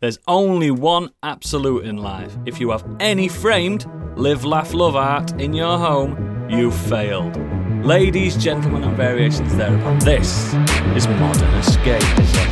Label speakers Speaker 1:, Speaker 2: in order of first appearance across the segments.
Speaker 1: There's only one absolute in life. If you have any framed live, laugh, love art in your home, you've failed. Ladies, gentlemen, and variations thereupon, this is modern escapism.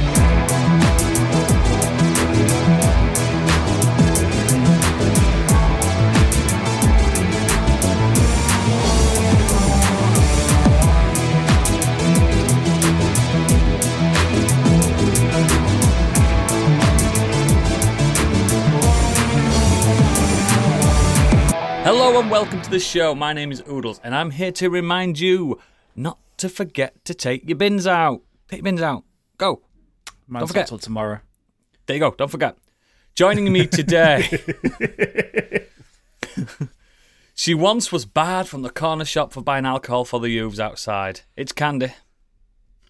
Speaker 1: Hello and welcome to the show. My name is Oodles, and I'm here to remind you not to forget to take your bins out. Take your bins out. Go.
Speaker 2: Man's
Speaker 1: forget.
Speaker 2: not till tomorrow.
Speaker 1: There you go. Don't forget. Joining me today. she once was barred from the corner shop for buying alcohol for the youths outside. It's Candy.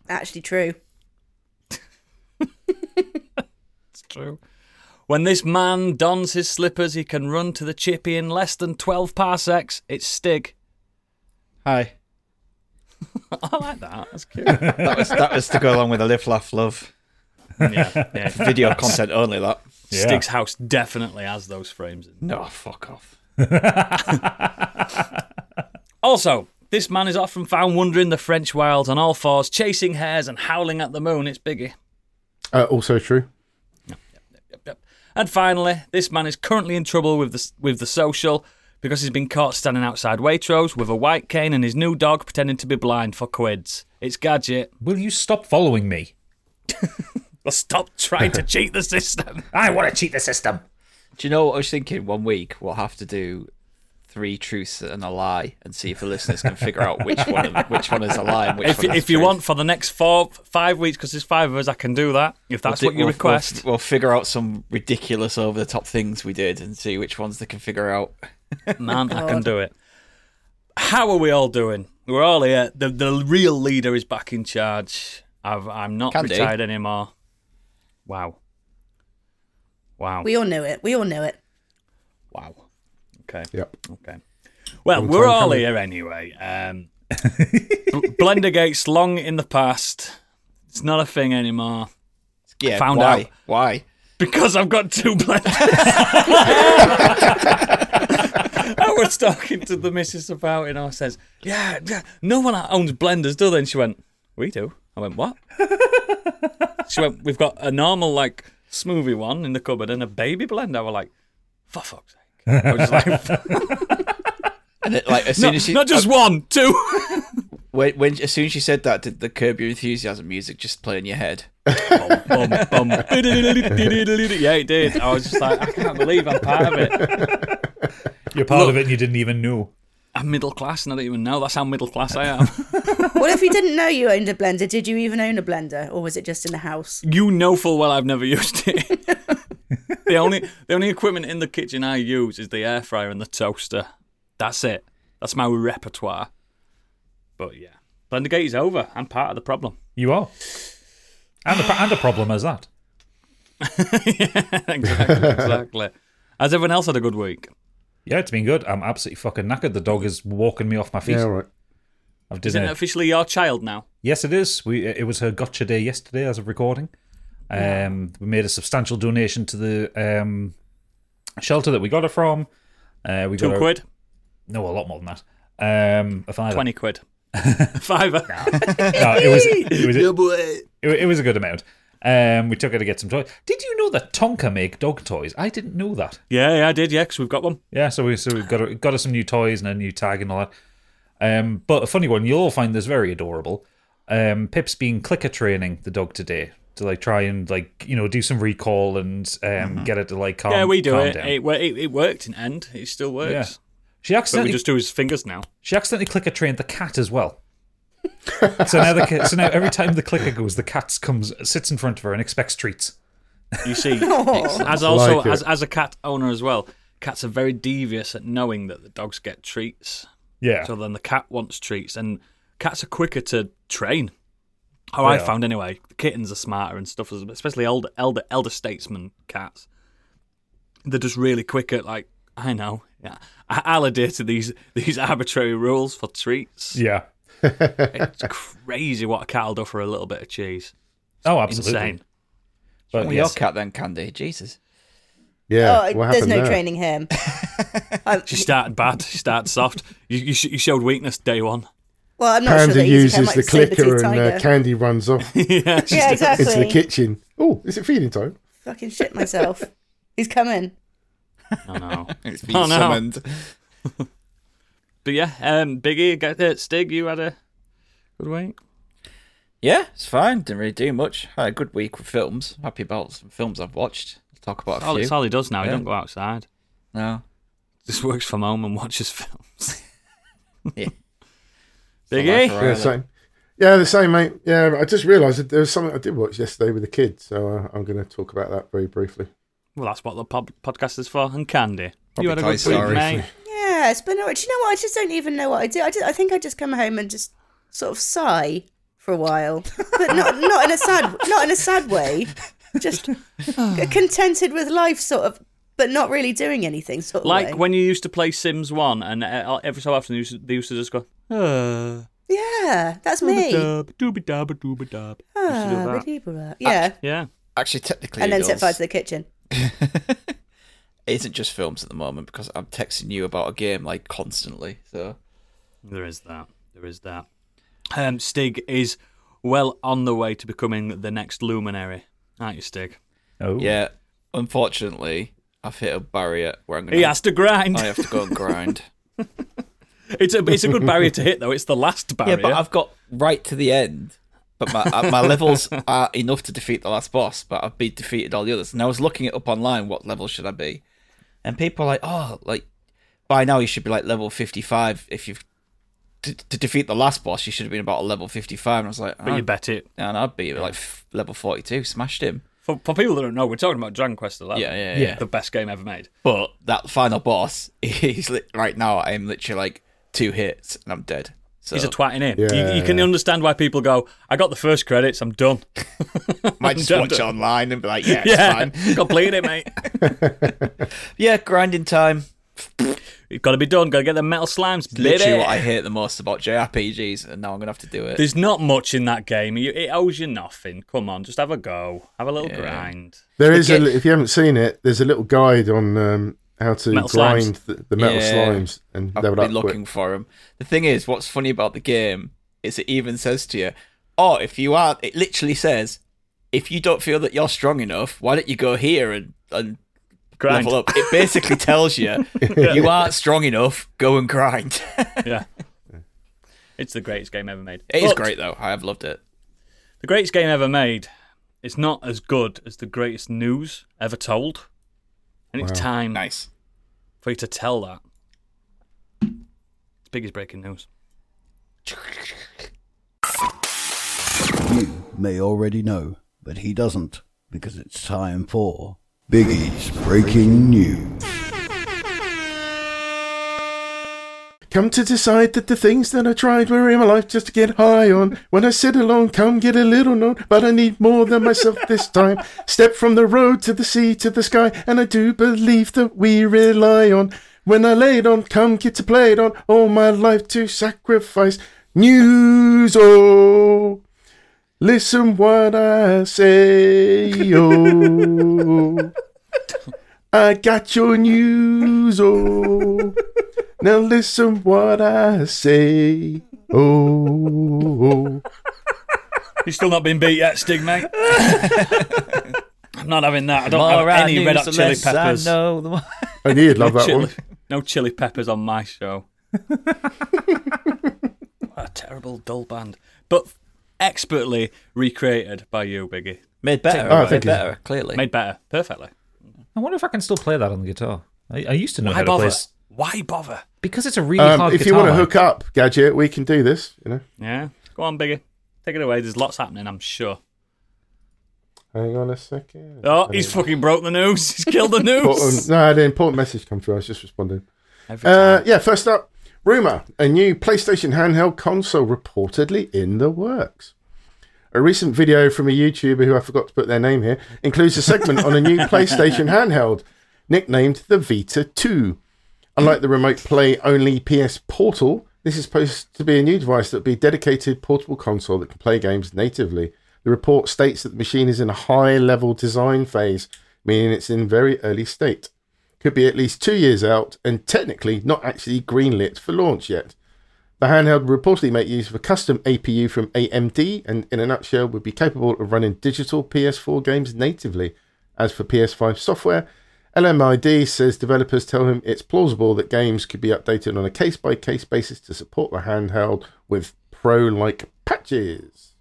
Speaker 3: Actually, true.
Speaker 1: It's true. When this man dons his slippers, he can run to the chippy in less than 12 parsecs. It's Stig.
Speaker 2: Hi.
Speaker 1: I like that. That's cute.
Speaker 4: That was that was to go along with a lift, laugh, love
Speaker 1: yeah. yeah.
Speaker 4: video content only. That
Speaker 5: Yeah.
Speaker 1: Stig's house definitely has those frames in.
Speaker 4: no, fuck off.
Speaker 1: Also, this man is often found wandering the French wilds on all fours, chasing hares and howling at the moon. It's Biggie.
Speaker 5: Uh, also true.
Speaker 1: Yep, yep. And finally, this man is currently in trouble with the with the social because he's been caught standing outside Waitrose with a white cane and his new dog pretending to be blind for quids. It's Gadget.
Speaker 2: Will you stop following me?
Speaker 1: Well, stop trying to cheat the system.
Speaker 2: I want to cheat the system.
Speaker 4: Do you know what I was thinking? One week we'll have to do three truths and a lie, and see if the listeners can figure out which one which one is a lie and which
Speaker 1: If,
Speaker 4: one is
Speaker 1: if you
Speaker 4: truth.
Speaker 1: want for the next four five weeks, because there's five of us, I can do that. If that's
Speaker 4: We'll
Speaker 1: what
Speaker 4: do-
Speaker 1: you
Speaker 4: we'll-
Speaker 1: request.
Speaker 4: We'll, we'll figure out some ridiculous over the top things we did and see which ones they can figure out.
Speaker 1: Man, I can do it. How are we all doing? We're all here. The the real leader is back in charge. I've, I'm not
Speaker 4: Can do.
Speaker 1: retired anymore. Wow. Wow.
Speaker 3: We all knew it. We all knew it.
Speaker 1: wow. Okay.
Speaker 5: Yep.
Speaker 1: Okay. Well, we're
Speaker 5: time
Speaker 1: all
Speaker 5: coming.
Speaker 1: here anyway. Um, Bl- Blendergate's long in the past. It's not a thing anymore
Speaker 4: Yeah,
Speaker 1: Found
Speaker 4: why?
Speaker 1: out.
Speaker 4: why.
Speaker 1: because I've got two blenders. I was talking to the missus about it, and I says, "Yeah, yeah, no one owns blenders, do they?" And she went, "We do." I went, "What?" she went, "We've got a normal like smoothie one in the cupboard and a baby blender." I was like, "For fuck's sake!" I was just like,
Speaker 4: And it, like as soon
Speaker 1: "No,
Speaker 4: as she
Speaker 1: not just one, two.
Speaker 4: when, when as soon as she said that, did the Curb Your Enthusiasm music just play in your head?
Speaker 1: bum, bum. yeah, it did. I was just like, I can't believe I'm part of it.
Speaker 5: You're
Speaker 1: part of
Speaker 5: it and you didn't even know.
Speaker 1: I'm middle class, and I don't even know. That's how middle class I am.
Speaker 3: Well, if you didn't know you owned a blender, did you even own a blender, or was it just in the house?
Speaker 1: You know full well I've never used it. the only the only equipment in the kitchen I use is the air fryer and the toaster. That's it. That's my repertoire. But yeah, Blendergate is over. I'm part of the problem.
Speaker 2: You are. And the, and the problem is that.
Speaker 1: exactly. Exactly. Has everyone else had a good week?
Speaker 2: Yeah, it's been good. I'm absolutely fucking knackered. The dog is walking me off my feet.
Speaker 5: Yeah, all right.
Speaker 2: I've
Speaker 1: Isn't
Speaker 2: done
Speaker 1: it
Speaker 2: a,
Speaker 1: officially your child now?
Speaker 2: yes, it is. We it was her gotcha day yesterday as of recording. Um, we made a substantial donation to the um, shelter that we got her from. Uh, we
Speaker 1: Two
Speaker 2: got her-
Speaker 1: quid,
Speaker 2: no, a lot more than that. Um, a fiver.
Speaker 1: twenty quid, fiver.
Speaker 2: No, it was it was, it, wa- it was a good amount. Um, we took her to get some toys. Did you know that Tonka make dog toys? I didn't know that.
Speaker 1: Yeah, yeah, I did. Yeah, 'cause we've got one.
Speaker 2: Yeah, so we so we got her, got her some new toys and a new tag and all that. Um, but a funny one you'll all find this very adorable. Um, Pip's been clicker training the dog today to like try and like you know do some recall and um get it to like calm.
Speaker 1: Mm-hmm. yeah, we do
Speaker 2: calm
Speaker 1: it.
Speaker 2: Down.
Speaker 1: It, wo- it. it worked in end. It still works.
Speaker 2: yeah. She
Speaker 1: But we
Speaker 2: accidentally
Speaker 1: just do his fingers now.
Speaker 2: She accidentally clicker trained the cat as well. so now the ca- so now every time the clicker goes, the cat comes sits in front of her and expects treats.
Speaker 1: You see,
Speaker 3: Oh.
Speaker 1: as also
Speaker 5: Like it.
Speaker 1: as, as a cat owner as well, cats are very devious at knowing that the dogs get treats.
Speaker 2: Yeah,
Speaker 1: So then the cat wants treats, and cats are quicker to train. How I
Speaker 2: They are.
Speaker 1: found anyway, kittens are smarter and stuff, especially elder elder elder statesman cats. They're just really quick at like I know, yeah, I- I'll adhere to these these arbitrary rules for treats.
Speaker 2: yeah.
Speaker 1: It's crazy what a cat'll do for a little bit of cheese.
Speaker 2: Oh, absolutely.
Speaker 1: Insane.
Speaker 2: But
Speaker 4: Well,
Speaker 2: yes.
Speaker 4: your cat then, Candy. Jesus.
Speaker 5: Yeah.
Speaker 3: oh,
Speaker 5: what
Speaker 3: there's
Speaker 5: happened
Speaker 3: no
Speaker 5: there?
Speaker 3: training him. I'm,
Speaker 1: She started bad. She started soft. You you, sh- you showed weakness day one.
Speaker 3: well, I'm not
Speaker 5: Panda
Speaker 3: sure that he's
Speaker 5: uses the clicker and
Speaker 3: tiger.
Speaker 5: uh, Candy runs off
Speaker 1: yeah, she
Speaker 3: yeah,
Speaker 1: did.
Speaker 3: exactly.
Speaker 5: into the kitchen. Oh, is it feeding time?
Speaker 3: Fucking shit myself. he's coming.
Speaker 1: Oh, no.
Speaker 4: It's been
Speaker 1: Oh, no.
Speaker 4: summoned.
Speaker 1: But yeah, um, Biggie, get it. Stig, you had a good week.
Speaker 4: Yeah, it's fine. Didn't really do much. Had a good week with films. Happy about some films I've watched. I'll talk about a
Speaker 1: All,
Speaker 4: few.
Speaker 1: Oh, it's all he does now. He
Speaker 4: Yeah.
Speaker 1: don't go outside.
Speaker 4: No.
Speaker 1: Just works from home and watches films.
Speaker 4: Yeah.
Speaker 1: Biggie,
Speaker 5: Yeah, same. Yeah, the same, mate. Yeah, I just realised that there was something I did watch yesterday with the kids, so uh, I'm going to talk about that very briefly.
Speaker 1: well, that's what the pod- podcast is for. And Candy,
Speaker 4: Probably
Speaker 1: you had a
Speaker 4: Toy
Speaker 1: good
Speaker 4: Story.
Speaker 1: week, mate.
Speaker 3: Yeah, it's been alright. Do you know what? I just don't even know what I do. I, just, I think I just come home and just sort of sigh for a while, but not not in a sad not in a sad way. Just c- contented with life, sort of, but not really doing anything. Sort of
Speaker 1: Like
Speaker 3: way.
Speaker 1: when you used to play Sims One, and uh, every so often you used, they used to just go, uh,
Speaker 3: yeah, that's me.
Speaker 1: dub, dooby dab, dooby dab. You used to do
Speaker 3: Ah,
Speaker 1: that.
Speaker 3: ba-dee-ba-da. yeah,
Speaker 1: Yeah.
Speaker 4: Actually, technically,
Speaker 3: and
Speaker 4: it
Speaker 3: then set
Speaker 4: does.
Speaker 3: fire to the kitchen.
Speaker 4: It isn't just films at the moment because I'm texting you about a game like constantly. So
Speaker 1: There is that. There is that. Um, Stig is well on the way to becoming the next luminary, aren't you, Stig?
Speaker 2: Oh.
Speaker 4: yeah, unfortunately, I've hit a barrier where I'm gonna.
Speaker 1: He has to grind.
Speaker 4: I have to go and grind.
Speaker 1: It's a it's a good barrier to hit though. It's the last
Speaker 4: yeah,
Speaker 1: barrier.
Speaker 4: but I've got right to the end. But my uh, my levels are enough to defeat the last boss. But I've been defeated all the others. And I was looking it up online. What level should I be? And people are like, oh, like by now you should be like level fifty five. If you've to, to defeat the last boss, you should have been about a level fifty five. And I was like,
Speaker 1: But
Speaker 4: oh,
Speaker 1: you bet it.
Speaker 4: and I'd be like f- level forty two. Smashed him.
Speaker 1: For, for people that don't know, we're talking about Dragon Quest XI.
Speaker 4: Yeah, yeah, yeah. Yeah.
Speaker 1: The best game ever made.
Speaker 4: But that final boss, he's li- right now. I'm literally like two hits and I'm dead. So
Speaker 1: He's a twat in him.
Speaker 5: Yeah.
Speaker 1: You, you can understand why people go, I got the first credits, I'm done.
Speaker 4: might just
Speaker 1: I'm
Speaker 4: watch
Speaker 1: done.
Speaker 4: online and be like, yeah, it's
Speaker 1: Yeah,
Speaker 4: fine.
Speaker 1: completed it, mate.
Speaker 4: Yeah, grinding time.
Speaker 1: You've got to be done. Got to get the metal slimes.
Speaker 4: Literally,
Speaker 1: baby.
Speaker 4: what I hate the most about JRPGs, and now I'm gonna have to do it.
Speaker 1: There's not much in that game. You, it owes you nothing. Come on, just have a go. Have a little grind.
Speaker 5: There is,
Speaker 4: Okay.
Speaker 5: a, li- if you haven't seen it, there's a little guide on um, how to
Speaker 1: Metal
Speaker 5: grind The, the metal
Speaker 4: Yeah.
Speaker 5: slimes and
Speaker 4: I've
Speaker 5: level
Speaker 4: been
Speaker 5: up.
Speaker 4: looking for him. The thing is, what's funny about the game is it even says to you, "Oh, if you are," it literally says, "If you don't feel that you're strong enough, why don't you go here and and
Speaker 1: Grind.
Speaker 4: level up?" It basically tells you you aren't strong enough. Go and grind.
Speaker 1: Yeah. It's the greatest game ever made.
Speaker 4: It is
Speaker 1: But
Speaker 4: great though. I have loved it.
Speaker 1: The greatest game ever made. It's not as good as the greatest news ever told. And it's time
Speaker 4: Nice.
Speaker 1: for you to tell that. It's biggest breaking news.
Speaker 6: You may already know, but he doesn't, because it's time for Biggie's Breaking News.
Speaker 5: Come to decide that the things that I tried were in my life just to get high on. When I sit alone, come get a little known, but I need more than myself this time. Step from the road to the sea to the sky, and I do believe that we rely on. When I laid on, come get to play it on, all my life to sacrifice. News, oh, listen what I say, oh. I got your news, oh. Now listen what I say. Oh,
Speaker 1: He's still not been beat yet, Stig, mate. I'm not having that. I don't have
Speaker 4: Alright,
Speaker 1: any red
Speaker 4: news,
Speaker 1: hot
Speaker 4: the
Speaker 1: chili
Speaker 4: less I
Speaker 1: peppers.
Speaker 4: know, the more-
Speaker 5: I did love that
Speaker 1: Chili-
Speaker 5: one.
Speaker 1: no chili peppers on my show. what a terrible dull band. But expertly recreated by you, Biggie.
Speaker 4: Made better.
Speaker 5: Oh,
Speaker 4: made
Speaker 5: thank you.
Speaker 4: better. Clearly.
Speaker 1: Made better. Perfectly.
Speaker 2: I wonder if I can still play that on the guitar. I, I used to know
Speaker 1: Why
Speaker 2: how to play
Speaker 1: bother?
Speaker 2: s-
Speaker 1: Why bother?
Speaker 2: because it's a really
Speaker 5: Um,
Speaker 2: hard
Speaker 5: if
Speaker 2: guitar.
Speaker 5: you want to
Speaker 2: line.
Speaker 5: hook up, Gadget, we can do this. You know,
Speaker 1: Yeah. Go on, Biggie. Take it away. There's lots happening, I'm sure.
Speaker 5: hang on a second.
Speaker 1: Oh, he's fucking broke the news. He's killed the
Speaker 5: Important,
Speaker 1: news.
Speaker 5: no, the important message come through. I was just responding.
Speaker 1: Every
Speaker 5: Uh,
Speaker 1: time.
Speaker 5: yeah, first up, rumor: a new PlayStation handheld console reportedly in the works. A recent video from a YouTuber who I forgot to put their name here includes a segment on a new PlayStation handheld nicknamed the Vita 2. Unlike the remote play only PS Portal, this is supposed to be a new device that would be a dedicated portable console that can play games natively. The report states that the machine is in a high level design phase, meaning it's in very early state. Could be at least two years out and technically not actually greenlit for launch yet. The handheld would reportedly make use of a custom APU from AMD and, in a nutshell, would be capable of running digital PS4 games natively. As for PS5 software, LMID says developers tell him it's plausible that games could be updated on a case by case basis to support the handheld with pro like patches.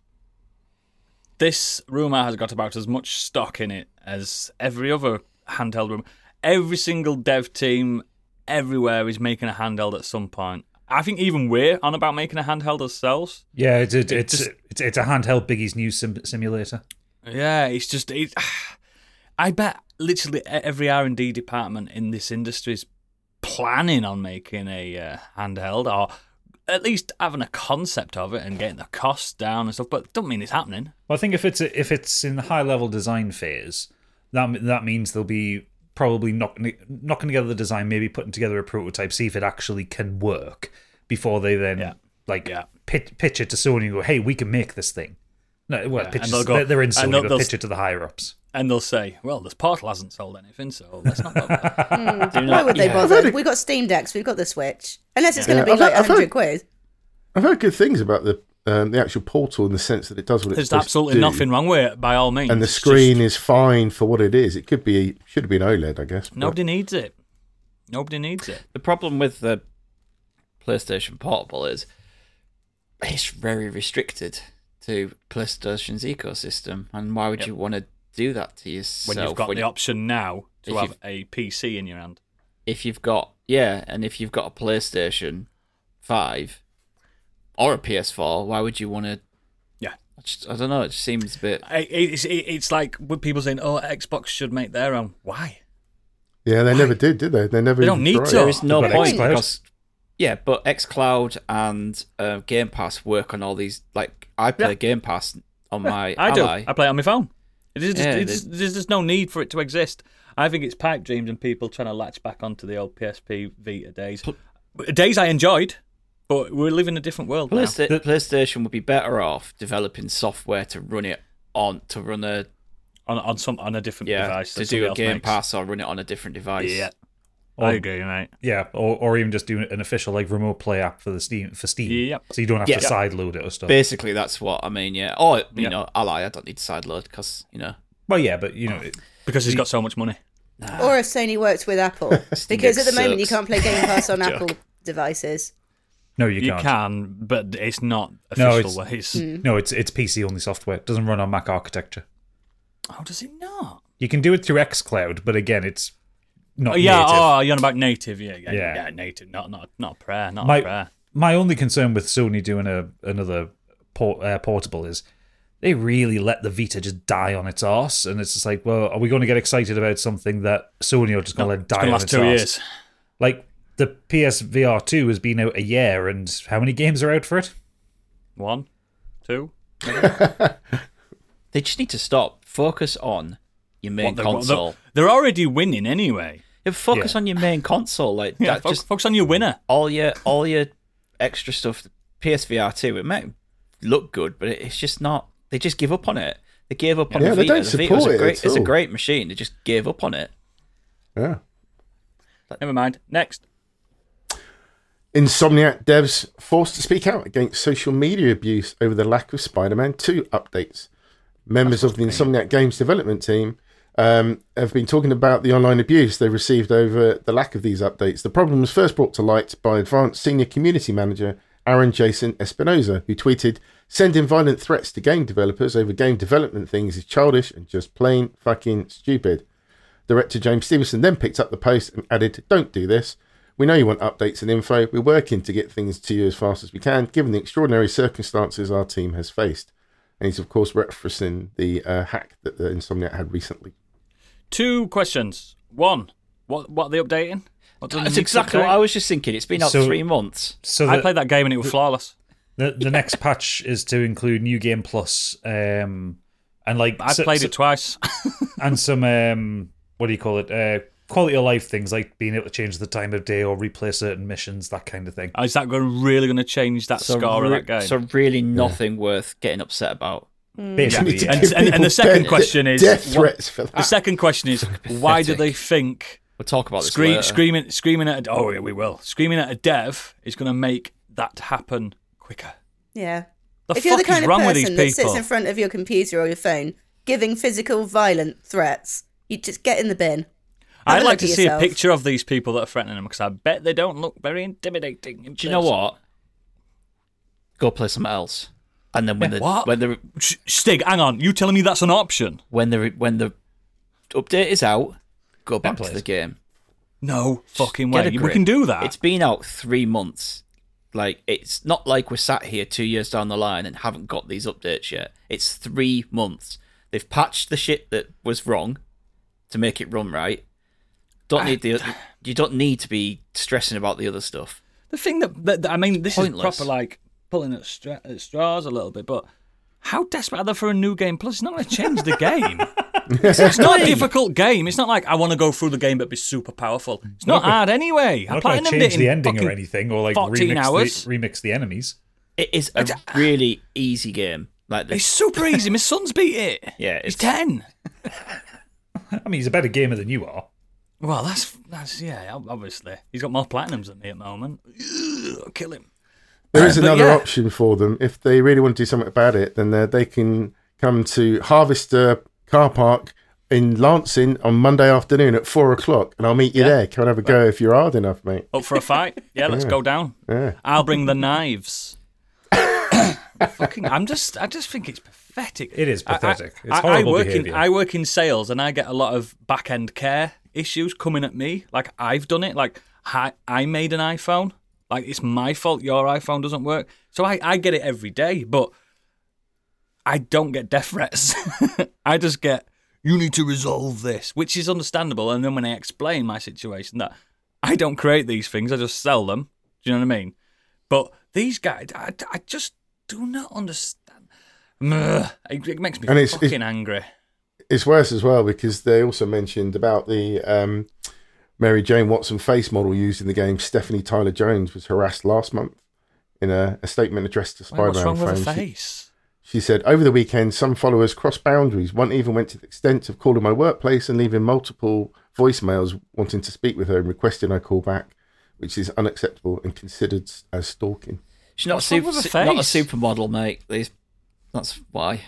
Speaker 1: This rumor has got about as much stock in it as every other handheld room. Every single dev team everywhere is making a handheld at some point. I think even we're on about making a handheld ourselves.
Speaker 2: Yeah, it's it's it's,
Speaker 1: just-
Speaker 2: it's, it's a handheld Biggie's new sim- simulator.
Speaker 1: Yeah, it's just it, I bet literally e- every R and D department in this industry is planning on making a uh, handheld or at least having a concept of it and getting the costs down and stuff. But it doesn't mean it's happening.
Speaker 2: Well, I think if it's if it's in the high level design phase, that that means they'll be probably knocking knocking together the design, maybe putting together a prototype, see if it actually can work before they then
Speaker 1: Yeah.
Speaker 2: like
Speaker 1: Yeah.
Speaker 2: pit, pitch it to Sony and go, "Hey, we can make this thing." No, well,
Speaker 1: Yeah,
Speaker 2: pitch
Speaker 1: and
Speaker 2: it-
Speaker 1: they'll go-
Speaker 2: they're- they're in
Speaker 1: and
Speaker 2: Sony,
Speaker 1: they'll-
Speaker 2: but
Speaker 1: they'll-
Speaker 2: pitch it to the higher ups.
Speaker 1: And they'll say, "Well, this portal hasn't sold anything, so let's not." bother."
Speaker 3: Hmm. Why would they
Speaker 4: Yeah.
Speaker 5: I've
Speaker 3: bother?
Speaker 5: had a-
Speaker 3: We got Steam Decks. We've got the Switch. Unless it's
Speaker 5: Yeah,
Speaker 3: going to
Speaker 5: I've
Speaker 3: be
Speaker 5: had-
Speaker 3: like
Speaker 5: I've had-
Speaker 3: hundred quid.
Speaker 5: I've heard good things about the um, the actual portal in the sense that it does what it's
Speaker 1: There's
Speaker 5: supposed
Speaker 1: absolutely
Speaker 5: to do,
Speaker 1: nothing wrong with it by all means.
Speaker 5: and the
Speaker 1: It's just-
Speaker 5: screen is fine for what it is. It could be should have been OLED, I guess. but-
Speaker 1: nobody needs it. Nobody needs it.
Speaker 4: The problem with the PlayStation Portable is it's very restricted to PlayStation's ecosystem, and why would you want to do that to yourself
Speaker 1: When you've got the
Speaker 4: you-
Speaker 1: option now to
Speaker 4: if
Speaker 1: have
Speaker 4: you've-
Speaker 1: a PC in your hand,
Speaker 4: if you've got yeah, and if you've got a PlayStation Five or a PS4, why would you want to?
Speaker 1: yeah.
Speaker 4: I, just, I don't know. It just seems a bit.
Speaker 1: I- It's, it's like with people saying, "Oh, Xbox should make their own." Why?
Speaker 5: Yeah, they never did, did they? They never.
Speaker 1: They don't
Speaker 5: even
Speaker 1: need
Speaker 5: tried.
Speaker 1: to.
Speaker 4: There is no
Speaker 2: They've got
Speaker 4: point
Speaker 2: xCloud.
Speaker 4: because yeah, but XCloud and uh, Game Pass work on all these. Like I play
Speaker 1: Yeah.
Speaker 4: Game Pass on my
Speaker 1: I do.
Speaker 4: Ally.
Speaker 1: I play it on my phone. It is just,
Speaker 4: Yeah,
Speaker 1: it's, there's just no need for it to exist. I think it's pipe dreams and people trying to latch back onto the old PSP Vita days. Days I enjoyed, but we live in a different world now.
Speaker 4: Playsta- PlayStation would be better off developing software to run it on to run a
Speaker 1: on on some on a different
Speaker 4: yeah
Speaker 1: device.
Speaker 4: to
Speaker 1: that
Speaker 4: do
Speaker 1: somebody
Speaker 4: a
Speaker 1: else
Speaker 4: Game
Speaker 1: makes.
Speaker 4: Pass or run it on a different device.
Speaker 1: Yeah,
Speaker 2: Or-
Speaker 1: I agree, mate.
Speaker 2: Yeah, or, or even just do an official like remote play app for the Steam for Steam,
Speaker 1: Yep.
Speaker 2: so you don't have
Speaker 4: Yeah.
Speaker 2: to sideload it or stuff.
Speaker 4: Basically, that's what I mean. Yeah. Or you
Speaker 1: Yeah.
Speaker 4: know, Ally. I don't need to sideload because you know.
Speaker 2: well, yeah, but you know, it,
Speaker 1: Because he's got so much money.
Speaker 3: Or if Sony works with Apple, because at the moment you
Speaker 4: sucks.
Speaker 3: can't play Game Pass on Apple devices.
Speaker 2: no, you,
Speaker 1: You,
Speaker 2: can't.
Speaker 1: can, but it's not
Speaker 2: No,
Speaker 1: official ways.
Speaker 2: No, it's it's PC only software. It doesn't run on Mac architecture.
Speaker 4: Mm.
Speaker 1: How Oh, does it not?
Speaker 2: You can do it through xCloud, but again, it's not
Speaker 1: Oh, yeah,
Speaker 2: native.
Speaker 1: oh, you're on about native. Yeah, yeah,
Speaker 2: Yeah.
Speaker 1: yeah, native. Not not not a prayer. Not a
Speaker 2: my
Speaker 1: prayer.
Speaker 2: my only concern with Sony doing a another port, uh, portable is they really let the Vita just die on its arse, and it's just like, well, are we going to get excited about something that Sony are just going to let
Speaker 1: It's
Speaker 2: die
Speaker 1: gonna
Speaker 2: on
Speaker 1: last
Speaker 2: its
Speaker 1: two
Speaker 2: arse?
Speaker 1: years.
Speaker 2: Like the PSVR two has been out a year, and how many games are out for it?
Speaker 1: One, two.
Speaker 4: They just need to stop. Focus on your
Speaker 1: What
Speaker 4: main
Speaker 1: they- what they-
Speaker 4: console.
Speaker 1: they're already winning anyway.
Speaker 4: Yeah, focus
Speaker 2: Yeah.
Speaker 4: on your main console. Like
Speaker 1: Yeah,
Speaker 4: that,
Speaker 1: fo-
Speaker 4: just
Speaker 1: focus on your winner.
Speaker 4: all your all your extra stuff. PSVR two. It might look good, but it, it's just not. They just give up on it. They gave up on
Speaker 5: Yeah,
Speaker 4: the
Speaker 5: they
Speaker 4: Vita.
Speaker 5: don't
Speaker 4: the Vita was
Speaker 5: support
Speaker 4: a
Speaker 5: it
Speaker 4: great,
Speaker 5: at
Speaker 4: it's a
Speaker 5: all.
Speaker 4: great machine. They just gave up on it.
Speaker 5: Yeah.
Speaker 1: Never mind. Next.
Speaker 5: Insomniac devs forced to speak out against social media abuse over the lack of Spider Man 2 updates. Members of the Insomniac Games development team um, have been talking about the online abuse they received over the lack of these updates. The problem was first brought to light by Advanced Senior Community Manager Aaron Jason Espinoza, who tweeted, Sending violent threats to game developers over game development things is childish and just plain fucking stupid. Director James Stevenson then picked up the post and added, Don't do this. We know you want updates and info. We're working to get things to you as fast as we can, given the extraordinary circumstances our team has faced. And he's, of course, referencing the uh, hack that the Insomniac had recently.
Speaker 1: Two questions. One. What what are they updating? What do they need
Speaker 4: That's
Speaker 1: to
Speaker 4: exactly
Speaker 1: update?
Speaker 4: what I was just thinking. It's been out
Speaker 2: So-
Speaker 4: three months.
Speaker 2: So
Speaker 1: I
Speaker 2: the-
Speaker 1: played that game and it was flawless.
Speaker 2: The the next patch is to include new game plus, um, and like
Speaker 1: I
Speaker 2: so-
Speaker 1: played
Speaker 2: so-
Speaker 1: it twice.
Speaker 2: and some um, what do you call it? Uh, quality of life things like being able to change the time of day or replay certain missions, that kind of thing.
Speaker 1: Uh, Is that going really going to change that score
Speaker 4: re-
Speaker 1: of that game?
Speaker 4: so really nothing worth getting upset about.
Speaker 2: Basically,
Speaker 5: need to
Speaker 2: yeah.
Speaker 5: give
Speaker 1: And- and- and the
Speaker 5: people
Speaker 1: second
Speaker 5: de-
Speaker 1: question
Speaker 5: de-
Speaker 1: is,
Speaker 5: death
Speaker 1: what-
Speaker 5: threats for
Speaker 1: The
Speaker 5: that.
Speaker 1: second question is why do they think
Speaker 4: We'll talk about this
Speaker 1: scree-
Speaker 4: later.
Speaker 1: screaming screaming at a, oh yeah we will screaming at a dev is going to make that happen quicker?
Speaker 3: Yeah.
Speaker 1: The
Speaker 3: if
Speaker 1: fuck
Speaker 3: you're the kind
Speaker 1: is
Speaker 3: of
Speaker 1: wrong with these
Speaker 3: person that sits
Speaker 1: people?
Speaker 3: in front of your computer or your phone giving physical violent threats, you just get in the bin. Have
Speaker 1: I'd
Speaker 3: a
Speaker 1: like
Speaker 3: look
Speaker 1: to
Speaker 3: at
Speaker 1: see
Speaker 3: yourself.
Speaker 1: a picture of these people that are threatening them because I bet they don't look very intimidating. in
Speaker 4: Do you know
Speaker 1: person.
Speaker 4: what? Go play something else. And then when
Speaker 1: Yeah,
Speaker 4: the
Speaker 1: what?
Speaker 4: when the
Speaker 1: Sh- Stig, hang on. You telling me that's an option?
Speaker 4: when the when the update is out, go back to
Speaker 2: plays.
Speaker 4: the game.
Speaker 1: No fucking
Speaker 4: Get
Speaker 1: way.
Speaker 4: a
Speaker 1: We
Speaker 4: grip.
Speaker 1: can do that.
Speaker 4: It's been out three months. Like it's not like we're sat here two years down the line and haven't got these updates yet. It's three months. They've patched the shit that was wrong to make it run right. Don't need the you don't need to be stressing about the other stuff.
Speaker 1: the thing that, that, that- I mean, this
Speaker 4: Pointless.
Speaker 1: is proper like pulling at, stra- at straws a little bit, but how desperate are they for a new game? Plus, it's not going to change the game. it's not a difficult game. It's not like I want to go through the game but be super powerful. It's not hard anyway. I
Speaker 2: Not going to
Speaker 1: platinumed
Speaker 2: change
Speaker 1: it
Speaker 2: the
Speaker 1: in
Speaker 2: ending or
Speaker 1: fucking-
Speaker 2: anything, or like
Speaker 1: 14
Speaker 2: remix
Speaker 1: hours.
Speaker 2: the remix the enemies.
Speaker 4: It is a really easy game. Like
Speaker 1: It's
Speaker 4: this,
Speaker 1: super easy. My son's beat it.
Speaker 4: Yeah,
Speaker 1: he's
Speaker 4: it's-
Speaker 1: ten.
Speaker 2: I mean, he's a better gamer than you are.
Speaker 1: Well, that's that's yeah. ob- Obviously, he's got more platinums than me at the moment. Ugh, Kill him.
Speaker 5: There is
Speaker 1: But
Speaker 5: another
Speaker 1: yeah.
Speaker 5: option for them. If they really want to do something about it, then uh, they can come to Harvester Car Park in Lansing on Monday afternoon at four o'clock, and I'll meet you there. Come and have a go if you're hard enough, mate.
Speaker 1: Up for a fight? Yeah, let's go down.
Speaker 5: Yeah.
Speaker 1: I'll bring the knives. Fucking, I'm just, I just think it's pathetic.
Speaker 2: It is
Speaker 1: I- I-
Speaker 2: pathetic. It's
Speaker 1: I, I
Speaker 2: horrible
Speaker 1: work
Speaker 2: behaviour.
Speaker 1: in, I work in sales, and I get a lot of back end care issues coming at me. Like I've done it. Like hi, I made an iPhone. Like it's my fault. Your iPhone doesn't work. So I, I get it every day, but I don't get death threats. I just get you need to resolve this, which is understandable. And then when I explain my situation, that I don't create these things, I just sell them. Do you know what I mean? But these guys, I, I just do not understand. Mugh. It, it makes me
Speaker 5: And it's-
Speaker 1: fucking
Speaker 5: it's-
Speaker 1: angry.
Speaker 5: It's worse as well because they also mentioned about the um, Mary Jane Watson face model used in the game. Stephanie Tyler Jones was harassed last month in a, a statement addressed to
Speaker 1: Wait,
Speaker 5: Spider-Man
Speaker 1: what's wrong with her
Speaker 5: fans. She-
Speaker 1: face?
Speaker 5: She said, Over the weekend, some followers crossed boundaries. One even went to the extent of calling my workplace and leaving multiple voicemails wanting to speak with her and requesting I call back, which is unacceptable and considered s- as stalking.
Speaker 4: she's not a,
Speaker 1: What's wrong
Speaker 4: super,
Speaker 1: with her
Speaker 4: not a
Speaker 1: face?
Speaker 4: supermodel, mate. These, that's why.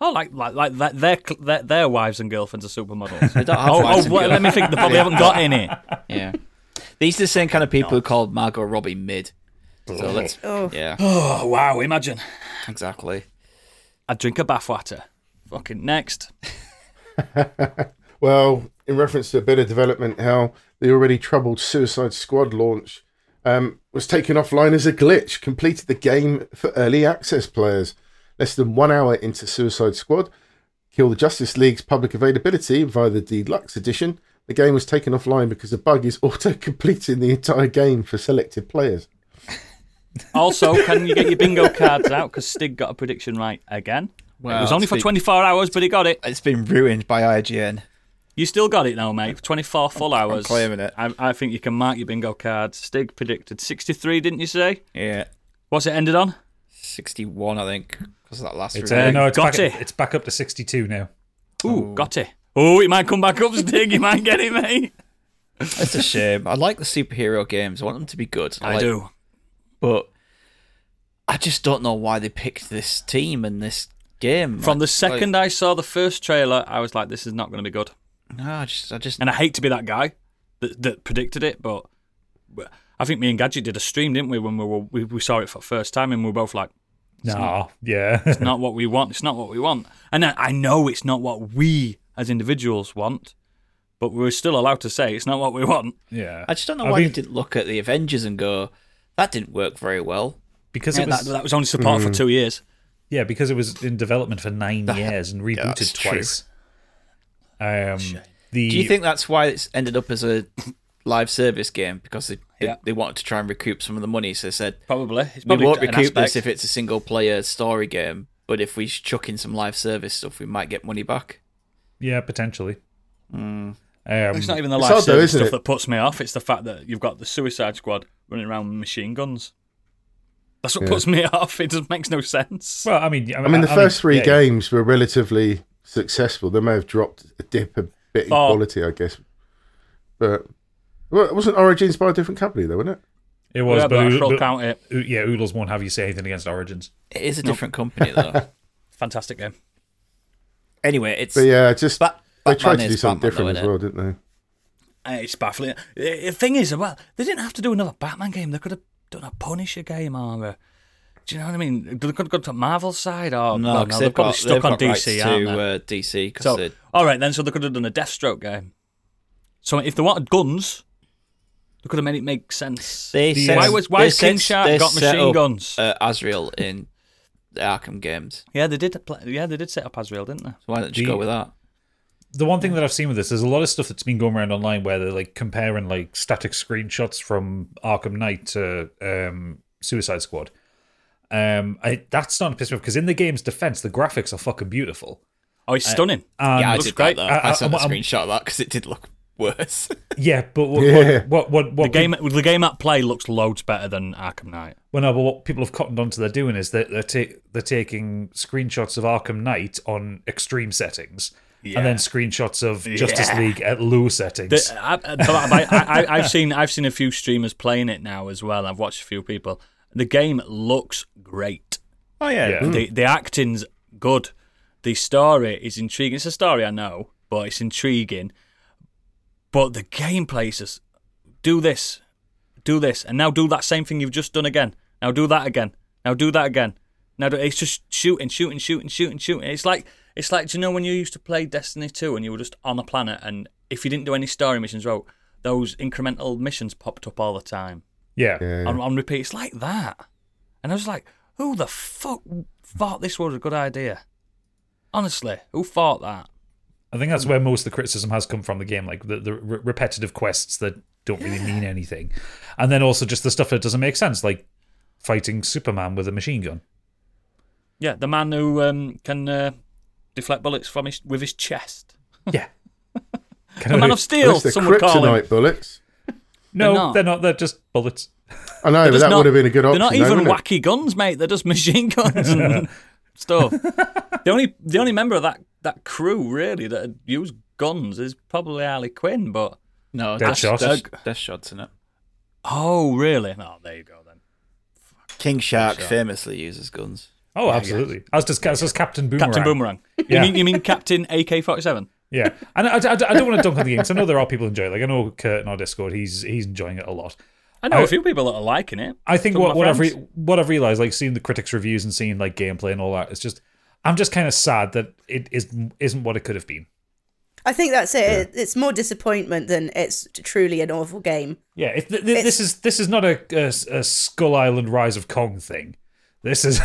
Speaker 1: Oh, like like like that, their, cl- their their wives and girlfriends are supermodels.
Speaker 4: They don't have
Speaker 1: oh,
Speaker 4: wives
Speaker 1: oh
Speaker 4: and
Speaker 1: well, let me
Speaker 4: girlfriends.
Speaker 1: think. They probably haven't got any.
Speaker 4: Yeah. These are the same kind of people who called Margot Robbie mid. So let's.
Speaker 3: Oh.
Speaker 4: Yeah,
Speaker 1: Oh wow! Imagine
Speaker 4: exactly.
Speaker 1: I drink a bathwater. Fucking next.
Speaker 5: Well, in reference to a bit of development, how the already troubled Suicide Squad launch um, was taken offline as a glitch, completed the game for early access players. Less than one hour into Suicide Squad, Kill the Justice League's public availability via the deluxe edition, the game was taken offline because the bug is auto completing the entire game for selected players.
Speaker 1: Also, can you get your bingo cards out? Because Stig got a prediction right again. it
Speaker 4: Wow,
Speaker 1: was only for
Speaker 4: Stig.
Speaker 1: 24 hours, but he got it.
Speaker 4: It's been ruined by IGN.
Speaker 1: You still got it now, mate. 24 full hours.
Speaker 4: claiming it.
Speaker 1: I, I think you can mark your bingo cards. Stig predicted 63, didn't you say?
Speaker 4: Yeah,
Speaker 1: What's it ended on?
Speaker 4: 61, I think, because of that last
Speaker 2: It's,
Speaker 4: review.
Speaker 2: uh, no, it's
Speaker 1: Got
Speaker 2: back,
Speaker 1: it.
Speaker 2: it's back up to 62 now.
Speaker 1: Ooh, got it. Oh, it might come back up, Stig. You might get it, mate.
Speaker 4: It's a shame. I like the superhero games. I want them to be good.
Speaker 1: I
Speaker 4: like-
Speaker 1: do.
Speaker 4: but I just don't know why they picked this team and this game.
Speaker 1: From the
Speaker 4: Like-
Speaker 1: second I saw the first trailer, I was like, this is not going to be good.
Speaker 4: like, no, I just, I just,
Speaker 1: And I hate to be that guy that, that predicted it, but but I think me and Gadget did a stream, didn't we, when we, were, we, we saw it for the first time and we were both like,
Speaker 2: Nah, yeah.
Speaker 1: not what we want. It's not what we want. And I, I know it's not what we as individuals want, but we're still allowed to say it's not what we want.
Speaker 2: yeah.
Speaker 4: I just don't know
Speaker 2: I
Speaker 4: why
Speaker 2: mean,
Speaker 4: they didn't look at the Avengers and go, that didn't work very well.
Speaker 2: because
Speaker 1: Yeah,
Speaker 2: it was,
Speaker 1: that, that was only support for two years.
Speaker 2: yeah, because it was in development for nine years and
Speaker 4: that's
Speaker 2: rebooted
Speaker 4: true.
Speaker 2: twice. Um, the
Speaker 4: Do you think that's why it's ended up as a live service game? Because they, they,
Speaker 1: Yeah.
Speaker 4: they wanted to try and recoup some of the money, so they said,
Speaker 1: Probably. It's
Speaker 4: we
Speaker 1: probably
Speaker 4: won't
Speaker 1: an
Speaker 4: recoup
Speaker 1: aspect.
Speaker 4: this if it's a single player story game, but if we chuck in some live service stuff, we might get money back.
Speaker 2: Yeah, potentially.
Speaker 4: Hmm.
Speaker 2: Um,
Speaker 1: It's not even the
Speaker 5: It's
Speaker 1: live
Speaker 5: hard though,
Speaker 1: service
Speaker 5: isn't
Speaker 1: stuff
Speaker 5: it?
Speaker 1: that puts me off. It's the fact that you've got the Suicide Squad running around with machine guns. That's what puts me off. It just makes no sense.
Speaker 2: Well, I mean,
Speaker 5: I mean, the first three
Speaker 2: yeah,
Speaker 5: games were relatively successful. They may have dropped a dip a bit in
Speaker 1: Oh.
Speaker 5: quality, I guess. But well, wasn't Origins by a different company, though, wasn't it?
Speaker 2: It was,
Speaker 1: yeah,
Speaker 2: but,
Speaker 1: but I
Speaker 2: Ood-
Speaker 1: shall
Speaker 2: but-
Speaker 1: count it.
Speaker 2: Ood- yeah, Oodles won't have you say anything against Origins.
Speaker 4: It is a different company though.
Speaker 1: Fantastic game.
Speaker 4: anyway, it's
Speaker 5: But yeah, just
Speaker 4: Bat-
Speaker 5: they
Speaker 4: Batman
Speaker 5: tried to do
Speaker 4: is
Speaker 5: something
Speaker 4: Batman,
Speaker 5: different
Speaker 4: though,
Speaker 5: as well, didn't they?
Speaker 1: Uh, It's baffling. The the thing is, well, they didn't have to do another Batman game. They could have done a Punisher game or a, do you know what I mean? They could have gone to Marvel's side or
Speaker 4: no,
Speaker 1: well,
Speaker 4: 'cause
Speaker 1: they're
Speaker 4: they've
Speaker 1: probably
Speaker 4: got,
Speaker 1: stuck
Speaker 4: they've
Speaker 1: on
Speaker 4: got rights
Speaker 1: DC, aren't
Speaker 4: to
Speaker 1: they?
Speaker 4: uh, DC because
Speaker 1: so, all right, then. So they could have done a Deathstroke game. So if they wanted guns, they could have made it make sense.
Speaker 4: they
Speaker 2: The-
Speaker 4: set-
Speaker 2: Why
Speaker 1: was- why
Speaker 4: they
Speaker 1: has King
Speaker 4: set-
Speaker 1: Shark
Speaker 4: they
Speaker 1: got
Speaker 4: set
Speaker 1: machine
Speaker 4: up,
Speaker 1: guns?
Speaker 4: Uh, Azrael in the Arkham games.
Speaker 1: yeah, they did. Play, yeah, they did set up Azrael, didn't they?
Speaker 4: So why don't you
Speaker 2: The-
Speaker 4: go with that?
Speaker 2: The one thing that I've seen with this, there's a lot of stuff that's been going around online where they're like comparing like static screenshots from Arkham Knight to um, Suicide Squad. Um, I, that's not a piss me off because in the game's defense, the graphics are fucking beautiful.
Speaker 1: Oh,
Speaker 4: Uh,
Speaker 1: it's stunning.
Speaker 2: And
Speaker 4: yeah, I
Speaker 1: looks
Speaker 4: did
Speaker 1: great.
Speaker 4: that. Though.
Speaker 2: I-
Speaker 4: I,
Speaker 2: I-
Speaker 4: sent a
Speaker 2: I'm-
Speaker 4: screenshot of that because it did look worse.
Speaker 2: yeah, but what,
Speaker 5: Yeah.
Speaker 2: what, what, what, what
Speaker 1: The game, the game at play looks loads better than Arkham Knight.
Speaker 2: Well, no, but what people have cottoned onto they're doing is that they're, ta- they're taking screenshots of Arkham Knight on extreme settings, and then screenshots of Justice League at low settings.
Speaker 1: The- I, I- I, I, I, I've seen I've seen a few streamers playing it now as well. I've watched a few people. The game looks great.
Speaker 4: oh yeah,
Speaker 2: yeah,
Speaker 1: The the acting's good. The story is intriguing. It's a story I know, but it's intriguing. But the gameplay is just do this, do this, and now do that same thing you've just done again. Now do that again. Now do that again. Now do, it's just shooting, shooting, shooting, shooting, shooting. It's like it's like do you know when you used to play Destiny two and you were just on a planet and if you didn't do any story missions, well, those incremental missions popped up all the time
Speaker 2: yeah.
Speaker 5: Yeah.
Speaker 1: on, on repeat. It's like that. And I was like, who the fuck thought this was a good idea? Honestly, who thought that?
Speaker 2: I think that's where most of the criticism has come from the game, like the, the re- repetitive quests that don't really mean anything, and then also just the stuff that doesn't make sense, like fighting Superman with a machine gun.
Speaker 1: Yeah, the man who um, can uh, deflect bullets from his with his chest.
Speaker 2: Yeah, Can
Speaker 1: The
Speaker 2: I-
Speaker 1: man of steel,
Speaker 5: Unless they're
Speaker 1: someone would call him.
Speaker 5: kryptonite bullets.
Speaker 2: no,
Speaker 1: They're not.
Speaker 2: they're not. They're just bullets.
Speaker 5: I know, but
Speaker 1: Just
Speaker 5: that
Speaker 1: not-
Speaker 5: would have been a good option.
Speaker 1: They're not
Speaker 5: though,
Speaker 1: even
Speaker 5: wouldn't it?
Speaker 1: wacky guns, mate. They're just machine guns and stuff. The only the only member of that, that crew really that had used guns is probably Ali Quinn. But
Speaker 4: no,
Speaker 2: Dead shot.
Speaker 4: Death, death shots in it.
Speaker 1: oh, really? Oh, there you go then.
Speaker 4: King Shark famously uses guns.
Speaker 2: Oh, absolutely. As does as does Captain Boomerang.
Speaker 1: Captain Boomerang.
Speaker 2: Yeah.
Speaker 1: You mean you mean Captain AK forty seven?
Speaker 2: Yeah, and I, I, I don't want to dunk on the game 'cause I know there are people who enjoy it. Like I know Kurt in our Discord, he's he's enjoying it a lot.
Speaker 1: I know
Speaker 2: I-
Speaker 1: a few people that are liking it.
Speaker 2: I think
Speaker 1: Some of
Speaker 2: what,
Speaker 1: my
Speaker 2: what I've
Speaker 1: friends.
Speaker 2: re- what I've realized, like seeing the critics' reviews and seeing like gameplay and all that, it's just I'm just kind of sad that it is isn't what it could have been.
Speaker 3: I think that's it. It- It's more disappointment than it's truly an awful game.
Speaker 2: Yeah, it, th- th- this
Speaker 3: It's-
Speaker 2: is this is not a, a, a Skull Island Rise of Kong thing. This is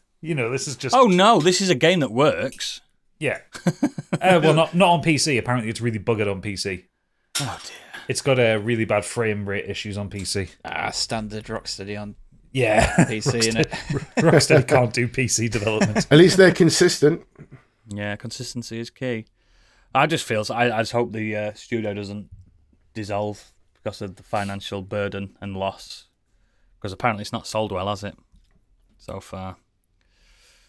Speaker 2: you know this is just
Speaker 1: Oh no, this is a game that works.
Speaker 2: yeah. Uh, well, not not on PC. Apparently, it's really buggered on PC.
Speaker 1: Oh dear.
Speaker 2: It's got a really bad frame rate issues on PC.
Speaker 4: Ah, standard Rocksteady on
Speaker 2: Yeah,
Speaker 4: PC in it.
Speaker 2: Rocksteady can't do PC development.
Speaker 5: At least they're consistent.
Speaker 1: Yeah, consistency is key. I just feel so, I, I just hope the uh, studio doesn't dissolve because of the financial burden and loss. Because apparently it's not sold well, has it? So far.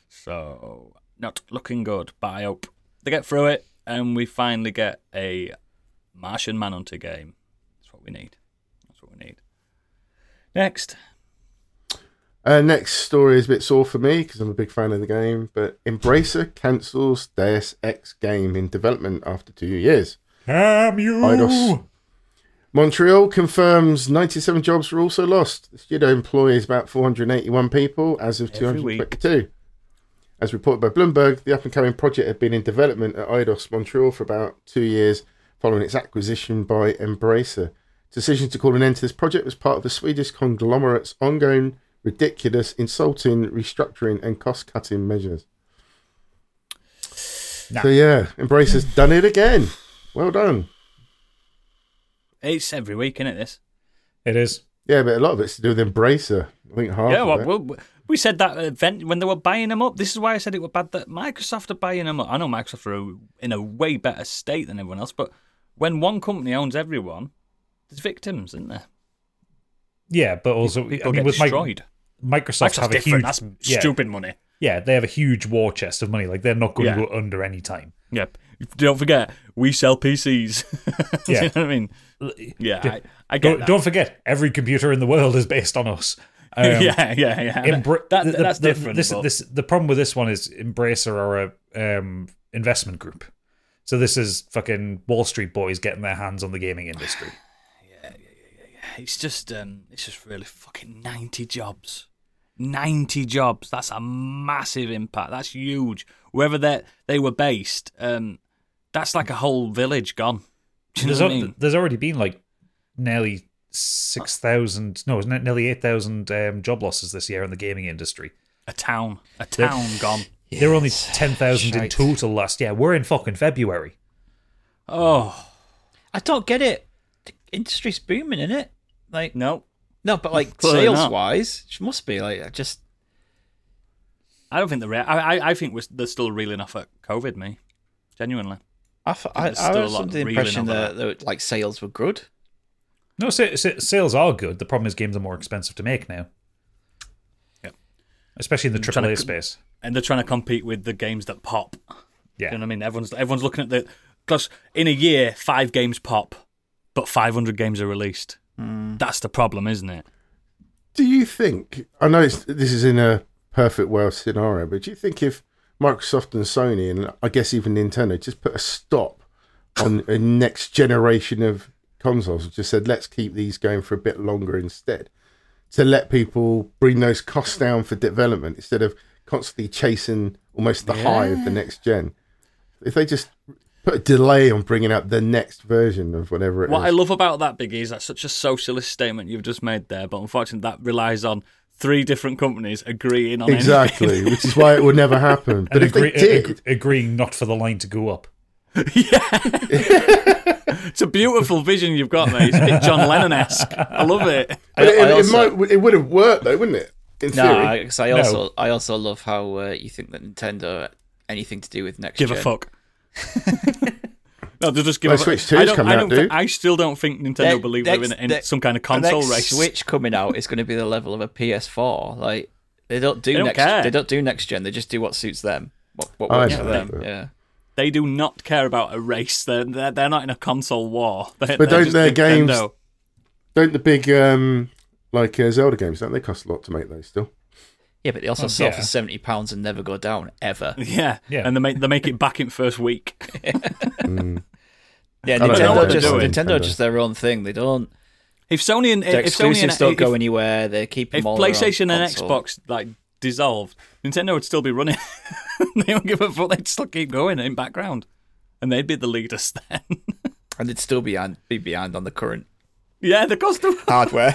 Speaker 1: So not looking good, but I hope they get through it and we finally get a Martian Manhunter game. That's what we need. That's what we need. Next.
Speaker 5: Uh, next story is a bit sore for me because I'm a big fan of the game, but Embracer cancels Deus Ex game in development after two years.
Speaker 2: Damn you!
Speaker 5: Eidos. Montreal confirms 97 jobs were also lost. The studio employs about 481 people as of
Speaker 1: Every week.
Speaker 5: 222. As reported by Bloomberg, the up and coming project had been in development at IDOS Montreal for about two years following its acquisition by Embracer. Decision to call an end to this project was part of the Swedish conglomerate's ongoing, ridiculous, insulting restructuring and cost cutting measures.
Speaker 2: Nah.
Speaker 5: So, yeah, Embracer's done it again. Well done.
Speaker 1: It's every week, innit? This.
Speaker 2: It is.
Speaker 5: Yeah, but a lot of it's to do with Embracer. I think half.
Speaker 1: Yeah,
Speaker 5: of
Speaker 1: well,
Speaker 5: it.
Speaker 1: well, we said that event when they were buying them up. This is why I said it were bad that Microsoft are buying them up. I know Microsoft are in a way better state than everyone else, but when one company owns everyone, there's victims, isn't there?
Speaker 2: Yeah, but also I
Speaker 1: People
Speaker 2: mean,
Speaker 1: get
Speaker 2: with, Mi-
Speaker 1: destroyed.
Speaker 2: Microsoft
Speaker 1: Microsoft's
Speaker 2: have a
Speaker 1: different.
Speaker 2: huge
Speaker 1: That's
Speaker 2: yeah,
Speaker 1: stupid money.
Speaker 2: Yeah, they have a huge war chest of money. Like they're not going
Speaker 1: Yeah.
Speaker 2: to go under any time.
Speaker 1: Yep. Don't forget, we sell PCs. Do
Speaker 2: Yeah.
Speaker 1: you know what I mean? Yeah, I, I get
Speaker 2: Don't,
Speaker 1: that.
Speaker 2: don't forget, every computer in the world is based on us. Um,
Speaker 1: yeah, yeah, yeah.
Speaker 2: in Br-
Speaker 7: that-
Speaker 2: the- the-
Speaker 7: that's
Speaker 2: the-
Speaker 7: different,
Speaker 2: This,
Speaker 7: but-
Speaker 2: this, the problem with this one is Embracer are a um, investment group, so this is fucking Wall Street boys getting their hands on the gaming industry.
Speaker 1: It's just, um, it's just really fucking ninety jobs. Ninety jobs. That's a massive impact. That's huge. Wherever they they were based, um, that's like a whole village gone. Do you
Speaker 2: There's,
Speaker 1: know
Speaker 2: al-
Speaker 1: what I mean?
Speaker 2: there's already been like nearly six thousand, no, it's ne- nearly eight thousand um, job losses this year in the gaming industry.
Speaker 1: A town, a town gone.
Speaker 2: There were only ten thousand in
Speaker 4: Shite.
Speaker 2: total last year. We're in fucking February.
Speaker 1: Oh
Speaker 4: I don't get it. The industry's booming, is it? Like
Speaker 1: no,
Speaker 4: no, but like
Speaker 1: Clearly not.
Speaker 4: sales wise, it must be like I just
Speaker 1: I don't think they're. Re- I, I I think we're, they're still reeling off at COVID. Me, genuinely.
Speaker 4: I, f- I,
Speaker 1: there's
Speaker 4: I
Speaker 1: still a
Speaker 4: was
Speaker 1: lot
Speaker 4: under the
Speaker 1: reeling
Speaker 4: impression
Speaker 1: over
Speaker 4: that, that like sales were good.
Speaker 2: No, sa- sa- sales are good. The problem is games are more expensive to make now.
Speaker 1: Yep.
Speaker 2: Especially in the
Speaker 1: trying to
Speaker 2: AAA
Speaker 1: c-
Speaker 2: space.
Speaker 1: and they're trying to compete with the games that pop. You
Speaker 2: Yeah.
Speaker 1: know what I mean? Everyone's everyone's looking at the because in a year five games pop, but five hundred games are released.
Speaker 5: Hmm.
Speaker 1: That's the problem, isn't it?
Speaker 5: Do you think? I know it's, this is in a perfect world scenario, but do you think if Microsoft and Sony and I guess even Nintendo just put a stop on a next generation of consoles and just said let's keep these going for a bit longer instead to let people bring those costs down for development instead of constantly chasing almost the high of the next gen if they just put a delay on bringing out the next version of whatever it is.
Speaker 1: What I love about that, Biggie, is that's such a socialist statement you've just made there. But unfortunately, that relies on three different companies agreeing on
Speaker 5: exactly which is why it would never happen but
Speaker 2: and
Speaker 5: if
Speaker 4: uh,
Speaker 2: agree- uh,
Speaker 5: they did
Speaker 2: ag- agreeing not for the line to go up.
Speaker 1: Anything. It's a beautiful vision you've got, mate. It's a bit John Lennon esque. I love it.
Speaker 4: I,
Speaker 5: But it,
Speaker 4: I
Speaker 5: it
Speaker 4: also,
Speaker 5: might. It would have worked though, wouldn't it? In
Speaker 4: no,
Speaker 5: theory.
Speaker 4: I, 'cause I
Speaker 2: No.
Speaker 4: also I also love how uh, you think that Nintendo anything to do with next
Speaker 1: Give a
Speaker 4: gen.
Speaker 1: fuck. No, they'll just give
Speaker 5: Well,
Speaker 1: a fuck.
Speaker 5: Switch
Speaker 1: I
Speaker 5: 2's
Speaker 1: don't,
Speaker 5: coming
Speaker 1: I,
Speaker 5: out,
Speaker 1: don't thi-
Speaker 5: dude.
Speaker 1: I still don't think Nintendo
Speaker 4: Next-
Speaker 1: believe they're in,
Speaker 4: next-
Speaker 1: in
Speaker 4: next-
Speaker 1: some kind of
Speaker 4: the
Speaker 1: console
Speaker 4: next
Speaker 1: race.
Speaker 4: Switch coming out is going to be the level of a PS4. Like they don't do
Speaker 1: don't
Speaker 4: next.
Speaker 1: care.
Speaker 4: They don't do next gen. They just do what suits them. What, what
Speaker 5: I
Speaker 4: works
Speaker 5: know
Speaker 4: for them.
Speaker 5: that.
Speaker 4: Oh, Yeah.
Speaker 1: they do not care about a race. They're they're, they're not in a console war. They're,
Speaker 5: But
Speaker 1: they're
Speaker 5: don't
Speaker 1: just
Speaker 5: their games-
Speaker 1: Nintendo.
Speaker 5: Don't the big um, like uh, Zelda games? Don't they cost a lot to make those still?
Speaker 4: Yeah, but they also sell
Speaker 2: yeah.
Speaker 4: for seventy pounds and never go down ever.
Speaker 1: Oh, Yeah,
Speaker 2: Yeah.
Speaker 1: and they make they make it back in first week.
Speaker 4: Yeah,
Speaker 5: I don't know
Speaker 4: Nintendo
Speaker 5: what they're
Speaker 4: just
Speaker 5: doing.
Speaker 4: Nintendo are just their own thing. They don't.
Speaker 1: If Sony and
Speaker 4: Their
Speaker 1: if Sony and
Speaker 4: exclusives don't
Speaker 1: if,
Speaker 4: go anywhere. They keep them
Speaker 1: if
Speaker 4: all on their own
Speaker 1: PlayStation and
Speaker 4: console.
Speaker 1: Xbox like dissolved, Nintendo would still be running. they don't give a fuck. They'd still keep going in background, and they'd be the leaders then.
Speaker 4: and they'd still be behind, be behind on the current
Speaker 1: yeah, the custom.
Speaker 4: hardware.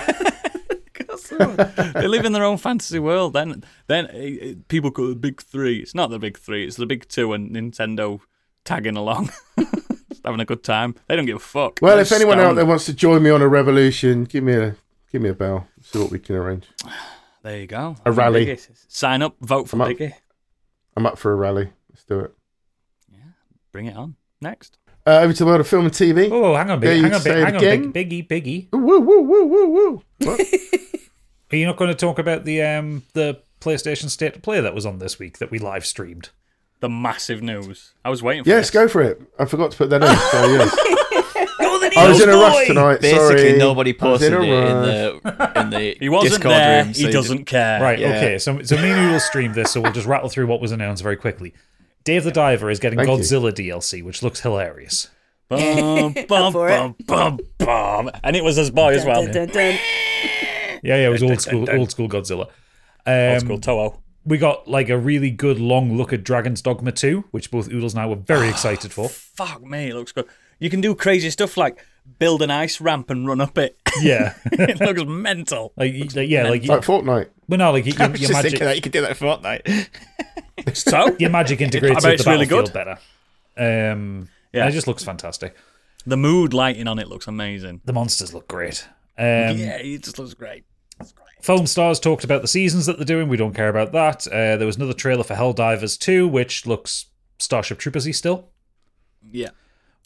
Speaker 1: they live in their own fantasy world. Then, then uh, uh, people call it the big three. It's not the big three. It's the big two and Nintendo tagging along, Just having a good time. They don't give a fuck.
Speaker 5: Well,
Speaker 1: They're
Speaker 5: if anyone out
Speaker 1: stoned.
Speaker 5: there wants to join me on a revolution, give me a give me a bell. See what we can arrange.
Speaker 1: there you go.
Speaker 5: A rally.
Speaker 1: Biggie. Sign up, vote for
Speaker 5: I'm up.
Speaker 1: Biggie.
Speaker 5: I'm up for a rally. Let's do it.
Speaker 1: Bring it on. Next.
Speaker 5: Uh, over to the world of film and TV.
Speaker 2: Oh, hang on,
Speaker 5: There
Speaker 2: big,
Speaker 5: you
Speaker 2: hang on, big,
Speaker 5: say it
Speaker 2: hang on,
Speaker 5: again.
Speaker 2: big, Biggie, Biggie.
Speaker 5: Woo woo woo woo woo woo.
Speaker 2: Are you not going to talk about the um the PlayStation State of Play that was on this week that we live streamed?
Speaker 1: The massive news. I was waiting for
Speaker 5: yes,
Speaker 1: this.
Speaker 5: go for it. I forgot to put that in. So yes. I was in a rush tonight.
Speaker 4: Basically,
Speaker 5: sorry.
Speaker 4: nobody
Speaker 5: I was
Speaker 4: posted it
Speaker 5: a
Speaker 4: in
Speaker 5: rush.
Speaker 4: the in the
Speaker 1: He wasn't
Speaker 4: Discord
Speaker 1: there.
Speaker 4: room. so
Speaker 1: he
Speaker 4: did-
Speaker 1: doesn't care.
Speaker 2: Right.
Speaker 4: Yeah.
Speaker 2: Okay. So so me and you will stream this. So we'll just rattle through what was announced very quickly. Dave the Diver is getting
Speaker 5: Thank you.
Speaker 2: Godzilla DLC, which looks hilarious.
Speaker 1: Bum, bum,
Speaker 3: for
Speaker 1: bum, bum, bum. And it was his boy as well.
Speaker 3: Dun, dun, dun.
Speaker 2: Yeah, yeah, it was old school, old school Godzilla. Um,
Speaker 1: Old school Toho.
Speaker 2: We got like a really good long look at Dragon's Dogma 2, which both Oodles and I were very excited for.
Speaker 1: Fuck me, it looks good. You can do crazy stuff like build an ice ramp and run up it.
Speaker 2: Yeah,
Speaker 1: it looks mental.
Speaker 2: like, you- like yeah, like you,
Speaker 5: Like Fortnite.
Speaker 2: well, no, like you,
Speaker 4: I
Speaker 2: your,
Speaker 4: was
Speaker 2: your
Speaker 4: just
Speaker 2: magic,
Speaker 4: thinking that you could do that for Fortnite.
Speaker 1: So
Speaker 2: your magic integrates
Speaker 1: bet
Speaker 2: with
Speaker 1: it's
Speaker 2: the
Speaker 1: really
Speaker 2: battlefield better. Um,
Speaker 1: Yeah.
Speaker 2: and it just looks fantastic.
Speaker 1: the mood lighting on it looks amazing.
Speaker 2: The monsters look great. Um,
Speaker 1: yeah, it just looks great.
Speaker 2: Film stars talked about the seasons that they're doing. We don't care about that. Uh, there was another trailer for Helldivers 2, which looks Starship Troopersy still.
Speaker 1: Yeah.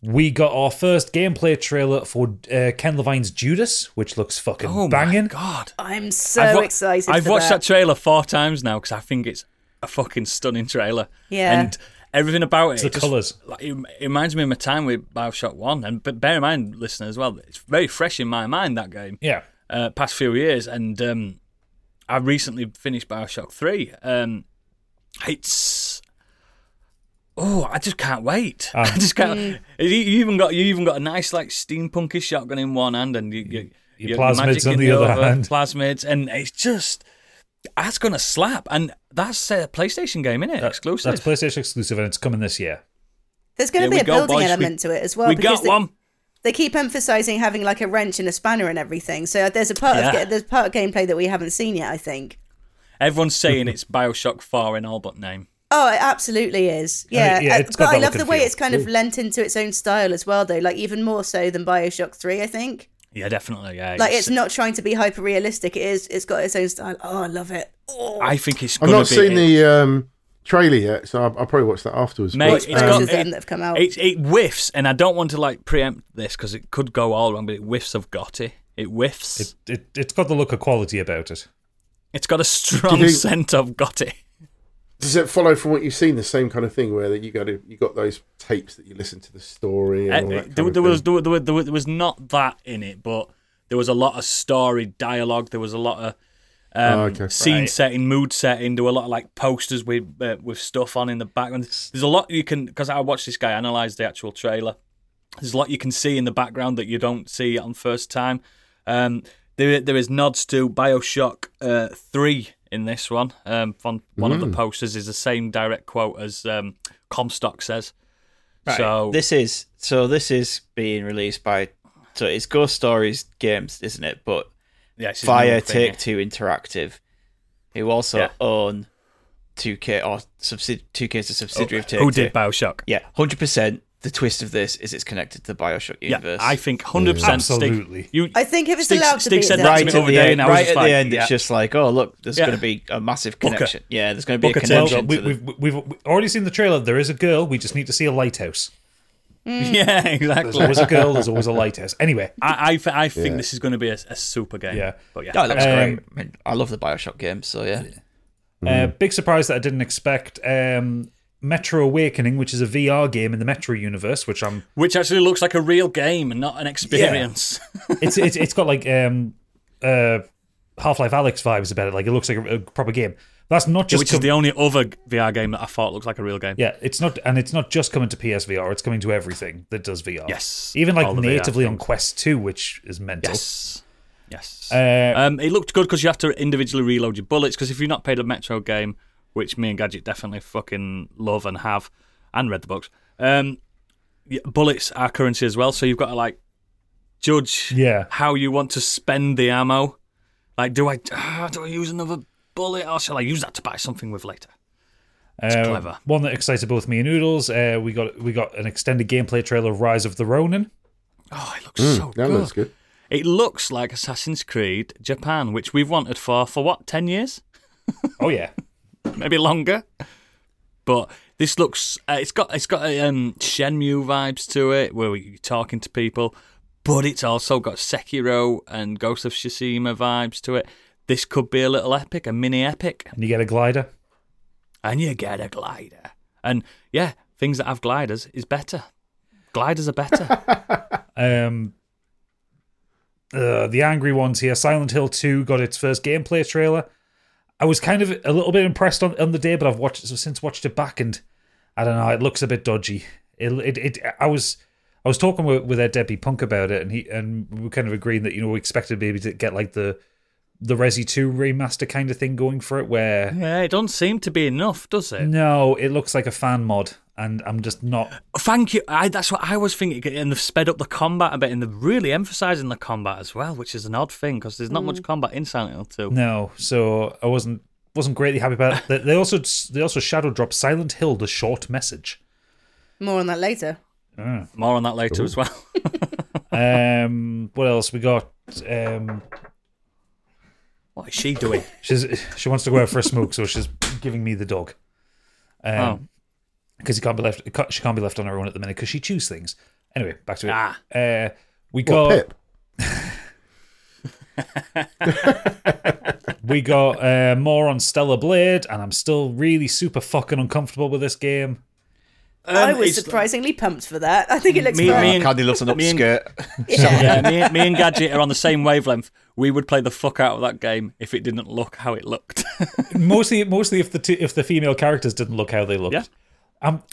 Speaker 2: We got our first gameplay trailer for uh, Ken Levine's Judas, which looks fucking
Speaker 1: Oh
Speaker 2: banging.
Speaker 1: my god!
Speaker 3: I'm so
Speaker 1: wa-
Speaker 3: excited.
Speaker 1: I've
Speaker 3: for
Speaker 1: watched that.
Speaker 3: that.
Speaker 1: trailer four times now because I think it's a fucking stunning trailer.
Speaker 3: Yeah.
Speaker 1: and everything about it.
Speaker 2: the
Speaker 1: it just-
Speaker 2: colours.
Speaker 1: like, it, it reminds me of my time with Bioshock One, and but bear in mind, listener, as well, it's very fresh in my mind that game.
Speaker 2: Yeah.
Speaker 1: Uh, past few years, and um, I recently finished Bioshock Three. Um, it's oh, I just can't wait.
Speaker 2: Ah.
Speaker 1: I just can't.
Speaker 3: Mm.
Speaker 1: You, you even got you even got a nice like steampunkish shotgun in one hand, and you, you,
Speaker 2: Your plasmids
Speaker 1: magic
Speaker 2: on
Speaker 1: in
Speaker 2: the other hand.
Speaker 1: Plasmids, and it's just that's gonna slap, and that's a PlayStation game, isn't it? Exclusive.
Speaker 2: That's PlayStation exclusive, and it's coming this year.
Speaker 3: There's going
Speaker 1: Yeah,
Speaker 3: to
Speaker 1: we
Speaker 3: be a
Speaker 1: go,
Speaker 3: building
Speaker 1: boys, we-
Speaker 3: element to it as well.
Speaker 1: we
Speaker 3: because
Speaker 1: got
Speaker 3: they,
Speaker 1: one.
Speaker 3: they keep emphasizing having like a wrench and a spanner and everything. So there's a part
Speaker 1: Yeah.
Speaker 3: of there's part of gameplay that we haven't seen yet. I think.
Speaker 1: Everyone's saying it's Bioshock Four in all but name.
Speaker 3: Oh, it absolutely is.
Speaker 1: Oh,
Speaker 3: Yeah,
Speaker 2: yeah,
Speaker 3: I-
Speaker 2: it's got
Speaker 3: but I
Speaker 2: that
Speaker 3: love
Speaker 2: look
Speaker 3: the
Speaker 2: and
Speaker 3: way
Speaker 2: feel.
Speaker 3: it's kind of lent into its own style as well, though. Like even more so than Bioshock Three, I think.
Speaker 1: Yeah, definitely. Yeah,
Speaker 3: Like it's not trying to be hyper realistic. It is. It's got its own style. Oh, I love it. Oh,
Speaker 1: I think it's.
Speaker 5: I've
Speaker 1: gonna
Speaker 5: not
Speaker 1: be
Speaker 5: seen
Speaker 1: it.
Speaker 5: the um, trailer yet, so I'll, I'll probably watch that afterwards.
Speaker 1: Mate,
Speaker 5: but, um,
Speaker 1: it's
Speaker 3: it's
Speaker 1: got-
Speaker 3: got,
Speaker 1: it-
Speaker 3: that have come out.
Speaker 1: It, it whiffs, and I don't want to like preempt this because it could go all wrong, but it whiffs of Gotti. It whiffs.
Speaker 2: It, it, it's got the look of quality about it.
Speaker 1: It's got a strong
Speaker 5: Do you-
Speaker 1: scent of Gotti.
Speaker 5: does it follow from what you've seen the same kind of thing where that you got to, you got those tapes that you listen to the story and all
Speaker 1: Uh,
Speaker 5: that
Speaker 1: There
Speaker 5: kind
Speaker 1: there
Speaker 5: of
Speaker 1: was
Speaker 5: thing?
Speaker 1: there were- there were- there were- there was not that in it, but there was a lot of story dialogue. There was a lot of um,
Speaker 5: Oh, okay.
Speaker 1: scene
Speaker 2: Right.
Speaker 1: setting, mood setting. There were a lot of like posters with uh, with stuff on in the background. There's a lot you can because I watched this guy analyze the actual trailer. There's a lot you can see in the background that you don't see on first time. Um, there there is nods to Bioshock uh, Three in this one. Um, on one
Speaker 5: Hmm.
Speaker 1: of the posters is the same direct quote as um, Comstock says. So
Speaker 4: this is so this is being released by so it's Ghost Stories Games, isn't it? But
Speaker 1: yeah, it's his
Speaker 4: via
Speaker 1: new thing, yeah.
Speaker 4: Take Two Interactive, who also
Speaker 1: Yeah.
Speaker 4: own 2K or subsidi- 2K is a subsidiary of Take
Speaker 1: Oh, who
Speaker 4: Two.
Speaker 1: did Bioshock.
Speaker 4: Yeah, hundred percent. The twist of this is it's connected to the Bioshock
Speaker 1: Yeah,
Speaker 4: universe.
Speaker 1: I think hundred percent.
Speaker 2: Absolutely.
Speaker 1: You,
Speaker 3: I think if it's
Speaker 1: Stig-
Speaker 3: allowed to
Speaker 1: Stig
Speaker 3: be,
Speaker 1: said
Speaker 3: it's
Speaker 1: that
Speaker 3: allowed
Speaker 1: to
Speaker 4: right
Speaker 3: to
Speaker 4: at
Speaker 1: me
Speaker 3: be.
Speaker 4: the
Speaker 1: over there,
Speaker 4: end,
Speaker 1: and I was
Speaker 4: right
Speaker 1: just
Speaker 4: at
Speaker 1: like,
Speaker 4: the end,
Speaker 1: yeah.
Speaker 4: it's just like, oh look, there's
Speaker 1: Yeah.
Speaker 4: going to be a massive
Speaker 1: Booker.
Speaker 4: connection. Yeah, there's going to be
Speaker 1: Booker
Speaker 4: a
Speaker 1: T.
Speaker 2: Well,
Speaker 4: connection.
Speaker 2: we,
Speaker 4: to the-
Speaker 2: we've, we've already seen the trailer. There is a girl. We just need to see a lighthouse.
Speaker 1: yeah,
Speaker 2: There's
Speaker 1: exactly.
Speaker 2: always a girl. There's always a lighthouse. Anyway,
Speaker 1: I, I, th- I think this is going to be a, a super game.
Speaker 2: Yeah.
Speaker 1: but yeah,
Speaker 4: Oh, it looks
Speaker 2: Um,
Speaker 4: great. I, mean, I love the Bioshock games, so yeah.
Speaker 2: Uh, big surprise that I didn't expect. Um, Metro Awakening, which is a VR game in the Metro universe, which I'm.
Speaker 1: which actually looks like a real game and not an experience.
Speaker 2: It's it's, it's got like um, uh, Half Life Alex vibes about it. Like it looks like a, a proper game. That's not just
Speaker 1: which
Speaker 2: com-
Speaker 1: is the only other VR game that I thought looked like a real game.
Speaker 2: yeah. It's not and it's not just coming to PSVR. It's coming to everything that does VR.
Speaker 1: Yes.
Speaker 2: even
Speaker 1: All the
Speaker 2: like
Speaker 1: VR
Speaker 2: natively on Quest Two, which is mental.
Speaker 1: Yes. Yes.
Speaker 2: Uh,
Speaker 1: um, it looked good because you have to individually reload your bullets. Because if you've not played a Metro game, which me and Gadget definitely fucking love and have, and read the books, um, y- bullets are currency as well. So you've got to like judge
Speaker 2: Yeah.
Speaker 1: how you want to spend the ammo. Like, do I ah, do I use another bullet or shall I use that to buy something with later?
Speaker 2: Uh,
Speaker 1: clever.
Speaker 2: One that excited both me and Noodles. Uh, we got we got an extended gameplay trailer of Rise of the Ronin.
Speaker 1: Oh, it looks so
Speaker 5: Mm, Hmm, that
Speaker 1: good.
Speaker 5: looks good.
Speaker 1: It looks like Assassin's Creed Japan, which we've wanted for for what ten years.
Speaker 2: Oh yeah.
Speaker 1: maybe longer. But this looks uh, it's got it's got uh, um, Shenmue vibes to it, where you're talking to people, but it's also got Sekiro and Ghost of Tsushima vibes to it. This could be a little epic, a mini epic,
Speaker 2: and you get a glider.
Speaker 1: and you get a glider. And yeah, things that have gliders is better. Gliders are better.
Speaker 2: Um, uh, the angry ones here. Silent Hill Two got its first gameplay trailer. I was kind of a little bit impressed on, on the day, but I've watched since watched it back, and I don't know. It looks a bit dodgy. It it, it I was. I was talking with, with Ed Debbie Punk about it, and he and we were kind of agreeing that you know we expected maybe to get like the the Resi Two remaster kind of thing going for it, where
Speaker 1: yeah, it don't seem to be enough, does it?
Speaker 2: no, it looks like a fan mod, and I'm just not
Speaker 1: Thank you. I, that's what I was thinking. And they've sped up the combat a bit, and they're really emphasising the combat as well, which is an odd thing because there's not much combat in Silent Hill 2.
Speaker 2: No, so I wasn't wasn't greatly happy about it. They- They also they also shadow dropped Silent Hill: The Short Message.
Speaker 3: More on that later.
Speaker 1: More on that later as well.
Speaker 2: Um, what else we got? Um,
Speaker 1: what is she doing?
Speaker 2: she's she wants to go out for a smoke, so she's giving me the dog. Um,
Speaker 1: Oh.
Speaker 2: because he can't be left. She can't be left on her own at the minute because she chews things. Anyway, back to it.
Speaker 1: Ah.
Speaker 2: Uh, we
Speaker 5: What,
Speaker 2: got
Speaker 5: Pip?
Speaker 2: we got uh, more on Stellar Blade, and I'm still really super fucking uncomfortable with this game.
Speaker 3: I
Speaker 1: Um,
Speaker 3: was
Speaker 1: it's-
Speaker 3: surprisingly pumped for that. I think it looks
Speaker 1: Me-
Speaker 3: fun.
Speaker 1: me
Speaker 4: Uh, Candy loves an
Speaker 1: me and-
Speaker 4: upskirt.
Speaker 1: Yeah, me, me and Gadget are on the same wavelength. We would play the fuck out of that game if it didn't look how it looked.
Speaker 2: Mostly, mostly if the two, if the female characters didn't look how they looked.
Speaker 1: Yeah.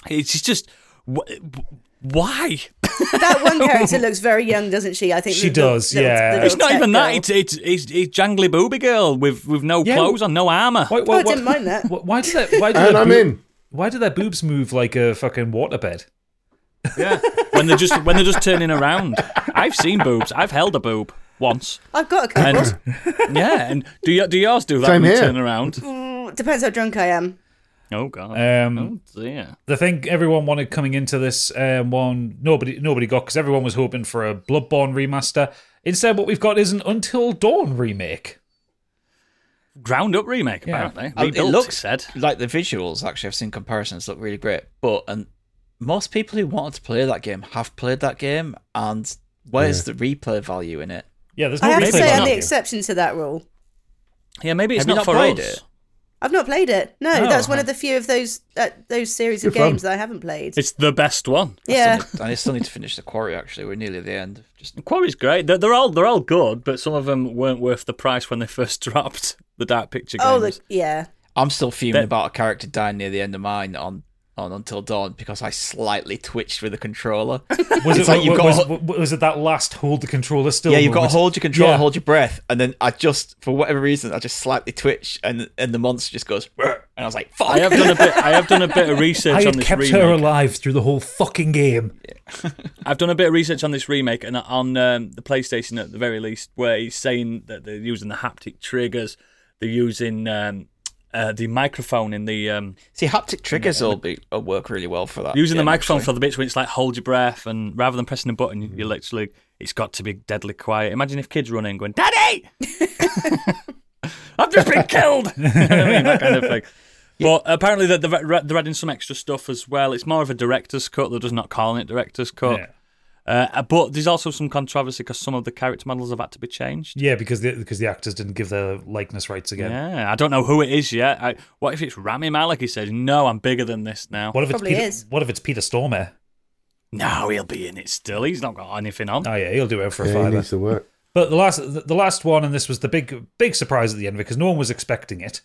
Speaker 1: it's just wh- why?
Speaker 3: That one character looks very young, doesn't she? I think
Speaker 2: She
Speaker 3: the- the-
Speaker 2: does,
Speaker 3: the- the
Speaker 2: yeah.
Speaker 3: little
Speaker 2: It's
Speaker 1: It's not
Speaker 3: tech
Speaker 1: even that.
Speaker 3: girl.
Speaker 1: It's, it's it's it's jangly booby girl with with no
Speaker 2: Yeah.
Speaker 1: clothes on, no armor.
Speaker 2: Why,
Speaker 3: Oh, I didn't mind that.
Speaker 2: Why, why do that? Why do
Speaker 5: And
Speaker 2: their
Speaker 5: I'm
Speaker 2: boob-
Speaker 5: in.
Speaker 2: Why do their boobs move like a fucking waterbed?
Speaker 1: Yeah, when they're just when they're just turning around. I've seen boobs. I've held a boob once.
Speaker 3: I've got a couple.
Speaker 1: And yeah, and do y- do yours do that
Speaker 5: Same
Speaker 1: when you
Speaker 5: here.
Speaker 1: turn around?
Speaker 3: Mm, Depends how drunk I am.
Speaker 1: Oh god.
Speaker 2: Um,
Speaker 1: oh dear.
Speaker 2: the thing everyone wanted coming into this um, one nobody nobody got because everyone was hoping for a Bloodborne remaster. Instead, what we've got is an Until Dawn remake.
Speaker 1: Ground up remake
Speaker 2: Yeah.
Speaker 1: apparently.
Speaker 4: Um,
Speaker 1: Rebuilt,
Speaker 4: it looks
Speaker 1: said.
Speaker 4: like the visuals. Actually, I've seen comparisons look really great. But and most people who wanted to play that game have played that game, and where's the replay value in it?
Speaker 2: Yeah, there's no
Speaker 3: I have to
Speaker 2: replay
Speaker 3: say, I'm
Speaker 2: value.
Speaker 3: the exception to that rule.
Speaker 1: Yeah, maybe it's
Speaker 4: Have you
Speaker 1: not,
Speaker 4: not
Speaker 1: for
Speaker 4: played
Speaker 1: us.
Speaker 4: it?
Speaker 3: I've not played it. No,
Speaker 2: Oh,
Speaker 3: that's one
Speaker 2: huh.
Speaker 3: of the few of those uh, those series of
Speaker 5: Good fun.
Speaker 3: games that I haven't played.
Speaker 1: It's the best one.
Speaker 3: yeah,
Speaker 4: And I still need to finish the quarry. Actually, we're nearly at the end. Just
Speaker 1: Quarry's great. They're, they're all they're all good, but some of them weren't worth the price when they first dropped the Dark Picture games.
Speaker 3: oh, the, yeah.
Speaker 4: I'm still fuming
Speaker 1: That-
Speaker 4: about a character dying near the end of mine on. On Until Dawn because I slightly twitched with the controller.
Speaker 2: Was it
Speaker 4: It's like you've
Speaker 2: was,
Speaker 4: got-
Speaker 2: was- was it that last hold the controller still?
Speaker 4: yeah, you've got to
Speaker 2: moment?
Speaker 4: hold your controller,
Speaker 2: Yeah.
Speaker 4: hold your breath, and then I just, for whatever reason, I just slightly twitch, and and the monster just goes, "Rrr," and I was like, "Fuck!"
Speaker 1: I have done a bit. I have done a bit of research
Speaker 2: I
Speaker 1: on
Speaker 2: had
Speaker 1: this
Speaker 2: kept
Speaker 1: remake.
Speaker 2: her alive through the whole fucking game.
Speaker 1: I've done a bit of research on this remake and on um, the PlayStation at the very least, where he's saying that they're using the haptic triggers, they're using um, uh, the microphone in the um,
Speaker 4: See, haptic triggers will be will work really well for that.
Speaker 1: using the
Speaker 4: game,
Speaker 1: microphone
Speaker 4: actually.
Speaker 1: for the bits where it's like hold your breath, and rather than pressing a button, you,
Speaker 2: Mm.
Speaker 1: you literally it's got to be deadly quiet. Imagine if kids run in going, "Daddy, I've just been killed," you know what I mean, that kind of thing. But apparently they're, they're they're adding some extra stuff as well. It's more of a director's cut. They're just not calling it director's cut.
Speaker 2: Yeah.
Speaker 1: Uh, but there's also some controversy because some of the character models have had to be changed.
Speaker 2: Yeah, because the, because the actors didn't give their likeness rights again.
Speaker 1: Yeah, I don't know who it is yet. I, what if it's Rami Malek? He says, "No, I'm bigger than this now."
Speaker 2: What if it's
Speaker 3: Probably
Speaker 2: Peter,
Speaker 3: is.
Speaker 2: What if it's Peter Stormare?
Speaker 1: No, he'll be in it still. He's not got anything on.
Speaker 2: Oh yeah, he'll do it for a
Speaker 5: Yeah, he
Speaker 2: fiver.
Speaker 5: needs to work.
Speaker 2: But the last the last one, and this was the big big surprise at the end because no one was expecting it,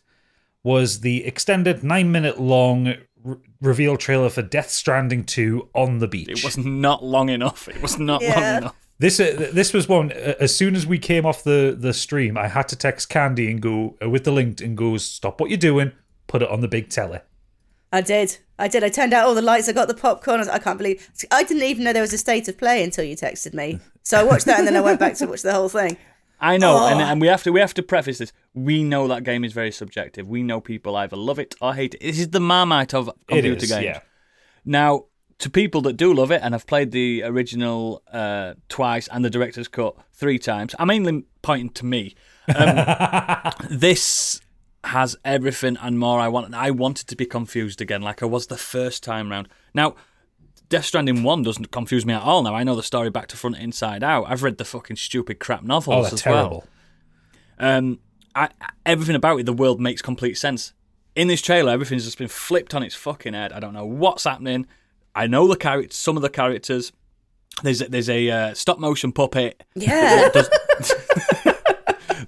Speaker 2: was the extended nine minute long re- reveal trailer for Death Stranding two on the beach.
Speaker 1: It was not long enough. It was not
Speaker 3: Yeah.
Speaker 1: long enough.
Speaker 2: This uh, this was one. uh, As soon as we came off the the stream, I had to text Candy and go uh, with the link and go stop what you're doing, put it on the big telly.
Speaker 3: I did. I did. I turned out all the lights. I got the popcorn. I, was- I can't believe I didn't even know there was a state of play until you texted me. So I watched that and then I went back to watch the whole thing.
Speaker 1: I know, and, and we have to we have to preface this. We know that game is very subjective. We know people either love it or hate it. This is the marmite of
Speaker 2: It
Speaker 1: computer
Speaker 2: is,
Speaker 1: games.
Speaker 2: yeah.
Speaker 1: Now, to people that do love it and have played the original uh, twice and the director's cut three times, I'm mainly pointing to me. Um, this has everything and more I want. And I wanted to be confused again, like I was the first time round. Now, Death Stranding 1 doesn't confuse me at all now. I know the story back to front, inside out. I've read the fucking stupid crap novels
Speaker 2: Oh,
Speaker 1: as
Speaker 2: that's
Speaker 1: well
Speaker 2: terrible.
Speaker 1: um, I, everything about it, the world makes complete sense. In this trailer, everything's just been flipped on its fucking head. I don't know what's happening. I know the characters, some of the characters. There's a, there's a uh, stop motion puppet.
Speaker 3: Yeah.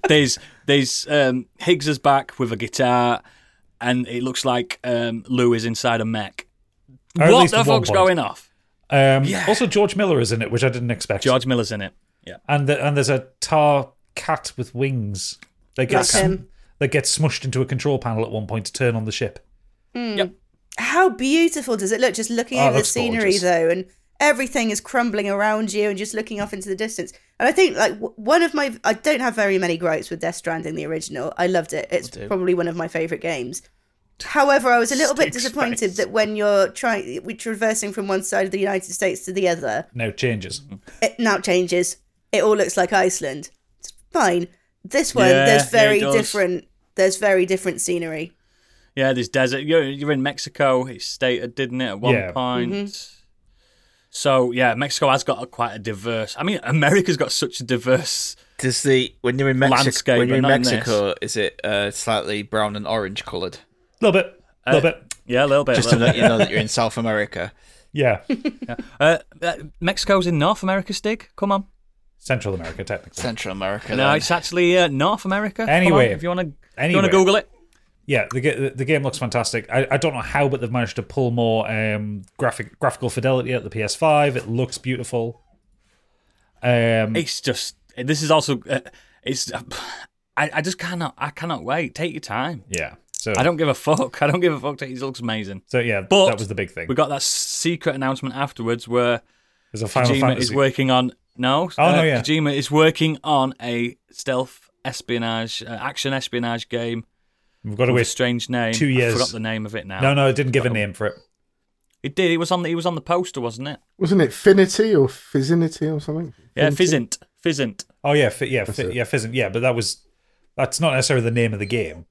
Speaker 1: There's there's um, Higgs is back with a guitar, and it looks like um, Lou is inside a mech.
Speaker 2: Or at
Speaker 1: what
Speaker 2: least
Speaker 1: the
Speaker 2: at one
Speaker 1: fuck's
Speaker 2: point.
Speaker 1: going off?
Speaker 2: Um, Also, George Miller is in it, which I didn't expect.
Speaker 1: George Miller's in it. Yeah,
Speaker 2: and the, and there's a tar cat with wings that gets
Speaker 3: That's him.
Speaker 2: that gets smushed into a control panel at one point to turn on the ship.
Speaker 3: How beautiful does it look? Just looking
Speaker 2: Oh, it
Speaker 3: over the
Speaker 2: looks
Speaker 3: scenery
Speaker 2: gorgeous.
Speaker 3: though, and everything is crumbling around you, and just looking off into the distance. And I think like w- one of my I don't have very many gripes with Death Stranding the original. I loved it. It's probably one of my favorite games. However, I was a little bit
Speaker 1: Stinks
Speaker 3: disappointed
Speaker 1: face.
Speaker 3: that when you're trying, we're traversing from one side of the United States to the other,
Speaker 2: Now it changes.
Speaker 3: it now changes. It all looks like Iceland. It's fine. This one,
Speaker 1: Yeah, yeah,
Speaker 3: there's
Speaker 1: it
Speaker 3: very
Speaker 1: does.
Speaker 3: different. There's very different scenery.
Speaker 1: yeah. There's desert. You're you're in Mexico. It's stated, didn't it? At one
Speaker 2: Yeah.
Speaker 1: point. So yeah, Mexico has got a, quite a diverse. I mean, America's got such a diverse.
Speaker 4: Does the when you're in Mexico,
Speaker 1: Landscape,
Speaker 4: when you're in
Speaker 1: but not in
Speaker 4: Mexico, is it uh, slightly brown and orange coloured?
Speaker 2: A little bit. A
Speaker 1: Uh,
Speaker 2: little bit.
Speaker 1: Yeah, a little bit.
Speaker 4: Just to
Speaker 1: little
Speaker 4: let you know that you're in South America.
Speaker 2: Yeah.
Speaker 1: Uh, uh, Mexico's in North America, Stig. Come on.
Speaker 2: Central America, technically.
Speaker 4: Central America.
Speaker 1: No,
Speaker 4: then.
Speaker 1: it's actually uh, North America. Come on,
Speaker 2: Anyway.
Speaker 1: if you want to, you
Speaker 2: Anyway.
Speaker 1: want to Google it.
Speaker 2: Yeah, the, ga- the game looks fantastic. I, I don't know how, but they've managed to pull more um, graphic graphical fidelity at the PS5. It looks beautiful. Um,
Speaker 1: It's just this is also uh, it's. I, I just cannot. I cannot wait. Take your time.
Speaker 2: yeah. So
Speaker 1: I don't give a fuck. I don't give a fuck. It looks amazing.
Speaker 2: So yeah,
Speaker 1: But
Speaker 2: that was the big thing.
Speaker 1: We got that secret announcement afterwards where
Speaker 2: There's a Final
Speaker 1: Kojima
Speaker 2: Fantasy.
Speaker 1: is working on no. uh,
Speaker 2: Oh, no, yeah.
Speaker 1: Kojima is working on a stealth espionage, uh, action espionage game
Speaker 2: We've got to
Speaker 1: with a
Speaker 2: wait.
Speaker 1: strange name.
Speaker 2: two years.
Speaker 1: I forgot the name of it now.
Speaker 2: No, no, it didn't give a name for it.
Speaker 1: It did. It was on the. It was on the poster, wasn't it?
Speaker 5: Wasn't it Finity or Fizzinity or something?
Speaker 1: Yeah,
Speaker 5: Finity?
Speaker 1: Fizzint. Fizzint.
Speaker 2: Oh yeah, fi- yeah, fi-
Speaker 5: it.
Speaker 2: yeah, Fizzin. Yeah, but that was that's not necessarily the name of the game.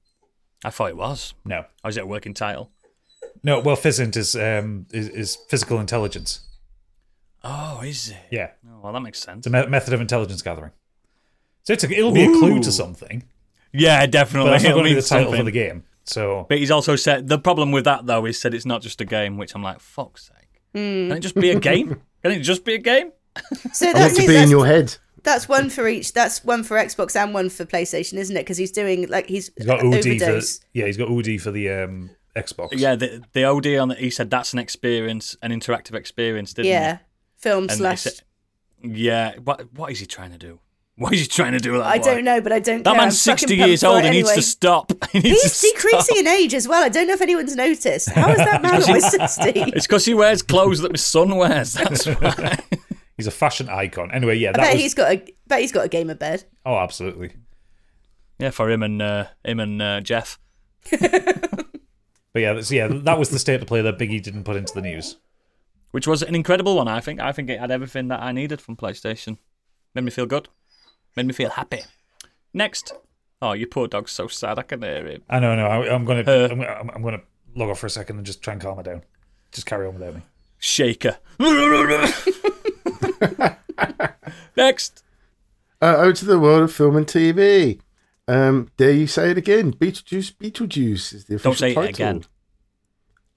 Speaker 1: I thought it was.
Speaker 2: No,
Speaker 1: Or is it a working title?
Speaker 2: no. Well, Fizzint is um is, is physical intelligence.
Speaker 1: Oh, is it?
Speaker 2: Yeah,
Speaker 1: Oh, well, that makes sense.
Speaker 2: it's a me- method of intelligence gathering. So it's a, it'll be a clue to something,
Speaker 1: Yeah,
Speaker 2: but
Speaker 1: definitely.
Speaker 2: that's not
Speaker 1: It'll
Speaker 2: going to be
Speaker 1: mean
Speaker 2: the title
Speaker 1: something.
Speaker 2: for the game. So
Speaker 1: But he's also said the problem with that though is said it's not just a game, which I'm like, fuck's sake. Can it just be a game? Can it just be a game?
Speaker 3: So
Speaker 5: I
Speaker 3: that's,
Speaker 5: want to
Speaker 3: it,
Speaker 5: be in
Speaker 3: that's,
Speaker 5: your head.
Speaker 3: that's one for each. That's one for Xbox and one for PlayStation, isn't it? Because he's doing like he's,
Speaker 2: he's got OD for
Speaker 3: overdose.
Speaker 2: yeah, he's got OD for the um Xbox.
Speaker 1: Yeah, the, the OD on it, he said that's an experience, an interactive experience, didn't
Speaker 3: yeah, film
Speaker 1: he? And
Speaker 3: slash.
Speaker 1: he said- yeah. What what is he trying to do? What is he trying to do? with That
Speaker 3: I
Speaker 1: boy?
Speaker 3: don't know, but I don't.
Speaker 1: That
Speaker 3: care.
Speaker 1: man's
Speaker 3: I'm fucking
Speaker 1: sixty
Speaker 3: pumped
Speaker 1: years
Speaker 3: for
Speaker 1: old.
Speaker 3: it
Speaker 1: He needs
Speaker 3: anyway.
Speaker 1: to stop. He needs
Speaker 3: He's
Speaker 1: to
Speaker 3: decreasing
Speaker 1: Stop.
Speaker 3: in age as well. I don't know if anyone's noticed. How is that man almost sixty?
Speaker 1: It's because he wears clothes that my son wears. That's why.
Speaker 2: he's a fashion icon. Anyway, yeah,
Speaker 3: I
Speaker 2: that
Speaker 3: bet
Speaker 2: was
Speaker 3: he's got a bet he's got a gamer bed.
Speaker 2: oh absolutely.
Speaker 1: yeah, for him and uh, him and uh, Jeff.
Speaker 2: But yeah, that's, yeah, that was the state of play that Biggie didn't put into the news.
Speaker 1: which was an incredible one. I think. I think it had everything that I needed from PlayStation. Made me feel good. Made me feel happy. Next. Oh, your poor dog's so sad. I can hear him.
Speaker 2: I know, no, I, I'm gonna,
Speaker 1: Uh.
Speaker 2: I'm, I'm, I'm gonna log off for a second and just try and calm her down. Just carry on without me.
Speaker 1: Shaker. Next.
Speaker 5: Uh, out to the world of film and TV. Um, dare you say it again? Beetlejuice, Beetlejuice is the official
Speaker 1: Don't say
Speaker 5: title.
Speaker 1: it again.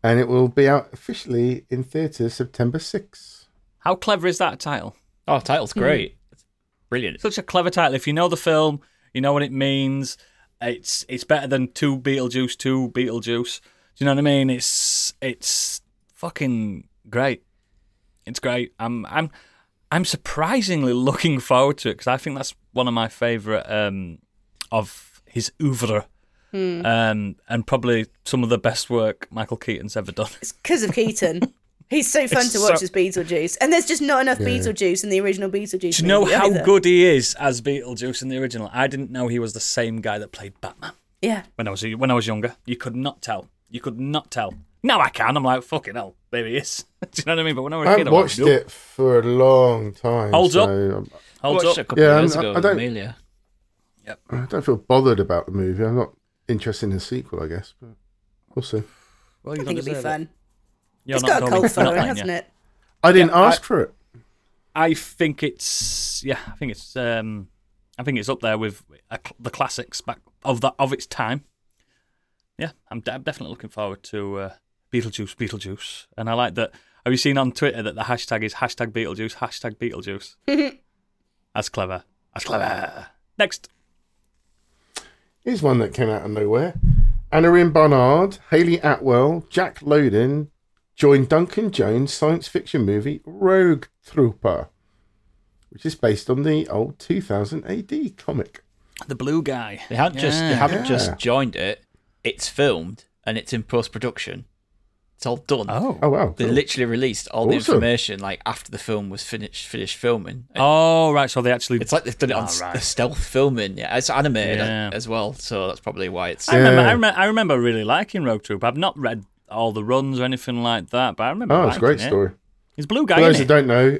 Speaker 5: And it will be out officially in theatre September 6th.
Speaker 1: How clever is that title?
Speaker 4: Oh, title's
Speaker 1: Hmm.
Speaker 4: great. It's brilliant.
Speaker 1: Such a clever title. If you know the film, you know what it means. It's it's better than two Beetlejuice, two Beetlejuice. Do you know what I mean? It's it's fucking great. It's great. I'm I'm I'm surprisingly looking forward to it because I think that's one of my favorite um, of his oeuvre, um, and probably some of the best work Michael Keaton's ever done.
Speaker 3: It's because of Keaton. He's so fun
Speaker 1: It's
Speaker 3: to watch
Speaker 1: so-
Speaker 3: as Beetlejuice, and there's just not enough Beetlejuice in the original Beetlejuice.
Speaker 1: Do you know
Speaker 3: movie
Speaker 1: how
Speaker 3: either.
Speaker 1: good he is as Beetlejuice in the original? I didn't know he was the same guy that played Batman.
Speaker 3: Yeah,
Speaker 1: when I was when I was younger. You could not tell. You could not tell. Now I can. I'm like fucking hell. There he is. Do you know what I mean? But when I was a
Speaker 5: I
Speaker 1: kid,
Speaker 5: haven't
Speaker 1: I'm like,
Speaker 5: watched
Speaker 1: nope.
Speaker 5: it for a long time.
Speaker 1: Holds
Speaker 5: so
Speaker 1: up.
Speaker 5: I'm-
Speaker 4: I
Speaker 1: Holds
Speaker 4: watched
Speaker 1: up.
Speaker 4: it a couple
Speaker 5: Yeah,
Speaker 4: of
Speaker 5: I'm-
Speaker 4: years
Speaker 5: I-
Speaker 4: ago
Speaker 5: I
Speaker 4: with
Speaker 5: don't-
Speaker 4: Amelia.
Speaker 5: I don't feel bothered about the movie. I'm not interested in the sequel, I guess. But we'll see.
Speaker 1: Well,
Speaker 3: I
Speaker 1: you
Speaker 3: think it'd be
Speaker 1: deserve it.
Speaker 3: fun.
Speaker 1: You're
Speaker 3: it's
Speaker 1: not
Speaker 3: got a
Speaker 1: going- you're
Speaker 3: cult
Speaker 1: not
Speaker 3: following,
Speaker 1: playing,
Speaker 3: hasn't
Speaker 1: yeah.
Speaker 3: it?
Speaker 5: I didn't
Speaker 1: Yeah, I-
Speaker 5: ask for it.
Speaker 1: I think it's yeah. I think it's um. I think it's up there with a, cl- the classics back of that of its time. Yeah, I'm, de- I'm definitely looking forward to uh, Beetlejuice, Beetlejuice, and I like that. Have you seen on Twitter that the hashtag is hashtag Beetlejuice, hashtag Beetlejuice? That's clever. That's clever. Next.
Speaker 5: Here's one that came out of nowhere. Anna Rin Barnard, Haley Atwell, Jack Loden joined Duncan Jones' science fiction movie Rogue Trooper, which is based on the old 2000 AD comic.
Speaker 1: The blue guy.
Speaker 4: They haven't just they
Speaker 1: Yeah.
Speaker 4: haven't
Speaker 5: Yeah.
Speaker 4: just joined it. It's filmed and it's in post production. It's all done.
Speaker 5: Oh, wow.
Speaker 4: They
Speaker 5: cool.
Speaker 4: literally released all the
Speaker 5: Awesome.
Speaker 4: information like after the film was finished finished filming. And
Speaker 1: Oh right, so they actually.
Speaker 4: It's like they've done it on
Speaker 1: Oh,
Speaker 4: s-
Speaker 1: right.
Speaker 4: stealth filming. Yeah, it's animated
Speaker 1: Yeah.
Speaker 4: as well, so that's probably why it's.
Speaker 1: I remember,
Speaker 5: Yeah.
Speaker 1: I remember. I remember really liking Rogue Troop. I've not read all the runs or anything like that, but I remember.
Speaker 5: Oh, it's a great
Speaker 1: liking it.
Speaker 5: story.
Speaker 1: It's blue
Speaker 5: For
Speaker 1: guy.
Speaker 5: those who
Speaker 1: Isn't it?
Speaker 5: don't know,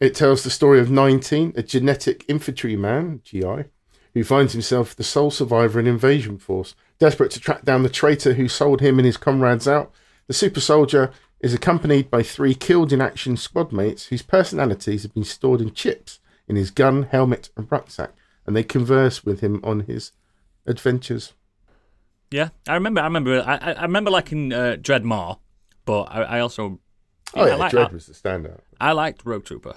Speaker 5: it tells the story of 19, a genetic infantryman, GI, who finds himself the sole survivor in an invasion force. Desperate to track down the traitor who sold him and his comrades out, the super soldier is accompanied by three killed in action squad mates whose personalities have been stored in chips in his gun, helmet, and rucksack, and they converse with him on his adventures.
Speaker 1: Yeah, I remember. I remember. I, I I remember liking uh, Dread Mar, but I, I also
Speaker 5: Oh,
Speaker 1: Yeah,
Speaker 5: yeah,
Speaker 1: I like
Speaker 5: Dread
Speaker 1: that.
Speaker 5: was the standout.
Speaker 1: I liked Rogue Trooper,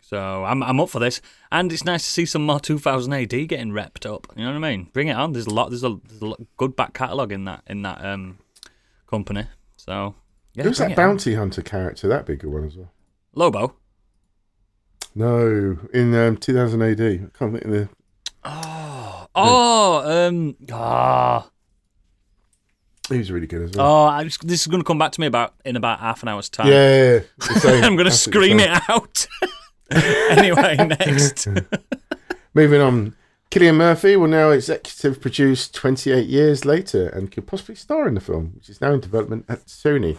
Speaker 1: so I'm I'm up for this. And it's nice to see some more 2000 AD getting repped up. You know what I mean? Bring it on. There's a lot. There's a, there's a lot good back catalogue in that in that um company. So yeah,
Speaker 5: Who's
Speaker 1: bring
Speaker 5: that
Speaker 1: it on.
Speaker 5: bounty hunter character? That'd be a good one as well.
Speaker 1: Lobo.
Speaker 5: No, in um, 2000 AD. I can't think of the.
Speaker 1: Oh, um, ah,
Speaker 5: He was really good as well.
Speaker 1: oh, I just, this is going to come back to me about in about half an hour's time.
Speaker 5: yeah, yeah, yeah. The same.
Speaker 1: Oh, I'm going to
Speaker 5: Absolutely
Speaker 1: scream
Speaker 5: same.
Speaker 1: it out. anyway, next.
Speaker 5: Moving on. Killian Murphy will now executive produce 28 years later and could possibly star in the film, which is now in development at Sony.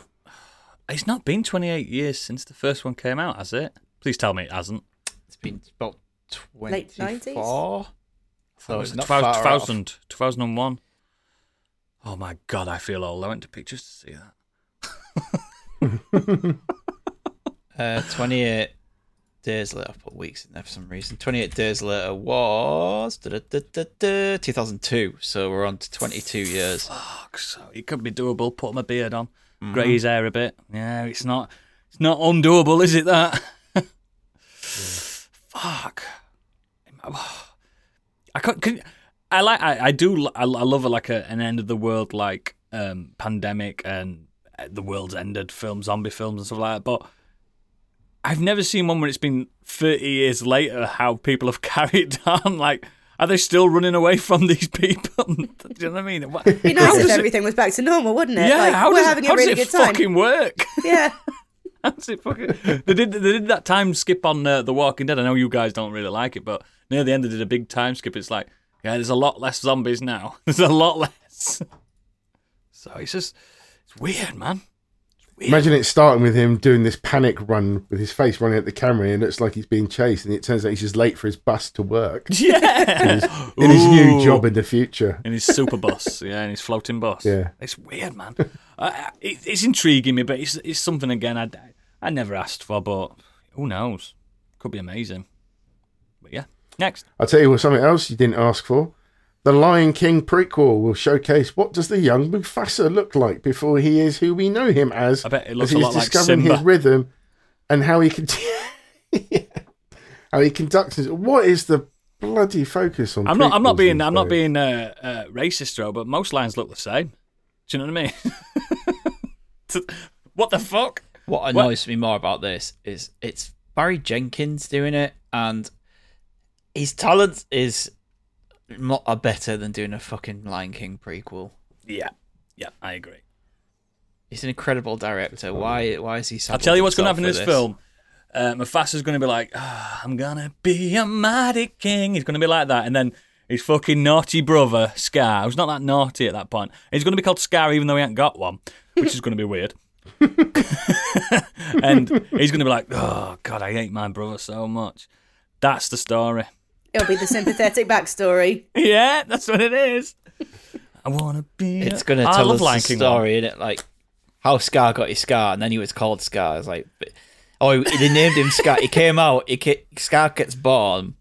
Speaker 1: It's not been 28 years since the first one came out, has it? Please tell me it hasn't.
Speaker 4: It's been about
Speaker 3: Late 90s?
Speaker 4: 24. So
Speaker 1: Oh,
Speaker 4: it's
Speaker 1: it's
Speaker 4: not
Speaker 1: 2000,
Speaker 4: far off.
Speaker 1: 2000, 2001. Oh my god, I feel old. I went to pictures to see that.
Speaker 4: Uh, 28 days later. I put weeks in there for some reason. 28 days later was da, da, da, da, da, 2002. So we're on to 22 years.
Speaker 1: Fuck, so it could be doable. Put my beard on, grey his hair a bit. Yeah, it's not, it's not undoable, is it? That. Fuck. I can't. Can, I like. I, I do. l- I, I love like a, an end of the world like um pandemic and uh, the world's ended film, zombie films and stuff like that. But I've never seen one where it's been thirty years later how people have carried on. Like, are they still running away from these people? do you know what I mean? What-
Speaker 3: It'd be nice
Speaker 1: how
Speaker 3: if
Speaker 1: does it-
Speaker 3: everything was back to normal, wouldn't it?
Speaker 1: yeah,
Speaker 3: like,
Speaker 1: how
Speaker 3: we're
Speaker 1: does,
Speaker 3: having
Speaker 1: how
Speaker 3: a really
Speaker 1: does
Speaker 3: good
Speaker 1: it
Speaker 3: time.
Speaker 1: fucking work?
Speaker 3: Yeah.
Speaker 1: How does it fucking? they did they did that time skip on uh, The Walking Dead. I know you guys don't really like it, but near the end they did a big time skip. It's like yeah, there's a lot less zombies now. There's a lot less. so it's just it's weird, man.
Speaker 5: Imagine it starting with him doing this panic run with his face running at the camera and it looks like he's being chased and it turns out he's just late for his bus to work
Speaker 1: Yeah,
Speaker 5: in his new
Speaker 1: Ooh.
Speaker 5: job in the future.
Speaker 1: in his super bus, yeah, in his floating bus.
Speaker 5: Yeah.
Speaker 1: it's weird, man. I- I it, it's intriguing me, but it's it's something again I I never asked for, but who knows? Could be amazing. But yeah, next.
Speaker 5: I'll tell you what, something else you didn't ask for. The Lion King prequel will showcase what does the young Mufasa look like before he is who we know him as.
Speaker 1: I bet it
Speaker 5: as
Speaker 1: looks a
Speaker 5: he's
Speaker 1: lot like
Speaker 5: discovering his
Speaker 1: Simba.
Speaker 5: rhythm and how he can how he conducts his. What is the bloody focus on?
Speaker 1: I'm not. I'm not
Speaker 5: prequels
Speaker 1: being.
Speaker 5: these
Speaker 1: I'm not
Speaker 5: days?
Speaker 1: being uh, uh, racist, though. But most lions look the same. Do you know what I mean? T- what the fuck?
Speaker 4: What annoys me more about this is it's Barry Jenkins doing it, and his talent is not a better than doing a fucking Lion King prequel.
Speaker 1: Yeah, yeah, I agree.
Speaker 4: He's an incredible director. Why? Why is he?
Speaker 1: I'll tell you what's going to
Speaker 4: saddling
Speaker 1: happen in this,
Speaker 4: himself
Speaker 1: film. Uh, Mufasa's going to be like, "Ah, I'm gonna be a mighty king. He's going to be like that, and then his fucking naughty brother Scar, who's not that naughty at that point, he's going to be called Scar even though he ain't got one, which is going to be weird. and he's going to be like, "Oh God, I hate my brother so much." That's the story.
Speaker 3: It'll be the sympathetic backstory.
Speaker 1: Yeah, that's what it is. I wanna be.
Speaker 4: It's going to
Speaker 1: Ah, I
Speaker 4: tell
Speaker 1: love
Speaker 4: us
Speaker 1: Lion
Speaker 4: the
Speaker 1: King
Speaker 4: story, in it? Like how Scar got his scar, and then he was called Scar. It's like, but- oh, they named him Scar. He came out. He ca- Scar gets born.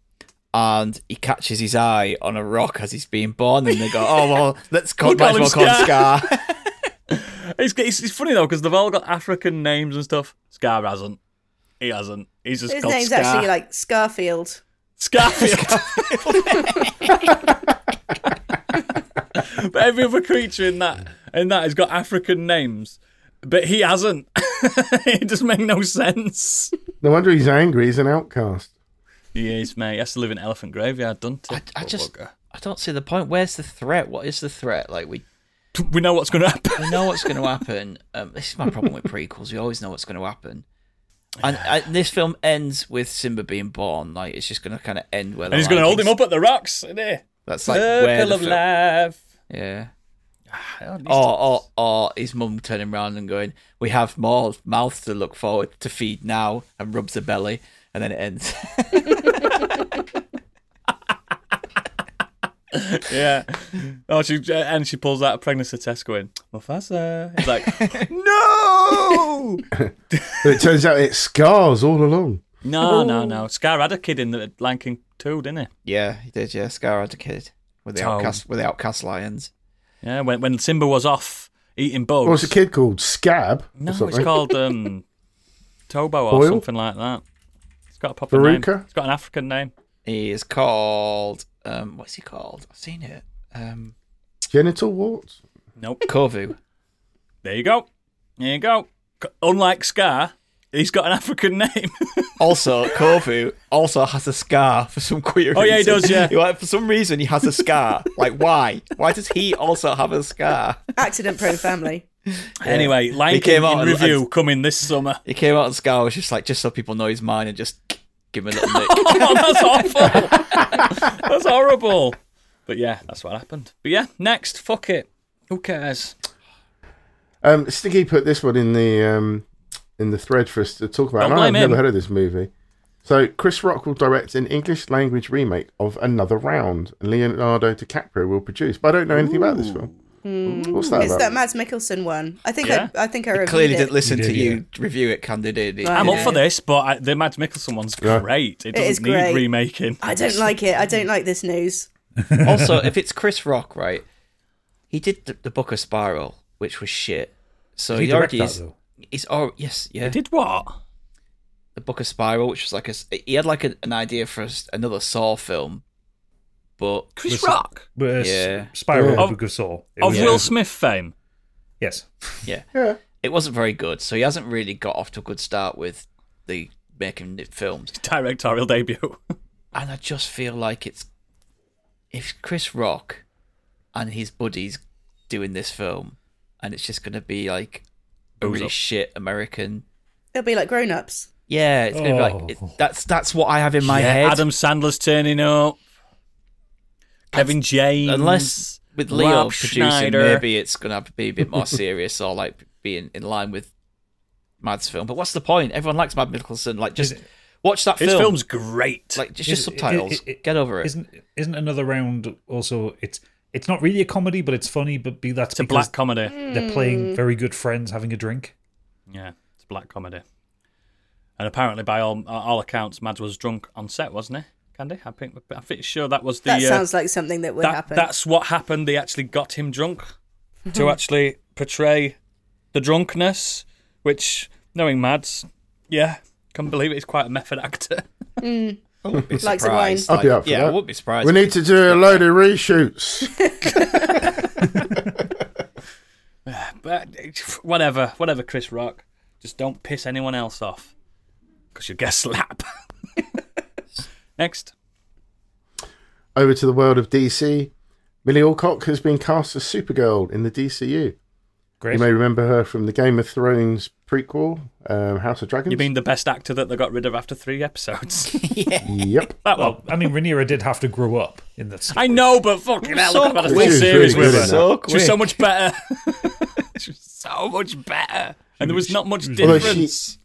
Speaker 4: And he catches his eye on a rock as he's being born, and they go, "Oh well, let's call,
Speaker 1: We'll call
Speaker 4: might as
Speaker 1: him
Speaker 4: well call him Scar."
Speaker 1: One. It's, it's, it's funny though because they've all got African names and stuff. Scar hasn't. He hasn't. He's just
Speaker 3: His
Speaker 1: called
Speaker 3: name's
Speaker 1: Scar.
Speaker 3: actually like Scarfield.
Speaker 1: Scarfield. but every other creature in that in that has got African names, but he hasn't. it doesn't make no sense.
Speaker 5: No wonder he's angry. He's an outcast.
Speaker 1: Yes, mate. He has to live in elephant graveyard, doesn't he?
Speaker 4: I, I
Speaker 1: Poor
Speaker 4: just,
Speaker 1: bugger.
Speaker 4: I don't see the point. Where's the threat? What is the threat? Like we,
Speaker 1: we know what's going to happen.
Speaker 4: we know what's going to happen. Um, this is my problem with prequels. We always know what's going to happen. And I, this film ends with Simba being born. Like it's just going to kind of end where.
Speaker 1: And he's going to hold him up at the rocks, isn't he?
Speaker 4: That's like where
Speaker 1: Circle
Speaker 4: the
Speaker 1: of
Speaker 4: film-
Speaker 1: life. Oh.
Speaker 4: Yeah. Or, or, or his mum turning around and going, "We have more mouths to look forward to feed now," and rubs her belly, and then it ends.
Speaker 1: Yeah. Oh, she uh, and she pulls out a pregnancy test, going, Mufasa. It's like,
Speaker 4: No!
Speaker 5: But it turns out it's scars all along.
Speaker 1: no,
Speaker 4: Oh.
Speaker 1: no, no. Scar had a kid in the Lion King 2, didn't he?
Speaker 4: yeah, he did. Yeah, Scar had a kid with the
Speaker 1: Tom.
Speaker 4: outcast with the outcast lions.
Speaker 1: Yeah, when, when Simba was off eating bugs.
Speaker 5: What was a kid called? Scab? or
Speaker 1: No, it's
Speaker 5: something?
Speaker 1: called um, Tobo or
Speaker 5: Boyle?
Speaker 1: something like that. It's got a proper name.
Speaker 5: Veruca?
Speaker 1: It's got an African name.
Speaker 4: He is called um, what's he called? I've seen it. Um,
Speaker 5: Genital warts?
Speaker 1: Nope.
Speaker 4: Kovu.
Speaker 1: There you go. There you go. C- Unlike Scar, he's got an African name.
Speaker 4: Also, Kovu also has a scar for some queer
Speaker 1: Oh, yeah, he
Speaker 4: reason.
Speaker 1: does, yeah.
Speaker 4: Like, for some reason, he has a scar. like, why? Why does he also have a scar?
Speaker 3: Accident prone family.
Speaker 1: Anyway, Lion
Speaker 4: He
Speaker 1: King in
Speaker 4: came out and-
Speaker 1: review coming this summer.
Speaker 4: He came out and scar was just like, just so people know he's mine and just give him a little nick.
Speaker 1: Oh, that's awful. that's horrible. But yeah, that's what happened. But yeah, next, fuck it. Who cares?
Speaker 5: Um, Stiggy put this one in the um, in the thread for us to talk about.
Speaker 1: Don't
Speaker 5: and I've
Speaker 1: blame him.
Speaker 5: never heard of this movie. So Chris Rock will direct an English language remake of Another Round, and Leonardo DiCaprio will produce. But I don't know anything about this film. What's that
Speaker 3: It's
Speaker 5: about?
Speaker 3: that Mads Mikkelsen one. I think
Speaker 1: Yeah.
Speaker 3: I, I think I reviewed
Speaker 4: Clearly
Speaker 3: it.
Speaker 4: didn't listen
Speaker 2: He did,
Speaker 4: to you review it, Candy did. he?
Speaker 1: I'm
Speaker 3: Yeah.
Speaker 1: up for this, but I, the Mads Mikkelsen one's
Speaker 5: Yeah.
Speaker 1: great. It doesn't
Speaker 3: is
Speaker 1: need
Speaker 3: great.
Speaker 1: remaking.
Speaker 3: I don't like it. I don't like this news.
Speaker 4: also, if it's Chris Rock, right? He did the, the Book of Spiral, which was shit. So
Speaker 2: Did he
Speaker 4: he,
Speaker 2: direct
Speaker 4: already
Speaker 2: that,
Speaker 4: is.
Speaker 2: though?
Speaker 4: He's oh yes yeah.
Speaker 1: Did what?
Speaker 4: The Book of Spiral, which was like a s- he had like a, an idea for a s another Saw film, but
Speaker 1: Chris
Speaker 2: Listen-
Speaker 1: Rock?
Speaker 2: But, uh, s-
Speaker 4: Yeah.
Speaker 2: Spiral
Speaker 5: Yeah.
Speaker 2: of the Book of Saw. It
Speaker 1: Of
Speaker 2: was-
Speaker 1: Will Smith fame.
Speaker 2: Yes.
Speaker 4: yeah,
Speaker 5: Yeah.
Speaker 4: it wasn't very good. So he hasn't really got off to a good start with the making the films.
Speaker 1: Directorial debut.
Speaker 4: And I just feel like it's if Chris Rock and his buddies doing this film, and it's just gonna be like a really shit American
Speaker 3: It'll be like grown ups.
Speaker 4: Yeah, it's gonna be
Speaker 2: Oh.
Speaker 4: like it, that's that's what I have in my
Speaker 1: Yeah,
Speaker 4: head.
Speaker 1: Adam Sandler's turning up. Kevin James.
Speaker 4: Unless with Leo
Speaker 1: Rob
Speaker 4: producing,
Speaker 1: Schneider.
Speaker 4: maybe it's gonna have to be a bit more serious or like being in line with Mad's film. But what's the point? Everyone likes Mad Mickelson. Like just watch that
Speaker 1: His
Speaker 4: film.
Speaker 1: film's great.
Speaker 4: like it's
Speaker 2: Is-
Speaker 4: just subtitles.
Speaker 2: i- i- i-
Speaker 4: Get over it.
Speaker 2: Isn't isn't another round also? It's it's not really a comedy, but it's funny. But be that's
Speaker 1: it's a
Speaker 2: because
Speaker 1: black comedy.
Speaker 2: they're playing very good friends, having a drink.
Speaker 1: Yeah, it's a black comedy. And apparently, by all uh, all accounts, Mads was drunk on set, wasn't he? Candy, I think I'm pretty sure that was the.
Speaker 3: That
Speaker 1: uh,
Speaker 3: sounds like something that would
Speaker 1: that-
Speaker 3: happen.
Speaker 1: That's what happened. They actually got him drunk to actually portray the drunkenness, which knowing Mads, yeah, can't believe it. He's quite a method actor.
Speaker 4: I wouldn't be
Speaker 3: Like the
Speaker 4: surprised.
Speaker 5: wine. I'd be
Speaker 4: Like,
Speaker 5: up for
Speaker 4: yeah,
Speaker 5: that.
Speaker 4: I wouldn't be surprised.
Speaker 5: We need to do a load of reshoots.
Speaker 1: But uh, whatever, whatever, Chris Rock. Just don't piss anyone else off because you'll get slap. Next.
Speaker 5: Over to the world of DC. Millie Alcock has been cast as Supergirl in the DCU.
Speaker 2: Great.
Speaker 5: You may remember her from the Game of Thrones prequel, um, House of Dragons.
Speaker 1: You mean the best actor that they got rid of after three episodes?
Speaker 5: Yep.
Speaker 1: that one.
Speaker 2: well, I mean, Rhaenyra did have to grow up in this.
Speaker 1: I know, but fucking hell,
Speaker 4: So
Speaker 1: look, I've had a full
Speaker 5: quick. She was
Speaker 1: series
Speaker 5: really
Speaker 1: with
Speaker 5: good
Speaker 1: her.
Speaker 5: in
Speaker 4: So
Speaker 1: She was so
Speaker 4: quick.
Speaker 1: much better. she was so much better. And there was not much
Speaker 5: Although
Speaker 1: difference.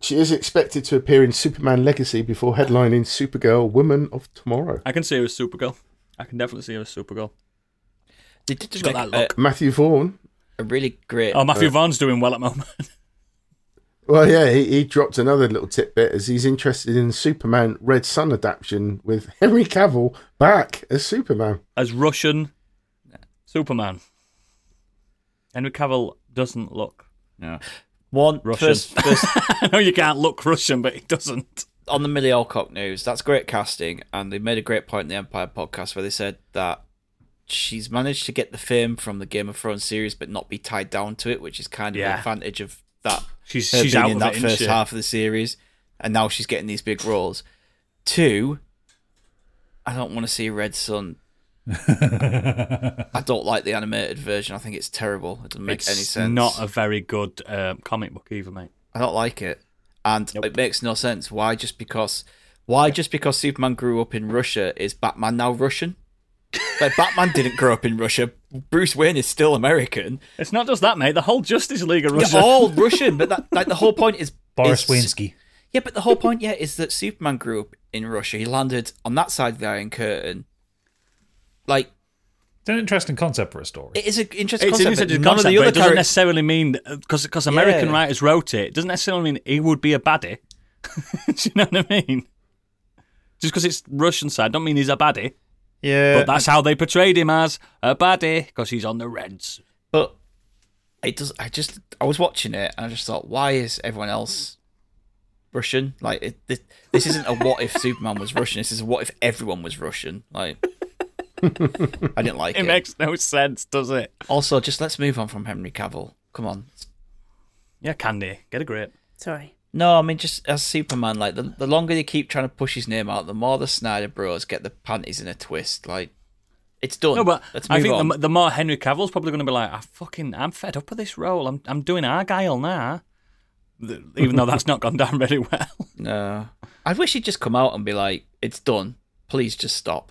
Speaker 5: she- She is expected to appear in Superman Legacy before headlining Supergirl Woman of Tomorrow.
Speaker 1: I can see her as Supergirl. I can definitely see her as Supergirl.
Speaker 4: They did
Speaker 1: She's
Speaker 4: make
Speaker 1: got that
Speaker 4: a-
Speaker 1: look.
Speaker 5: Matthew Vaughn.
Speaker 4: A, really great.
Speaker 1: Oh, Matthew Vaughn's doing well at the moment.
Speaker 5: Well, yeah, he, he dropped another little tidbit as he's interested in Superman Red Sun adaptation with Henry Cavill back as Superman.
Speaker 1: as Russian Superman. Henry Cavill doesn't look.
Speaker 4: one
Speaker 1: Russian.
Speaker 4: first- first
Speaker 1: I know you can't look Russian, but he doesn't.
Speaker 4: on the Millie Alcock news, that's great casting, and they made a great point in the Empire podcast where they said that she's managed to get the fame from the Game of Thrones series, but not be tied down to it, which is kind of
Speaker 1: Yeah.
Speaker 4: the advantage of that.
Speaker 1: She's-
Speaker 4: her
Speaker 1: she's
Speaker 4: being
Speaker 1: out
Speaker 4: in
Speaker 1: of
Speaker 4: that
Speaker 1: it, isn't
Speaker 4: first
Speaker 1: she?
Speaker 4: half of the series, and now she's getting these big roles. Two, I don't want to see Red Sun. I don't like the animated version. I think it's terrible. It doesn't make
Speaker 1: it's
Speaker 4: any sense.
Speaker 1: not a very good um, comic book either, mate.
Speaker 4: I don't like it, and it makes no sense. Why just because? Why just because Superman grew up in Russia is Batman now Russian? like Batman didn't grow up in Russia. Bruce Wayne is still American.
Speaker 1: It's not just that, mate. The whole Justice League of
Speaker 4: They're
Speaker 1: Russia.
Speaker 4: all Russian, but that like the whole point is
Speaker 2: Boris
Speaker 4: is-
Speaker 2: Wainsky.
Speaker 4: Yeah, but the whole point, yeah, is that Superman grew up in Russia. He landed on that side of the Iron Curtain. Like,
Speaker 2: It's an interesting concept for a story.
Speaker 4: It is an interesting
Speaker 1: It's an
Speaker 4: concept. but
Speaker 1: interesting
Speaker 4: none
Speaker 1: concept,
Speaker 4: of the
Speaker 1: but
Speaker 4: other
Speaker 1: it doesn't
Speaker 4: characters.
Speaker 1: necessarily mean because because American
Speaker 4: Yeah.
Speaker 1: writers wrote it. It doesn't necessarily mean he would be a baddie. Do you know what I mean? Just because it's Russian side, don't mean he's a baddie.
Speaker 4: yeah,
Speaker 1: But that's how they portrayed him as a baddie because he's on the Reds.
Speaker 4: But it does. I just I was watching it and I just thought, why is everyone else Russian? Like it, this, this isn't a what if Superman was Russian. This is a what if everyone was Russian. Like I didn't like
Speaker 1: It
Speaker 4: it.
Speaker 1: makes no sense, does it?
Speaker 4: also, just let's move on from Henry Cavill. Come on.
Speaker 1: Yeah, Candy, get a grip.
Speaker 3: Sorry.
Speaker 4: No, I mean just as Superman. Like the, the longer they keep trying to push his name out, the more the Snyder Bros get the panties in a twist. Like it's done.
Speaker 1: No, but
Speaker 4: let's move
Speaker 1: I think
Speaker 4: on.
Speaker 1: the, the more Henry Cavill's probably going to be like, I fucking, I'm fed up with this role. I'm, I'm doing Argyle now. Th- Even though that's not gone down very well.
Speaker 4: no, I wish he'd just come out and be like, "It's done. Please just stop."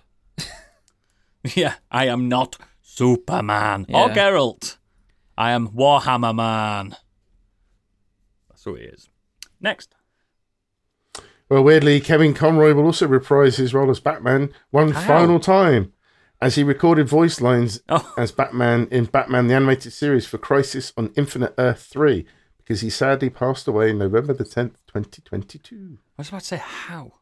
Speaker 1: yeah, I am not Superman or
Speaker 4: Yeah.
Speaker 1: Geralt. I am Warhammer Man. That's who he is. Next.
Speaker 5: Well, weirdly, Kevin Conroy will also reprise his role as Batman one final time, as he recorded voice lines
Speaker 1: Oh.
Speaker 5: as Batman in Batman the Animated Series for Crisis on Infinite Earth 3, because he sadly passed away November the 10th, 2022.
Speaker 1: I was about to say how.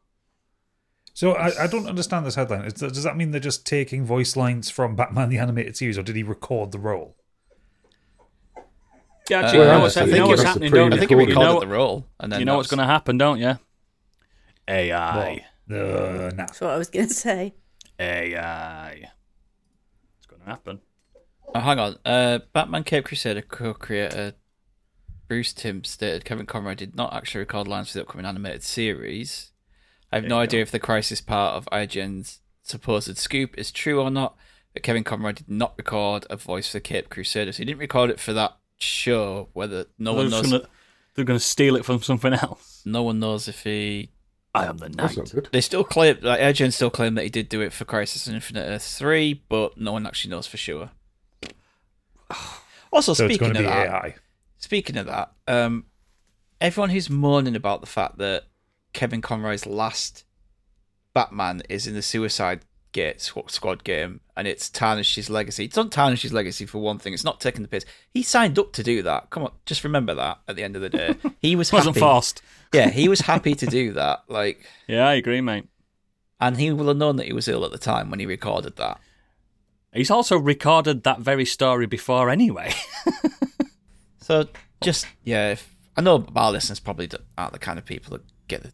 Speaker 2: So I, I don't understand this headline. Is that- does that mean they're just taking voice lines from Batman the Animated Series, or did he record the role?
Speaker 1: Yeah,
Speaker 4: Uh,
Speaker 1: actually, you know
Speaker 5: well,
Speaker 1: what's,
Speaker 5: I
Speaker 1: you
Speaker 5: think
Speaker 1: know what's
Speaker 5: it was a
Speaker 1: happening,
Speaker 5: pretty
Speaker 1: don't
Speaker 5: I
Speaker 1: you?
Speaker 4: I think he
Speaker 5: Cool.
Speaker 4: recorded
Speaker 1: you know,
Speaker 4: the role, and then
Speaker 1: you know what's going
Speaker 4: to
Speaker 1: to happen, don't you? AI.
Speaker 2: Uh, nah.
Speaker 3: That's what I was going to say.
Speaker 1: AI. It's going to happen.
Speaker 4: Oh, hang on. Uh, Batman Cape Crusader co-creator Bruce Timm stated Kevin Conroy did not actually record lines for the upcoming animated series. I have no idea if the crisis part of IGN's supposed scoop is true or not, but Kevin Conroy did not record a voice for Cape Crusader, so he didn't record it for that show. Whether no
Speaker 1: they're,
Speaker 4: one
Speaker 1: just
Speaker 4: knows,
Speaker 1: gonna, they're gonna steal it from something else.
Speaker 4: no one knows if he.
Speaker 1: I am the
Speaker 5: That's
Speaker 1: knight.
Speaker 5: not good.
Speaker 4: They still claim, like IGN still claim that he did do it for Crisis on Infinite Earth three, but no one actually knows for sure. Also,
Speaker 2: So it's
Speaker 4: speaking
Speaker 2: going
Speaker 4: of
Speaker 2: to be
Speaker 4: that,
Speaker 2: AI.
Speaker 4: Speaking of that, um, everyone who's moaning about the fact that Kevin Conroy's last Batman is in the Suicide Gate Squ- Squad game, and it's tarnished his legacy. It's not tarnished his legacy for one thing. It's not taking the piss. He signed up to do that. Come on, just remember that. At the end of the day, he was
Speaker 1: It wasn't
Speaker 4: happy.
Speaker 1: fast.
Speaker 4: Yeah, he was happy to do that. Like,
Speaker 1: Yeah, I agree, mate.
Speaker 4: and he will have known that he was ill at the time when he recorded that.
Speaker 1: He's also recorded that very story before anyway.
Speaker 4: So just yeah, if, I know our listeners probably don't- aren't the kind of people that get, the,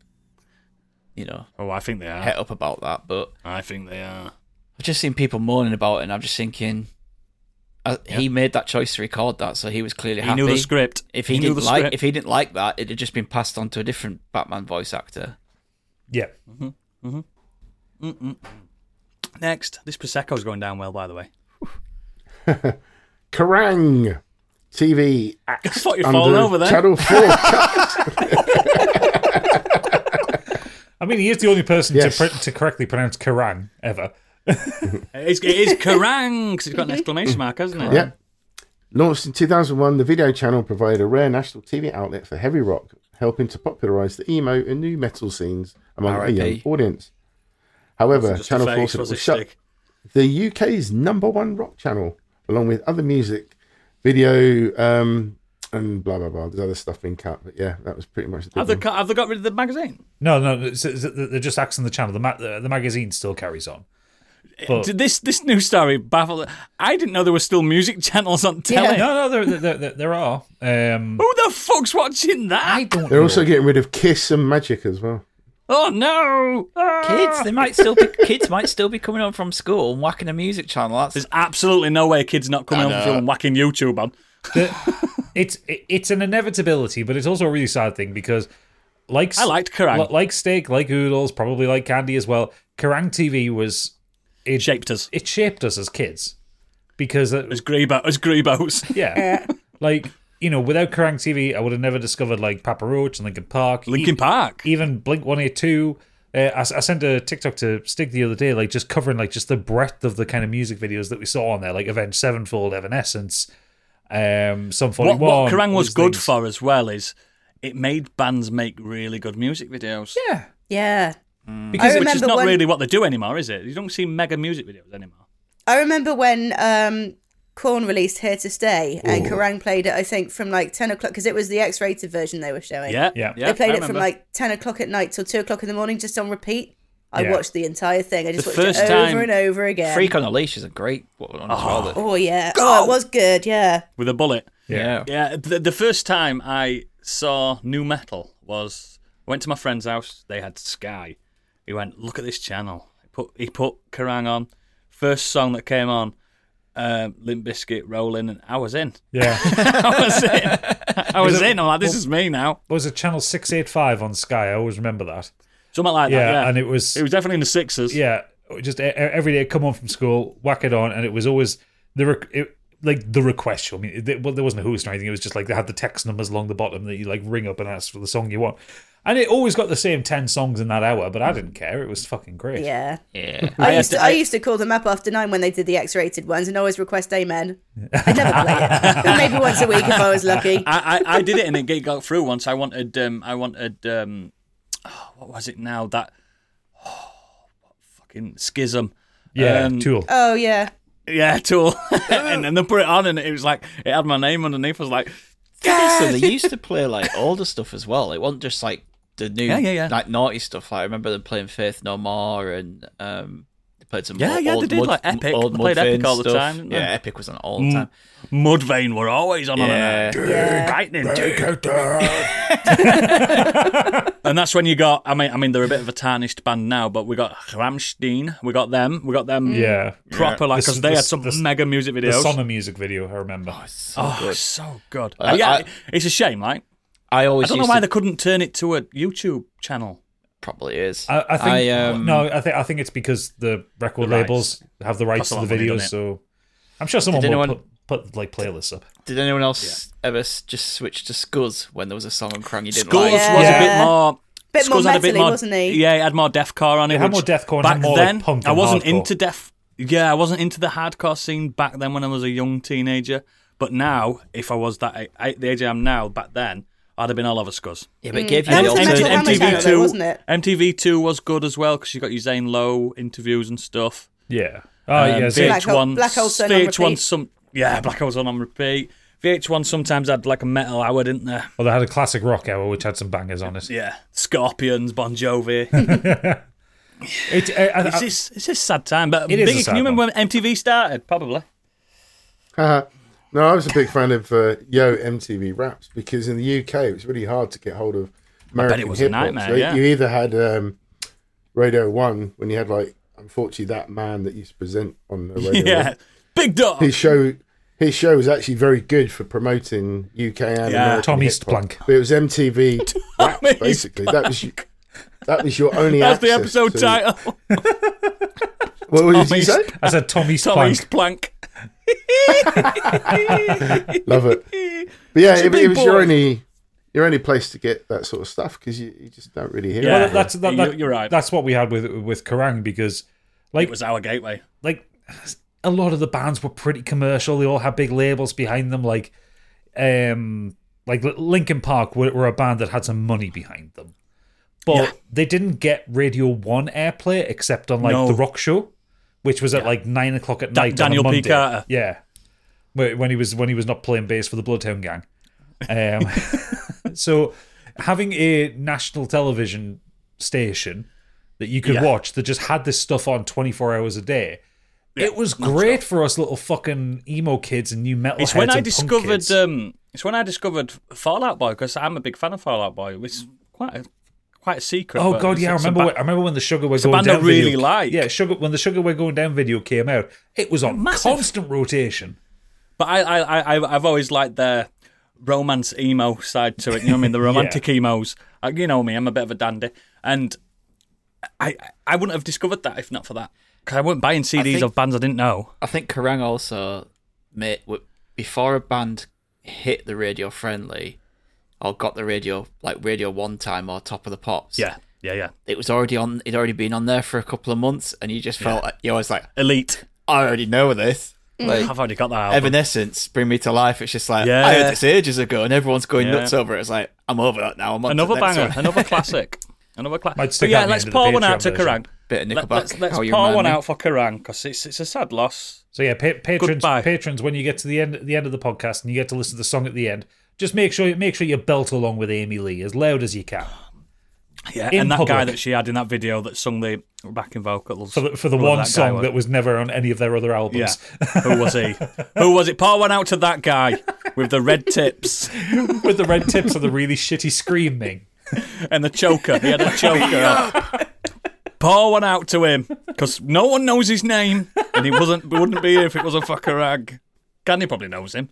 Speaker 4: you know,
Speaker 1: oh, I think they are.
Speaker 4: het up about that, but.
Speaker 1: I think they are.
Speaker 4: I've just seen people moaning about it, and I'm just thinking, uh, he made that choice to record that, so he was clearly
Speaker 1: He
Speaker 4: happy.
Speaker 1: knew the script.
Speaker 4: If he,
Speaker 1: He knew
Speaker 4: didn't
Speaker 1: the
Speaker 4: like,
Speaker 1: script.
Speaker 4: if he didn't like that, it had just been passed on to a different Batman voice actor.
Speaker 2: Yeah.
Speaker 1: Next, this prosecco's going down well, by the way.
Speaker 5: Kerrang! TV
Speaker 1: I thought you'd
Speaker 5: under
Speaker 1: fallen over there.
Speaker 5: Channel 4.
Speaker 2: I mean, he is the only person
Speaker 5: Yes.
Speaker 2: to pr- to correctly pronounce Kerrang ever.
Speaker 1: It's, it is Kerrang! 'cause it's got an exclamation mark, hasn't it?
Speaker 5: Yep. Launched in 2001, the video channel provided a rare national TV outlet for heavy rock, helping to popularize the emo and new metal scenes among a
Speaker 4: R.I.P..
Speaker 5: young audience. However,
Speaker 1: Just a
Speaker 5: Channel 4
Speaker 1: face,
Speaker 5: said it
Speaker 1: was
Speaker 5: was
Speaker 1: it
Speaker 5: shut
Speaker 1: stick?
Speaker 5: the UK's number one rock channel, along with other music, video, um, and blah, blah, blah. There's other stuff being cut, but yeah, that was pretty much the
Speaker 1: Have
Speaker 5: big
Speaker 1: they,
Speaker 5: one.
Speaker 1: got- have they got rid of the magazine?
Speaker 2: No, no, it's- it's- they're just axing the channel. The, ma- the, the magazine still carries on. But-
Speaker 1: Did this this news story baffled? I didn't know there were still music channels on telly.
Speaker 2: No, no, there, there, there, there are. Um,
Speaker 1: Who the fuck's watching that?
Speaker 2: I don't
Speaker 5: They're
Speaker 2: know.
Speaker 5: also getting rid of Kiss and Magic as well.
Speaker 1: Oh no! Ah.
Speaker 4: Kids, they might still be kids might still be coming home from school and whacking a music channel. That's
Speaker 1: There's absolutely no way a kid's not coming home from school and whacking YouTube on.
Speaker 2: The- it's it- it's an inevitability, but it's also a really sad thing because like
Speaker 1: I liked Kerrang.
Speaker 2: li- like steak, like oodles, probably like candy as well. Kerrang TV was
Speaker 1: It shaped us.
Speaker 2: it shaped us as kids because it,
Speaker 1: As Grebo, as Grebos.
Speaker 2: yeah, like you know, without Kerrang TV, I would have never discovered like Papa Roach and Linkin Park,
Speaker 1: Linkin
Speaker 2: e-
Speaker 1: Park.
Speaker 2: even Blink One Eight Two. Uh, I, s- I sent a TikTok to Stig the other day, like just covering like just the breadth of the kind of music videos that we saw on there, like Avenged Sevenfold, Evanescence, um, Some Forty
Speaker 1: What,
Speaker 2: One.
Speaker 1: what Kerrang was
Speaker 2: these
Speaker 1: good
Speaker 2: things.
Speaker 1: for as well is it made bands make really good music videos.
Speaker 2: Yeah,
Speaker 3: Yeah.
Speaker 1: Because,
Speaker 3: I
Speaker 1: which is
Speaker 3: remember
Speaker 1: not
Speaker 3: when-
Speaker 1: really what they do anymore, is it? You don't see mega music videos anymore.
Speaker 3: I remember when um, Korn released Here to Stay and Kerrang played it, I think, from like 10 o'clock, because it was the X rated version they were showing.
Speaker 1: Yeah,
Speaker 2: Yeah.
Speaker 1: yeah.
Speaker 3: They played
Speaker 1: I
Speaker 3: it from
Speaker 1: remember.
Speaker 3: like 10 o'clock at night till 2 o'clock in the morning, just on repeat. I
Speaker 2: Yeah.
Speaker 3: watched the entire thing. I just
Speaker 1: The
Speaker 3: watched
Speaker 1: first
Speaker 3: it over
Speaker 1: time-
Speaker 3: and over again.
Speaker 4: Freak on a Leash is a great one as well. that-
Speaker 3: Oh, yeah. Oh, it was good. Yeah.
Speaker 1: with a bullet.
Speaker 4: yeah.
Speaker 1: Yeah, the, the first time I saw new metal was I went to my friend's house. They had Sky. He went, look at this channel. He put he put Kerrang on. First song that came on, um, Limp Biscuit rolling, and I was in.
Speaker 2: Yeah.
Speaker 1: I was in. I was in. I'm like, this is me now.
Speaker 2: What was it channel 685 on Sky? I always remember that.
Speaker 1: Something like
Speaker 2: Yeah,
Speaker 1: that. Yeah,
Speaker 2: and it was
Speaker 1: it was definitely in the sixes.
Speaker 2: yeah, just e- e- every day I'd come home from school, whack it on, and it was always the re- it, like the request show. I mean, it, well, there wasn't a host or anything. It was just like they had the text numbers along the bottom that you like ring up and ask for the song you want, and it always got the same ten songs in that hour. But I didn't care. It was fucking great.
Speaker 3: Yeah.
Speaker 4: Yeah.
Speaker 3: I,
Speaker 1: had
Speaker 3: used to,
Speaker 1: to-
Speaker 3: I,
Speaker 1: I-
Speaker 3: used to call them up after nine when they did the X-rated ones, and always request Amen. I'd never play it, but maybe once a week if I was lucky.
Speaker 1: I, I, I did it and it got through once. I wanted um I wanted um oh, what was it now that oh, fucking schism.
Speaker 2: yeah,
Speaker 1: Um,
Speaker 2: Tool.
Speaker 3: Oh yeah,
Speaker 1: Yeah, Tool. and then they put it on, and it was like it had my name underneath. I was like,
Speaker 4: So they used to play like older stuff as well. It wasn't just like the new,
Speaker 1: Yeah, yeah, yeah.
Speaker 4: like naughty stuff. Like, I remember them playing Faith No More and um, they played some.
Speaker 1: Yeah,
Speaker 4: old,
Speaker 1: yeah, they
Speaker 4: old
Speaker 1: did,
Speaker 4: Mud-
Speaker 1: like, Epic.
Speaker 4: Old
Speaker 1: They played
Speaker 4: Mudvayne
Speaker 1: Epic all the
Speaker 4: stuff.
Speaker 1: time, didn't they? Mm.
Speaker 4: Yeah, Epic was on all the time.
Speaker 1: Mudvayne were always on
Speaker 4: Yeah.
Speaker 1: on
Speaker 3: yeah.
Speaker 1: lightning, and that's when you got. I mean, I mean, they're a bit of a tarnished band now, but we got Rammstein, we got them, we got them.
Speaker 2: yeah,
Speaker 1: Proper, like,
Speaker 2: The-
Speaker 1: because they
Speaker 2: the-
Speaker 1: had some
Speaker 2: the-
Speaker 1: mega music
Speaker 2: the
Speaker 1: videos.
Speaker 2: Sonna music video. I remember.
Speaker 4: So
Speaker 1: oh,
Speaker 4: good.
Speaker 1: so good.
Speaker 2: Uh,
Speaker 4: I-
Speaker 1: yeah,
Speaker 4: I-
Speaker 1: it's a shame, right?
Speaker 4: I
Speaker 1: I
Speaker 4: always
Speaker 1: don't know
Speaker 4: used
Speaker 1: why
Speaker 4: to,
Speaker 1: they couldn't turn it to a YouTube channel.
Speaker 4: probably is.
Speaker 2: I, I think
Speaker 4: um,
Speaker 2: no, I think I think it's because the record
Speaker 1: rights.
Speaker 2: labels have the rights
Speaker 1: Costs a
Speaker 2: to
Speaker 1: lot
Speaker 2: the
Speaker 1: of money,
Speaker 2: videos.
Speaker 1: doesn't
Speaker 2: so I'm sure someone will
Speaker 4: Did anyone-
Speaker 2: put, put like playlists up.
Speaker 4: Did anyone else ever s- just switch to Scuzz when there was a song on Krang you didn't
Speaker 1: Skulls
Speaker 4: like?
Speaker 3: Yeah.
Speaker 1: was a
Speaker 2: Yeah.
Speaker 1: bit more.
Speaker 3: Bit more
Speaker 1: Skulls had a bit
Speaker 3: metally,
Speaker 1: more,
Speaker 3: wasn't he?
Speaker 1: Yeah, it had more deathcore on it.
Speaker 2: It had
Speaker 1: which
Speaker 2: more deathcore and it
Speaker 1: back
Speaker 2: had more, like,
Speaker 1: then.
Speaker 2: punk and
Speaker 1: I wasn't
Speaker 2: hardcore.
Speaker 1: into death. Yeah, I wasn't into the hardcore scene back then when I was a young teenager. But now, if I was that I, the age I am now, back then I'd have been all over Scuzz.
Speaker 4: Yeah, but it gave you
Speaker 1: Mm.
Speaker 3: That
Speaker 4: the
Speaker 3: was a
Speaker 4: alternative.
Speaker 3: Metal Hammer channel, though, wasn't it?
Speaker 1: MTV Two was good as well because you got your Zane Lowe interviews and stuff.
Speaker 2: Yeah. Oh
Speaker 1: Um,
Speaker 2: yeah. so-
Speaker 3: Black Hole- Black Hole Sun on
Speaker 1: VH1
Speaker 3: repeat.
Speaker 1: some yeah, Black Hole's on on repeat. VH1 sometimes had like a metal hour, didn't there?
Speaker 2: Well, they had a classic rock hour which had some bangers on it.
Speaker 1: Yeah, Scorpions, Bon Jovi.
Speaker 2: It, uh, I, I,
Speaker 1: it's just it's just a sad time. But
Speaker 2: It is a
Speaker 1: Biggie,
Speaker 2: sad
Speaker 1: can you remember
Speaker 2: one.
Speaker 1: when MTV started? Probably.
Speaker 5: Haha. Uh-huh. no, I was a big fan of uh, Yo MTV Raps because in the UK it was really hard to get hold of American
Speaker 1: it was a
Speaker 5: hip hop.
Speaker 1: nightmare,
Speaker 5: So
Speaker 1: yeah.
Speaker 5: You either had um, Radio One when you had like, unfortunately, that man that used to present on the radio.
Speaker 1: Yeah, big dog.
Speaker 5: his show his show was actually very good for promoting UK and
Speaker 1: Yeah.
Speaker 5: American hip-hop.
Speaker 2: Tom Eastplank.
Speaker 5: But it was MTV Raps, basically. That was that was your only
Speaker 1: That's the
Speaker 5: access
Speaker 1: episode
Speaker 5: to-
Speaker 1: title.
Speaker 5: What, did you
Speaker 1: East-
Speaker 5: say?
Speaker 2: I said Tommy
Speaker 1: Tom
Speaker 2: Plank.
Speaker 1: East Plank.
Speaker 5: Love it. But yeah,
Speaker 1: a
Speaker 5: it,
Speaker 1: big
Speaker 5: it was your
Speaker 1: boy.
Speaker 5: only your only place to get that sort of stuff because you, you just don't really hear
Speaker 1: Yeah.
Speaker 5: it.
Speaker 2: Well, that's that,
Speaker 1: You-
Speaker 2: that-
Speaker 1: you're right.
Speaker 2: That's what we had with with Kerrang because,
Speaker 1: It
Speaker 2: like,
Speaker 1: was our gateway.
Speaker 2: like a lot of the bands were pretty commercial. They all had big labels behind them. Like, um, like Linkin Park were, were a band that had some money behind them, but
Speaker 1: Yeah.
Speaker 2: they didn't get Radio One airplay except on like
Speaker 1: No.
Speaker 2: the Rock Show, which was at like nine o'clock at
Speaker 1: Da-
Speaker 2: night.
Speaker 1: Daniel
Speaker 2: on a
Speaker 1: P.
Speaker 2: Monday.
Speaker 1: Carter.
Speaker 2: Yeah, Wh- when he was when he was not playing bass for the Bloodhound Gang. Um, so having a national television station that you could
Speaker 1: Yeah.
Speaker 2: watch that just had this stuff on 24 hours a day. it was great for us little fucking emo kids and new metal.
Speaker 1: It's when I discovered. Um, it's when I discovered Fallout Boy because I'm a big fan of Fallout Boy. It's quite a, quite a secret.
Speaker 2: oh
Speaker 1: but
Speaker 2: god,
Speaker 1: it's-
Speaker 2: yeah, I
Speaker 1: it's a
Speaker 2: remember.
Speaker 1: ba-
Speaker 2: when, I remember when the sugar was
Speaker 1: a
Speaker 2: going
Speaker 1: band I
Speaker 2: down.
Speaker 1: really
Speaker 2: video,
Speaker 1: like.
Speaker 2: Yeah, sugar. When the sugar were going down video came out, it was on
Speaker 1: Massive.
Speaker 2: constant rotation.
Speaker 1: But I, I, I, I've- I've always liked the romance emo side to it. You know what I mean? The romantic emos. Uh, You know me. I'm a bit of a dandy, and I, I wouldn't have discovered that if not for that. Because I weren't buying CDs
Speaker 4: think-
Speaker 1: of bands I didn't know.
Speaker 4: I think Kerrang also made w- before a band hit the radio friendly or got the radio like radio one time or top of the pops.
Speaker 1: Yeah, yeah, yeah.
Speaker 4: it was already on. It'd already been on there for a couple of months, and you just felt like you always like
Speaker 1: Elite.
Speaker 4: I already know this. Mm. Like
Speaker 1: I've already got that. Album.
Speaker 4: Evanescence, Bring Me to Life. It's just like
Speaker 1: Yeah.
Speaker 4: I heard this ages ago, and everyone's going
Speaker 1: Yeah.
Speaker 4: nuts over it. It's like I'm over that now. I'm on to
Speaker 1: Another
Speaker 4: the next
Speaker 1: banger.
Speaker 4: one.
Speaker 1: Another classic. Another class.
Speaker 2: Might stick
Speaker 1: yeah,
Speaker 2: out the
Speaker 1: let's
Speaker 2: end of the
Speaker 1: pour one out
Speaker 2: Patreon
Speaker 1: to
Speaker 2: version.
Speaker 1: Kerrang.
Speaker 4: Bit of Nickelback,
Speaker 1: let's let's
Speaker 4: how you
Speaker 1: pour
Speaker 4: remind
Speaker 1: one
Speaker 4: me.
Speaker 1: out for Kerrang because it's it's a sad loss.
Speaker 2: So yeah, pa- patrons,
Speaker 1: Goodbye.
Speaker 2: patrons, when you get to the end, the end of the podcast, and you get to listen to the song at the end, just make sure make sure you belt along with Amy Lee as loud as you can
Speaker 1: Yeah,
Speaker 2: In
Speaker 1: and that guy
Speaker 2: public.
Speaker 1: that she had in that video that sung the backing vocals
Speaker 2: for the, for the
Speaker 1: Whoever
Speaker 2: one
Speaker 1: that guy
Speaker 2: song that was never on any of their other
Speaker 1: Yeah,
Speaker 2: albums
Speaker 1: who was he? Who was it? Pour one out to that guy with the red tips
Speaker 2: with the red tips and the really shitty screaming.
Speaker 1: and the choker. He had a choker. Pour one out to him because no one knows his name, and he wasn't wouldn't be here if it was a fucker rag. Candy probably knows him.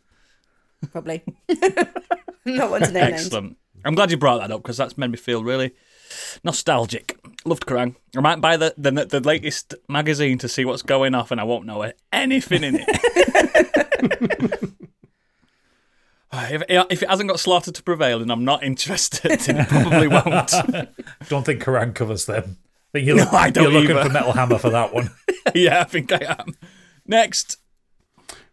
Speaker 3: probably. Not one to know names.
Speaker 1: Excellent. I'm glad you brought that up because that's made me feel really nostalgic. Loved Kerrang. I might buy the, the the latest magazine to see what's going off, and I won't know anything in it. if, if it hasn't got Slaughter to Prevail, then I'm not interested. and It probably won't.
Speaker 2: Don't think Kerrang covers them. I think you're, look-
Speaker 1: I don't
Speaker 2: you're looking
Speaker 1: either.
Speaker 2: for Metal Hammer for that one.
Speaker 1: yeah, I think I am. Next.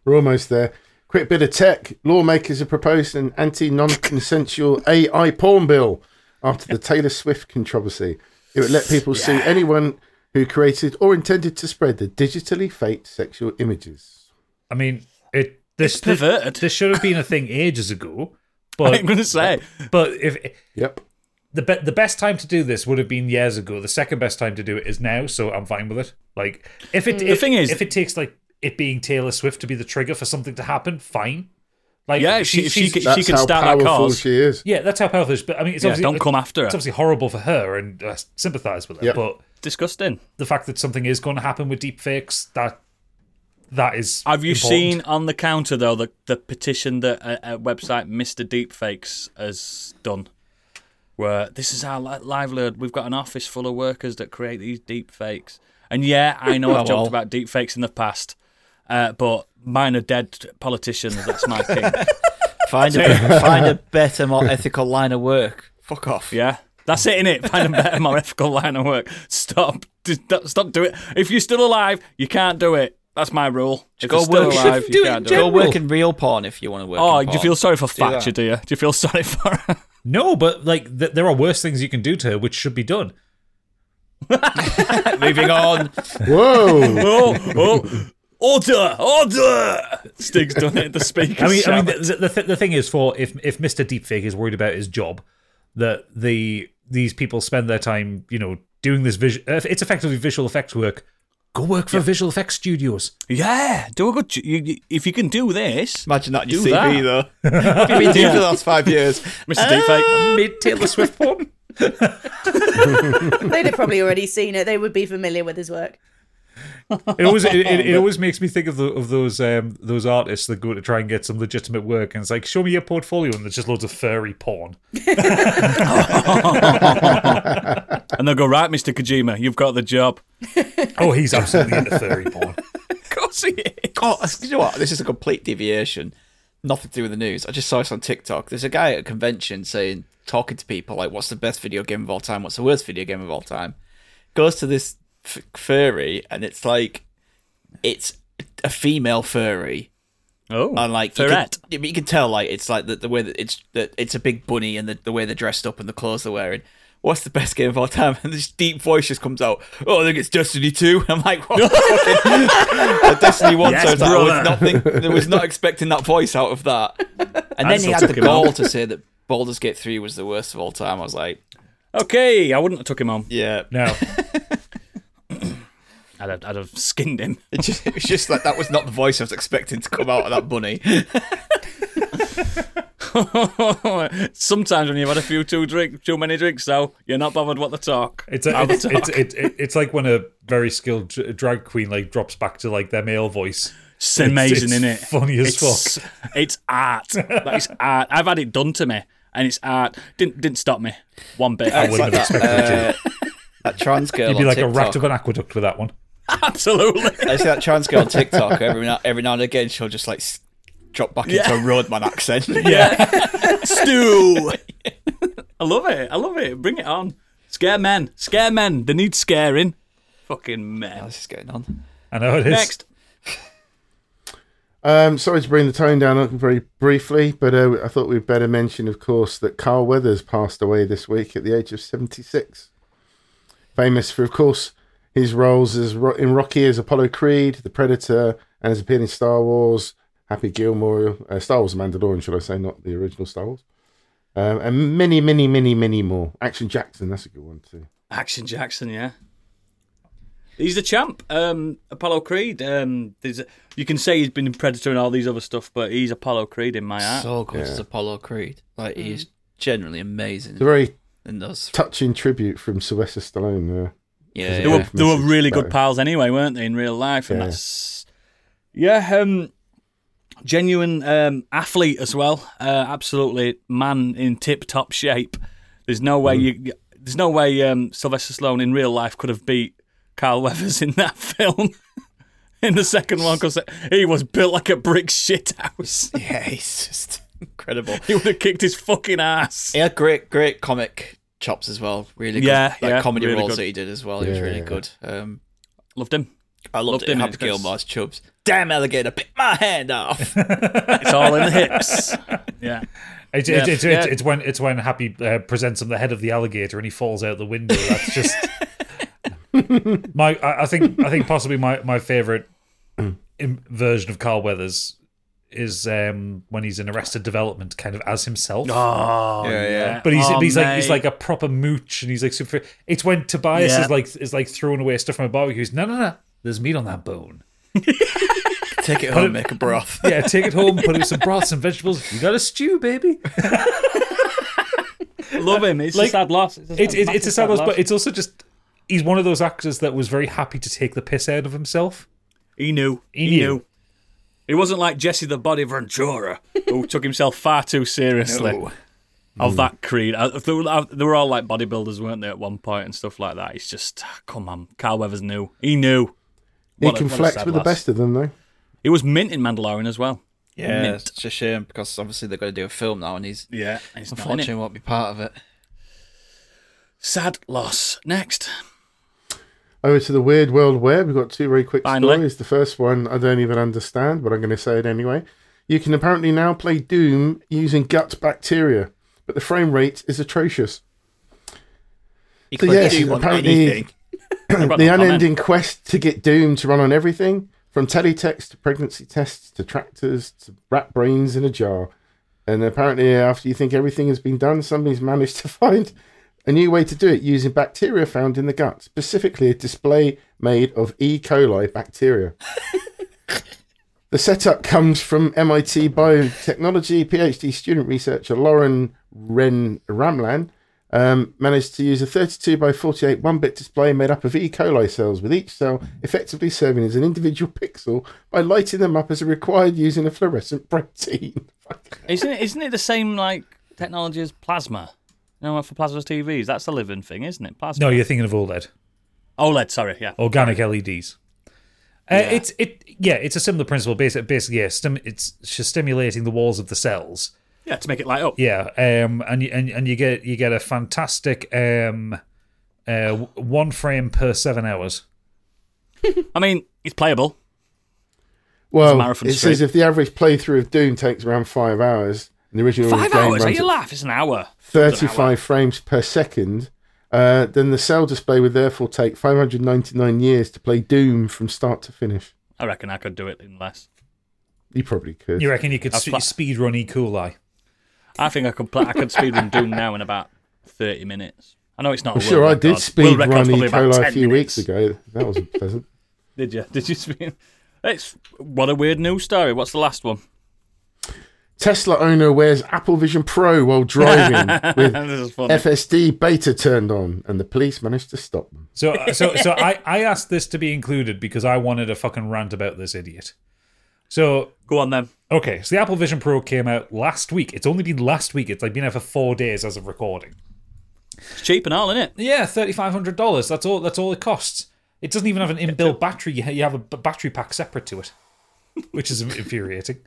Speaker 5: We're almost there. Quick bit of tech. Lawmakers have proposed an anti non consensual AI porn bill after the Taylor Swift controversy. It would let people see anyone who created or intended to spread the digitally faked sexual images.
Speaker 2: I mean, it this
Speaker 1: It's perverted.
Speaker 2: This, this should have been a thing ages ago, but
Speaker 1: I'm going to say
Speaker 2: but if
Speaker 5: Yep.
Speaker 2: the be- the best time to do this would have been years ago. The second best time to do it is now, so I'm fine with it. Like if it if,
Speaker 1: thing is-
Speaker 2: if it takes like it being Taylor Swift to be the trigger for something to happen, fine. Like
Speaker 1: Yeah, if she- if she
Speaker 2: she's-
Speaker 1: could-
Speaker 5: That's
Speaker 1: can
Speaker 5: how
Speaker 1: start that
Speaker 5: powerful
Speaker 1: cause.
Speaker 5: she is.
Speaker 2: yeah, that's how powerful. it is. But I mean, it's
Speaker 1: Yeah,
Speaker 2: obviously
Speaker 1: don't come after her.
Speaker 2: It's obviously horrible for her, and I sympathise with her.
Speaker 5: Yep.
Speaker 2: But
Speaker 1: disgusting.
Speaker 2: the fact that something is going to happen with deepfakes that that is
Speaker 1: Have you
Speaker 2: important.
Speaker 1: seen on the counter though the, the petition that a, a website Mr Deepfakes has done? Where this is our li- livelihood. We've got an office full of workers that create these deepfakes. And yeah, I know I've
Speaker 4: Oh, well.
Speaker 1: joked about deepfakes in the past, uh, but mine are dead politicians. That's my thing.
Speaker 4: Find a, find a better, more ethical line of work. Fuck off.
Speaker 1: Yeah, that's it, innit? Find a better, more ethical line of work. Stop, Just stop- stop doing it. If you're still alive, you can't do it. That's my rule. If
Speaker 4: Go
Speaker 1: you're still
Speaker 4: work.
Speaker 1: alive, you
Speaker 4: do
Speaker 1: can't
Speaker 4: it.
Speaker 1: do
Speaker 4: Go
Speaker 1: it.
Speaker 4: work in real porn if you want to work.
Speaker 1: Oh,
Speaker 4: in
Speaker 1: do you
Speaker 4: porn.
Speaker 1: feel sorry for
Speaker 4: that.
Speaker 1: Thatcher, do you? Do you feel sorry for her?
Speaker 2: No, but like th- there are worse things you can do to her, which should be done.
Speaker 4: Moving on.
Speaker 5: Whoa.
Speaker 1: oh, oh, order, order! Stig's done it. The speaker.
Speaker 2: I mean, I mean, the, the, th- the thing is, for if if Mister Deepfake is worried about his job, that the these people spend their time, you know, doing this visual. uh, It's effectively visual effects work. Go work for visual effects studios.
Speaker 1: yeah, do a good. j- You, you, if you can do this,
Speaker 4: Imagine that on your
Speaker 1: Do
Speaker 4: CV though. What have you been doing for the last five years?
Speaker 1: Mr. Deepfake.
Speaker 2: Mid Taylor Swift porn.
Speaker 3: They'd have probably already seen it. They would be familiar with his work.
Speaker 2: It always it, it, it always makes me think of the, of those um those artists that go to try and get some legitimate work, and it's like, show me your portfolio, and there's just loads of furry porn.
Speaker 1: and they'll go right, Mr. Kojima. You've got the job.
Speaker 2: Oh, he's absolutely into furry porn.
Speaker 1: Of course he is.
Speaker 4: Oh, you know what? This is a complete deviation. Nothing to do with the news. I just saw this on TikTok. There's a guy at a convention saying, talking to people, like, what's the best video game of all time? What's the worst video game of all time? Goes to this f- furry, and it's like, it's a female furry.
Speaker 1: Oh,
Speaker 4: And like you
Speaker 1: Ferret.
Speaker 4: can- you can tell, like it's like the, the way that it's that it's a big bunny and the, the way they're dressed up and the clothes they're wearing. What's the best game of all time? And this deep voice just comes out. Oh, I think it's Destiny Two. I'm like, what? the fuck?" Destiny One. so it's like, I was not think, I was not expecting that voice out of that. And then he
Speaker 2: still
Speaker 4: had the
Speaker 2: took him out.
Speaker 4: goal to say that Baldur's Gate Three was the worst of all time. I was like,
Speaker 1: Okay, I wouldn't have took him on.
Speaker 4: yeah.
Speaker 2: Now,
Speaker 1: I'd have, I'd have skinned him.
Speaker 4: It, just, it was just like that was not the voice I was expecting to come out of that bunny.
Speaker 1: Sometimes when you've had a few too drink, too many drinks, though you're not bothered what the talk.
Speaker 2: It's a, it's, it's, it, it, it's like when a very skilled dr- drag queen like drops back to like their male voice.
Speaker 1: It's amazing,
Speaker 2: it's
Speaker 1: isn't it?
Speaker 2: funny as
Speaker 1: it's, fuck. It's art. That is art. I've had it done to me, and it's art. Didn't didn't stop me one bit.
Speaker 2: I wouldn't have expected it.
Speaker 1: uh,
Speaker 4: That trans girl.
Speaker 2: You'd be
Speaker 4: on
Speaker 2: like a
Speaker 4: TikTok.
Speaker 2: rat of an aqueduct with that one.
Speaker 1: Absolutely.
Speaker 4: I see that trans girl on TikTok every now, every now and again. She'll just like s- drop back into a roadman accent.
Speaker 1: Yeah. Stew. I love it. I love it. Bring it on. Scare men. Scare men. They need scaring. Fucking men.
Speaker 4: This is going on.
Speaker 2: I know it is.
Speaker 1: Next.
Speaker 5: Um, sorry to bring the tone down very briefly, but uh, I thought we'd better mention, of course, that Carl Weathers passed away this week at the age of 76. famous for, of course, his roles as Ro- in Rocky as Apollo Creed, The Predator, and has appeared in Star Wars, Happy Gilmore, uh, Star Wars: The Mandalorian, should I say, not the original Star Wars, um, and many, many, many, many more. Action Jackson, that's a good one too.
Speaker 1: Action Jackson, yeah. He's the champ. Um, Apollo Creed. Um, there's a- you can say he's been in Predator and all these other stuff, but he's Apollo Creed in my heart.
Speaker 4: So good as Apollo Creed. Like he's
Speaker 1: Mm.
Speaker 4: generally amazing
Speaker 5: It's a very
Speaker 4: in those.
Speaker 5: touching tribute from Sylvester Stallone. uh, There,
Speaker 4: Yeah,
Speaker 1: they were
Speaker 4: yeah.
Speaker 1: they were really good
Speaker 5: Message,
Speaker 1: pals anyway, weren't they? In real life, and
Speaker 5: Yeah.
Speaker 1: that's yeah, um, genuine um, athlete as well. Uh, absolutely, man in tip top shape. There's no way you. you- There's no way um, Sylvester Stallone in real life could have beat Carl Weathers in that film. in the second one, because he was built like a brick shit house.
Speaker 4: yeah, he's just incredible.
Speaker 1: he would have kicked his fucking ass.
Speaker 4: He had great, great comic chops as well. Really good.
Speaker 1: Yeah,
Speaker 4: like,
Speaker 1: yeah,
Speaker 4: comedy
Speaker 1: really
Speaker 4: roles
Speaker 1: good.
Speaker 4: that he did as well. He was
Speaker 5: Yeah,
Speaker 4: really
Speaker 5: yeah,
Speaker 4: good. Um,
Speaker 1: Loved him.
Speaker 4: I loved,
Speaker 1: Loved
Speaker 4: it.
Speaker 1: him in
Speaker 4: Happy
Speaker 1: Express.
Speaker 4: Gilmore's chubs. Damn alligator, bit my hand off.
Speaker 1: It's all in the hips. Yeah.
Speaker 2: It's,
Speaker 1: Yeah,
Speaker 2: it's, it's,
Speaker 1: yeah.
Speaker 2: it's, it's when it's when Happy uh, presents him the head of the alligator and he falls out the window. That's just my. I, I think I think possibly my my favorite im- version of Carl Weathers is um, when he's in Arrested Development, kind of as himself.
Speaker 1: Oh,
Speaker 4: Yeah, yeah.
Speaker 2: But he's,
Speaker 1: Oh,
Speaker 2: he's like he's
Speaker 1: mate.
Speaker 2: like a proper mooch, and he's like super. It's when Tobias
Speaker 1: Yeah.
Speaker 2: is like is like throwing away stuff from a barbecue. He's no no no. There's meat on that bone.
Speaker 4: Take it home, make a broth.
Speaker 2: Yeah, take it home, put it with some broth, some vegetables. You got a stew, baby.
Speaker 1: Love him. It's
Speaker 2: Like-
Speaker 1: a sad loss. It's a sad,
Speaker 2: It's it's it's
Speaker 1: massive
Speaker 2: a sad loss,
Speaker 1: loss.
Speaker 2: but it's also just he's one of those actors that was very happy to take the piss out of himself.
Speaker 1: He knew. He,
Speaker 2: He
Speaker 1: knew.
Speaker 2: knew.
Speaker 1: He wasn't like Jesse the Body Ventura, who took himself far too seriously. Of that creed, I, they, were, I- they were all like bodybuilders, weren't they, at one point and stuff like that. It's just, ah, come on, Carl Weathers knew. He knew.
Speaker 5: he
Speaker 1: What a-
Speaker 5: can
Speaker 1: what a
Speaker 5: flex
Speaker 1: sad
Speaker 5: with
Speaker 1: loss.
Speaker 5: the best of them though.
Speaker 1: He was mint in Mandalorian as well.
Speaker 4: Yeah,
Speaker 1: Mint.
Speaker 4: it's such a shame because obviously they're going to do a film now, and he's
Speaker 1: Yeah, he's not in
Speaker 4: unfortunately
Speaker 1: it.
Speaker 4: won't be part of it.
Speaker 1: Sad loss. Next,
Speaker 5: Over to Oh, the weird world web. We've got two very quick
Speaker 1: Finally.
Speaker 5: stories. The first one I don't even understand, but I'm going to say it anyway. You can apparently now play Doom using gut bacteria, but the frame rate is atrocious.
Speaker 4: He
Speaker 5: So
Speaker 4: could
Speaker 5: yes,
Speaker 4: do on
Speaker 5: apparently-
Speaker 4: anything.
Speaker 1: I've got
Speaker 5: the
Speaker 1: no comment.
Speaker 5: unending quest to get Doom to run on everything, from teletext to pregnancy tests to tractors to rat brains in a jar. And apparently, after you think everything has been done, somebody's managed to find a new way to do it using bacteria found in the gut, specifically a display made of E. coli bacteria. the setup comes from MIT biotechnology PhD student researcher Lauren Ren Ramlan, um, managed to use a 32 by 48 one bit display made up of E. coli cells, with each cell effectively serving as an individual pixel by lighting them up as required using a fluorescent protein.
Speaker 1: isn't it? Isn't it the same like technology as plasma? You know, for plasma TVs, that's a living thing, isn't it? Plasma.
Speaker 2: No, you're thinking of OLED,
Speaker 1: OLED. Sorry, yeah.
Speaker 2: organic LEDs. Uh, It's it yeah, it's a similar principle. Basically, basically yeah, stim- it's just stimulating the walls of the cells.
Speaker 1: Yeah, to make it light up.
Speaker 2: Yeah, um, and you and, and you get you get a fantastic um, uh, w- one frame per seven hours.
Speaker 1: I mean, it's playable.
Speaker 5: Well,
Speaker 1: marathon
Speaker 5: it
Speaker 1: straight.
Speaker 5: says if the average playthrough of Doom takes around five hours, and the original
Speaker 1: Five
Speaker 5: game
Speaker 1: hours? Are
Speaker 5: runs
Speaker 1: you
Speaker 5: at
Speaker 1: laugh? It's an hour.
Speaker 5: 35 frames per second, uh, then the cell display would therefore take 599 years to play Doom from start to finish.
Speaker 1: I reckon I could do it in less.
Speaker 5: You probably could.
Speaker 2: You reckon you could
Speaker 1: That's
Speaker 2: sp-
Speaker 1: pla-
Speaker 2: speed run E. coli?
Speaker 1: I think I could. Play, I could speedrun Doom now in about thirty minutes. I know it's not.
Speaker 5: I'm
Speaker 1: a
Speaker 5: sure
Speaker 1: world
Speaker 5: I
Speaker 1: record.
Speaker 5: did
Speaker 1: World
Speaker 5: speed run
Speaker 1: record's
Speaker 5: E.
Speaker 1: probably about
Speaker 5: coli a
Speaker 1: 10
Speaker 5: few
Speaker 1: minutes.
Speaker 5: weeks ago. That wasn't pleasant.
Speaker 1: Did you? Did you speed? It's what a weird news story. What's the last one?
Speaker 5: Tesla owner wears Apple Vision Pro while driving with
Speaker 1: this is funny.
Speaker 5: FSD beta turned on, and the police managed to stop them.
Speaker 2: So so so I I asked this to be included because I wanted a fucking rant about this idiot. So
Speaker 1: Go on then.
Speaker 2: Okay, so the Apple Vision Pro came out last week. It's only been last week. It's like been out for four days as of recording.
Speaker 1: It's cheap and all, isn't it?
Speaker 2: Yeah, thirty five hundred dollars. That's all. That's all it costs. It doesn't even have an inbuilt battery. You ha- you have a b- battery pack separate to it, which is infuriating.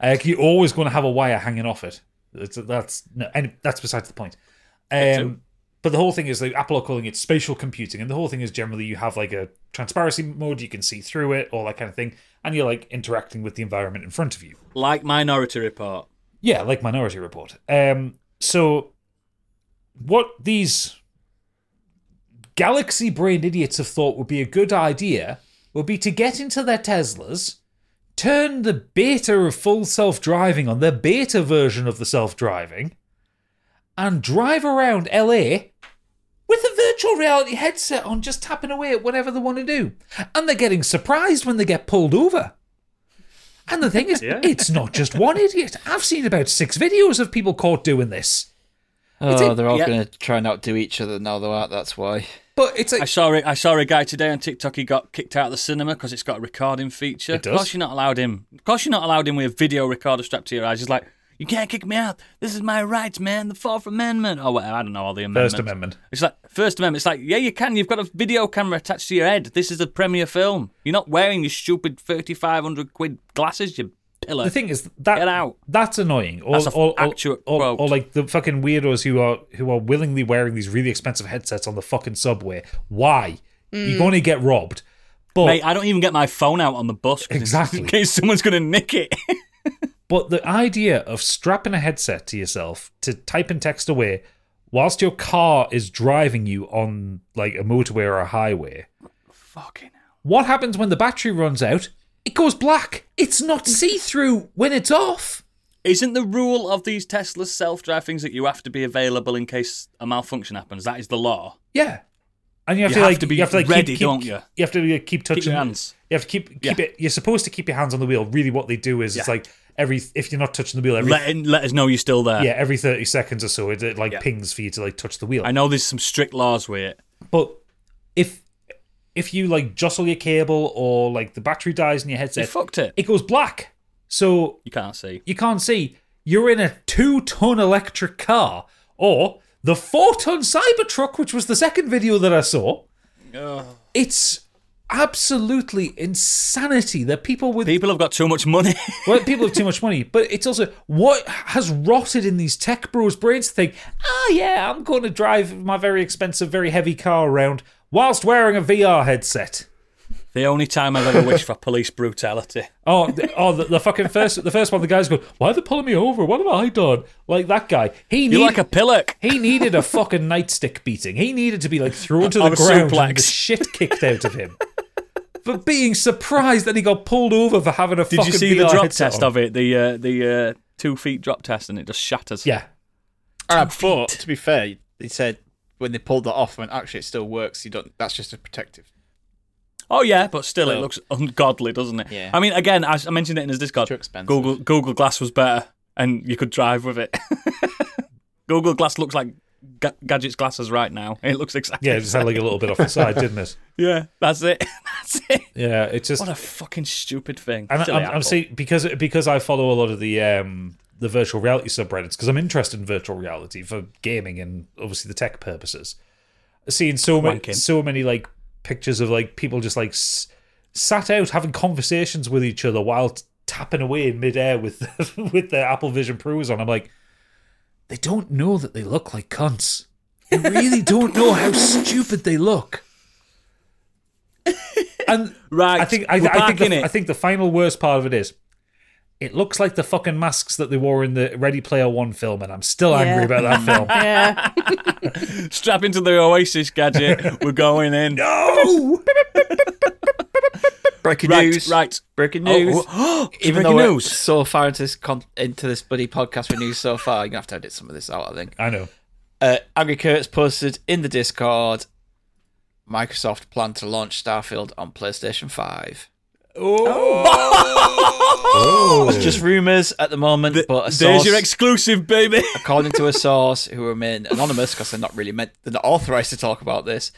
Speaker 2: Uh, you're always going to have a wire hanging off it. That's, that's no, and that's besides the point. Um, but the whole thing is like Apple are calling it spatial computing, and the whole thing is generally you have like a transparency mode, you can see through it, all that kind of thing, and you're like interacting with the environment in front of you.
Speaker 1: Like Minority Report.
Speaker 2: Yeah, like Minority Report. Um, so what these galaxy brain idiots have thought would be a good idea would be to get into their Teslas, turn the beta of full self driving on, the beta version of the self driving, and drive around LA with a virtual reality headset on, just tapping away at whatever they want to do. And they're getting surprised when they get pulled over. And the thing is, it's not just one idiot. I've seen about six videos of people caught doing this.
Speaker 4: Oh, they're all
Speaker 1: yeah.
Speaker 4: going to try and outdo each other now, though, aren't they? That's why.
Speaker 2: But it's like,
Speaker 1: I saw a, I saw a guy today on TikTok. He got kicked out of the cinema because it's got a recording feature.
Speaker 2: It does.
Speaker 1: Of course, you're not allowed in. Of course, you're not allowed in with a video recorder strapped to your eyes. He's like, you can't kick me out. This is my rights, man. The Fourth Amendment, or whatever. I don't know all the amendments.
Speaker 2: First Amendment.
Speaker 1: It's like First Amendment. It's like, yeah, you can. You've got a video camera attached to your head. This is a premiere film. You're not wearing your stupid thirty five hundred quid glasses. You pillar.
Speaker 2: The thing is that
Speaker 1: Get out.
Speaker 2: that's annoying. Or,
Speaker 1: That's a f-
Speaker 2: or, or-
Speaker 1: actual
Speaker 2: or-
Speaker 1: quote.
Speaker 2: or like the fucking weirdos who are who are willingly wearing these really expensive headsets on the fucking subway. Why?
Speaker 1: Mm.
Speaker 2: You're going to get robbed. But
Speaker 1: Mate, I don't even get my phone out on the bus 'cause
Speaker 2: Exactly.
Speaker 1: in case someone's going to nick it.
Speaker 2: But the idea of strapping a headset to yourself to type and text away whilst your car is driving you on like a motorway or a highway.
Speaker 1: Fucking hell.
Speaker 2: What happens when the battery runs out? It goes black. It's not see through when it's off.
Speaker 1: Isn't the rule of these Tesla self drive things that you have to be available in case a malfunction happens? That is the law.
Speaker 2: Yeah. And you have
Speaker 1: You
Speaker 2: to
Speaker 1: have
Speaker 2: like
Speaker 1: to be
Speaker 2: you have to like
Speaker 1: ready,
Speaker 2: keep, keep-
Speaker 1: don't you?
Speaker 2: You have to like, keep touching
Speaker 1: your hands.
Speaker 2: You have to keep keep
Speaker 1: Yeah.
Speaker 2: it. You're supposed to keep your hands on the wheel. Really, what they do is it's
Speaker 1: Yeah.
Speaker 2: like every if you're not touching the wheel every
Speaker 1: Let, in- let us know you're still there.
Speaker 2: yeah every thirty seconds or so it, it like
Speaker 1: Yeah.
Speaker 2: pings for you to like touch the wheel.
Speaker 1: I know there's some strict laws with it.
Speaker 2: But if if you like jostle your cable or like the battery dies in your
Speaker 1: You
Speaker 2: headset,
Speaker 1: fucked it.
Speaker 2: it goes black. So
Speaker 1: You can't see.
Speaker 2: you can't see. You're in a two ton electric car or the four ton Cybertruck, which was the second video that I saw. It's absolutely insanity that people with
Speaker 1: People have got too much money.
Speaker 2: well, people have too much money, but it's also what has rotted in these tech bros' brains to think, ah, yeah, I'm going to drive my very expensive, very heavy car around whilst wearing a VR headset.
Speaker 1: the only time I've ever wished for police brutality.
Speaker 2: Oh, the, oh, the, the fucking first, the first one. The guy's going, "Why are they pulling me over? What have I done?" Like that guy. He
Speaker 1: You're
Speaker 2: need-
Speaker 1: like a pillock.
Speaker 2: he needed a fucking nightstick beating. He needed to be like thrown to the
Speaker 1: On a
Speaker 2: ground
Speaker 1: suplex.
Speaker 2: and the shit kicked out of him. For being surprised that he got pulled over for having a
Speaker 1: Did
Speaker 2: fucking
Speaker 1: you see
Speaker 2: VR
Speaker 1: the drop
Speaker 2: headset
Speaker 1: test
Speaker 2: on.
Speaker 1: of it? The uh, the uh, two feet drop test, and it just shatters.
Speaker 2: Yeah,
Speaker 4: Ah, but to be fair, they said when they pulled that off, I mean, actually, it still works. You don't. That's just a protective.
Speaker 1: Oh yeah, but still, it
Speaker 4: So-
Speaker 1: looks ungodly, doesn't it?
Speaker 4: Yeah.
Speaker 1: I mean, again, I, I mentioned it in his Discord.
Speaker 4: Too expensive.
Speaker 1: Google Google Glass was better, and you could drive with it. Google Glass looks like Ga- Gadget's glasses right now. It looks exactly.
Speaker 2: yeah,
Speaker 1: the
Speaker 2: it just had like a little bit off the side, didn't it?
Speaker 1: same. yeah. That's it. That's it.
Speaker 2: Yeah, it's just
Speaker 1: What a fucking stupid thing.
Speaker 2: and
Speaker 1: Silly
Speaker 2: I'm, I'm
Speaker 1: Apple.
Speaker 2: saying because because I follow a lot of the um the virtual reality subreddits because I'm interested in virtual reality for gaming and obviously the tech purposes. Seeing so many
Speaker 1: Wanking.
Speaker 2: so many like pictures of like people just like s- sat out having conversations with each other while t- tapping away in midair with with their Apple Vision Pros on. I'm like, they don't know that they look like cunts. They really don't know how stupid they look. And
Speaker 1: Right,
Speaker 2: I think I,
Speaker 1: we're
Speaker 2: I think
Speaker 1: back in
Speaker 2: the,
Speaker 1: it.
Speaker 2: I think the final worst part of it is it looks like the fucking masks that they wore in the Ready Player One film, and I'm still angry
Speaker 3: Yeah.
Speaker 2: about that film.
Speaker 3: Yeah.
Speaker 1: strap into the Oasis gadget. We're going in.
Speaker 4: Breaking
Speaker 1: right,
Speaker 4: news.
Speaker 1: right.
Speaker 4: Breaking news.
Speaker 1: Oh,
Speaker 4: Even
Speaker 1: breaking
Speaker 4: though
Speaker 1: news.
Speaker 4: we're so far into this con- into this buddy podcast with news so far, you're gonna have to edit some of this out. I think.
Speaker 2: I know.
Speaker 4: Uh, Angry Kurtz posted in the Discord. Microsoft plan to launch Starfield on PlayStation Five.
Speaker 2: Oh,
Speaker 4: It's just rumors at the moment, but a
Speaker 1: There's
Speaker 4: source,
Speaker 1: your exclusive, baby.
Speaker 4: according to a source who remain anonymous because they're not really meant, they're not authorized to talk about this.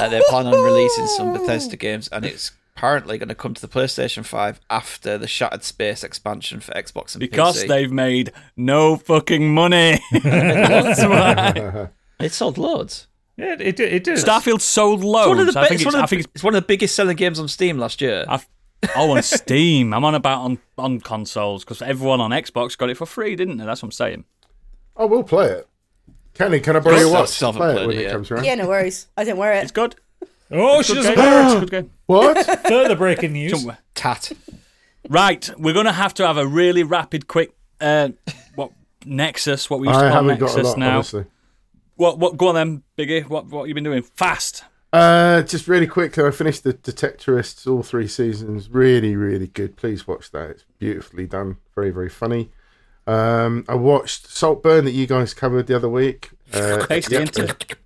Speaker 4: uh, they're planning on releasing some Bethesda games, and it's apparently going to come to the PlayStation Five after the Shattered Space expansion for Xbox and
Speaker 1: Because
Speaker 4: PC.
Speaker 1: they've made no fucking money. That's why.
Speaker 4: it sold loads.
Speaker 2: yeah, it did. It did.
Speaker 1: Starfield sold loads.
Speaker 4: It's one of the,
Speaker 1: I
Speaker 4: be-
Speaker 1: think
Speaker 4: it's
Speaker 1: it's,
Speaker 4: one of
Speaker 1: I
Speaker 4: the-
Speaker 1: think it's
Speaker 4: it's one of the biggest selling games on Steam last year.
Speaker 1: I've, oh, on Steam. I'm on about on, on consoles because everyone on Xbox got it for free, didn't they? That's what I'm saying.
Speaker 5: I will Oh, play it. Kenny, can I borrow
Speaker 4: Yes,
Speaker 5: your watch?
Speaker 4: that's
Speaker 5: Play it when
Speaker 4: self-uploaded,
Speaker 5: it
Speaker 4: yeah.
Speaker 5: comes around.
Speaker 3: yeah, no worries. I don't wear
Speaker 1: It's
Speaker 3: it.
Speaker 1: good.
Speaker 2: oh, she
Speaker 1: Good
Speaker 2: doesn't
Speaker 1: game.
Speaker 2: know.
Speaker 1: It's a good game.
Speaker 5: What?
Speaker 2: Further breaking news.
Speaker 1: Don't-
Speaker 4: Tat.
Speaker 1: Right, we're going to have to have a really rapid, quick. Uh, what Nexus? What we used
Speaker 5: I
Speaker 1: to call
Speaker 5: haven't got a
Speaker 1: Nexus
Speaker 5: lot,
Speaker 1: now.
Speaker 5: honestly.
Speaker 1: What? What? Go on then, Biggie. What? What you been doing? Fast.
Speaker 5: Uh, just really quickly, I finished the Detectorists, all three seasons. Really, really good. Please watch that. It's beautifully done. Very, very funny. Um, I watched Saltburn that you guys covered the other week. Uh,
Speaker 1: Tasty,
Speaker 5: yep.
Speaker 1: isn't it?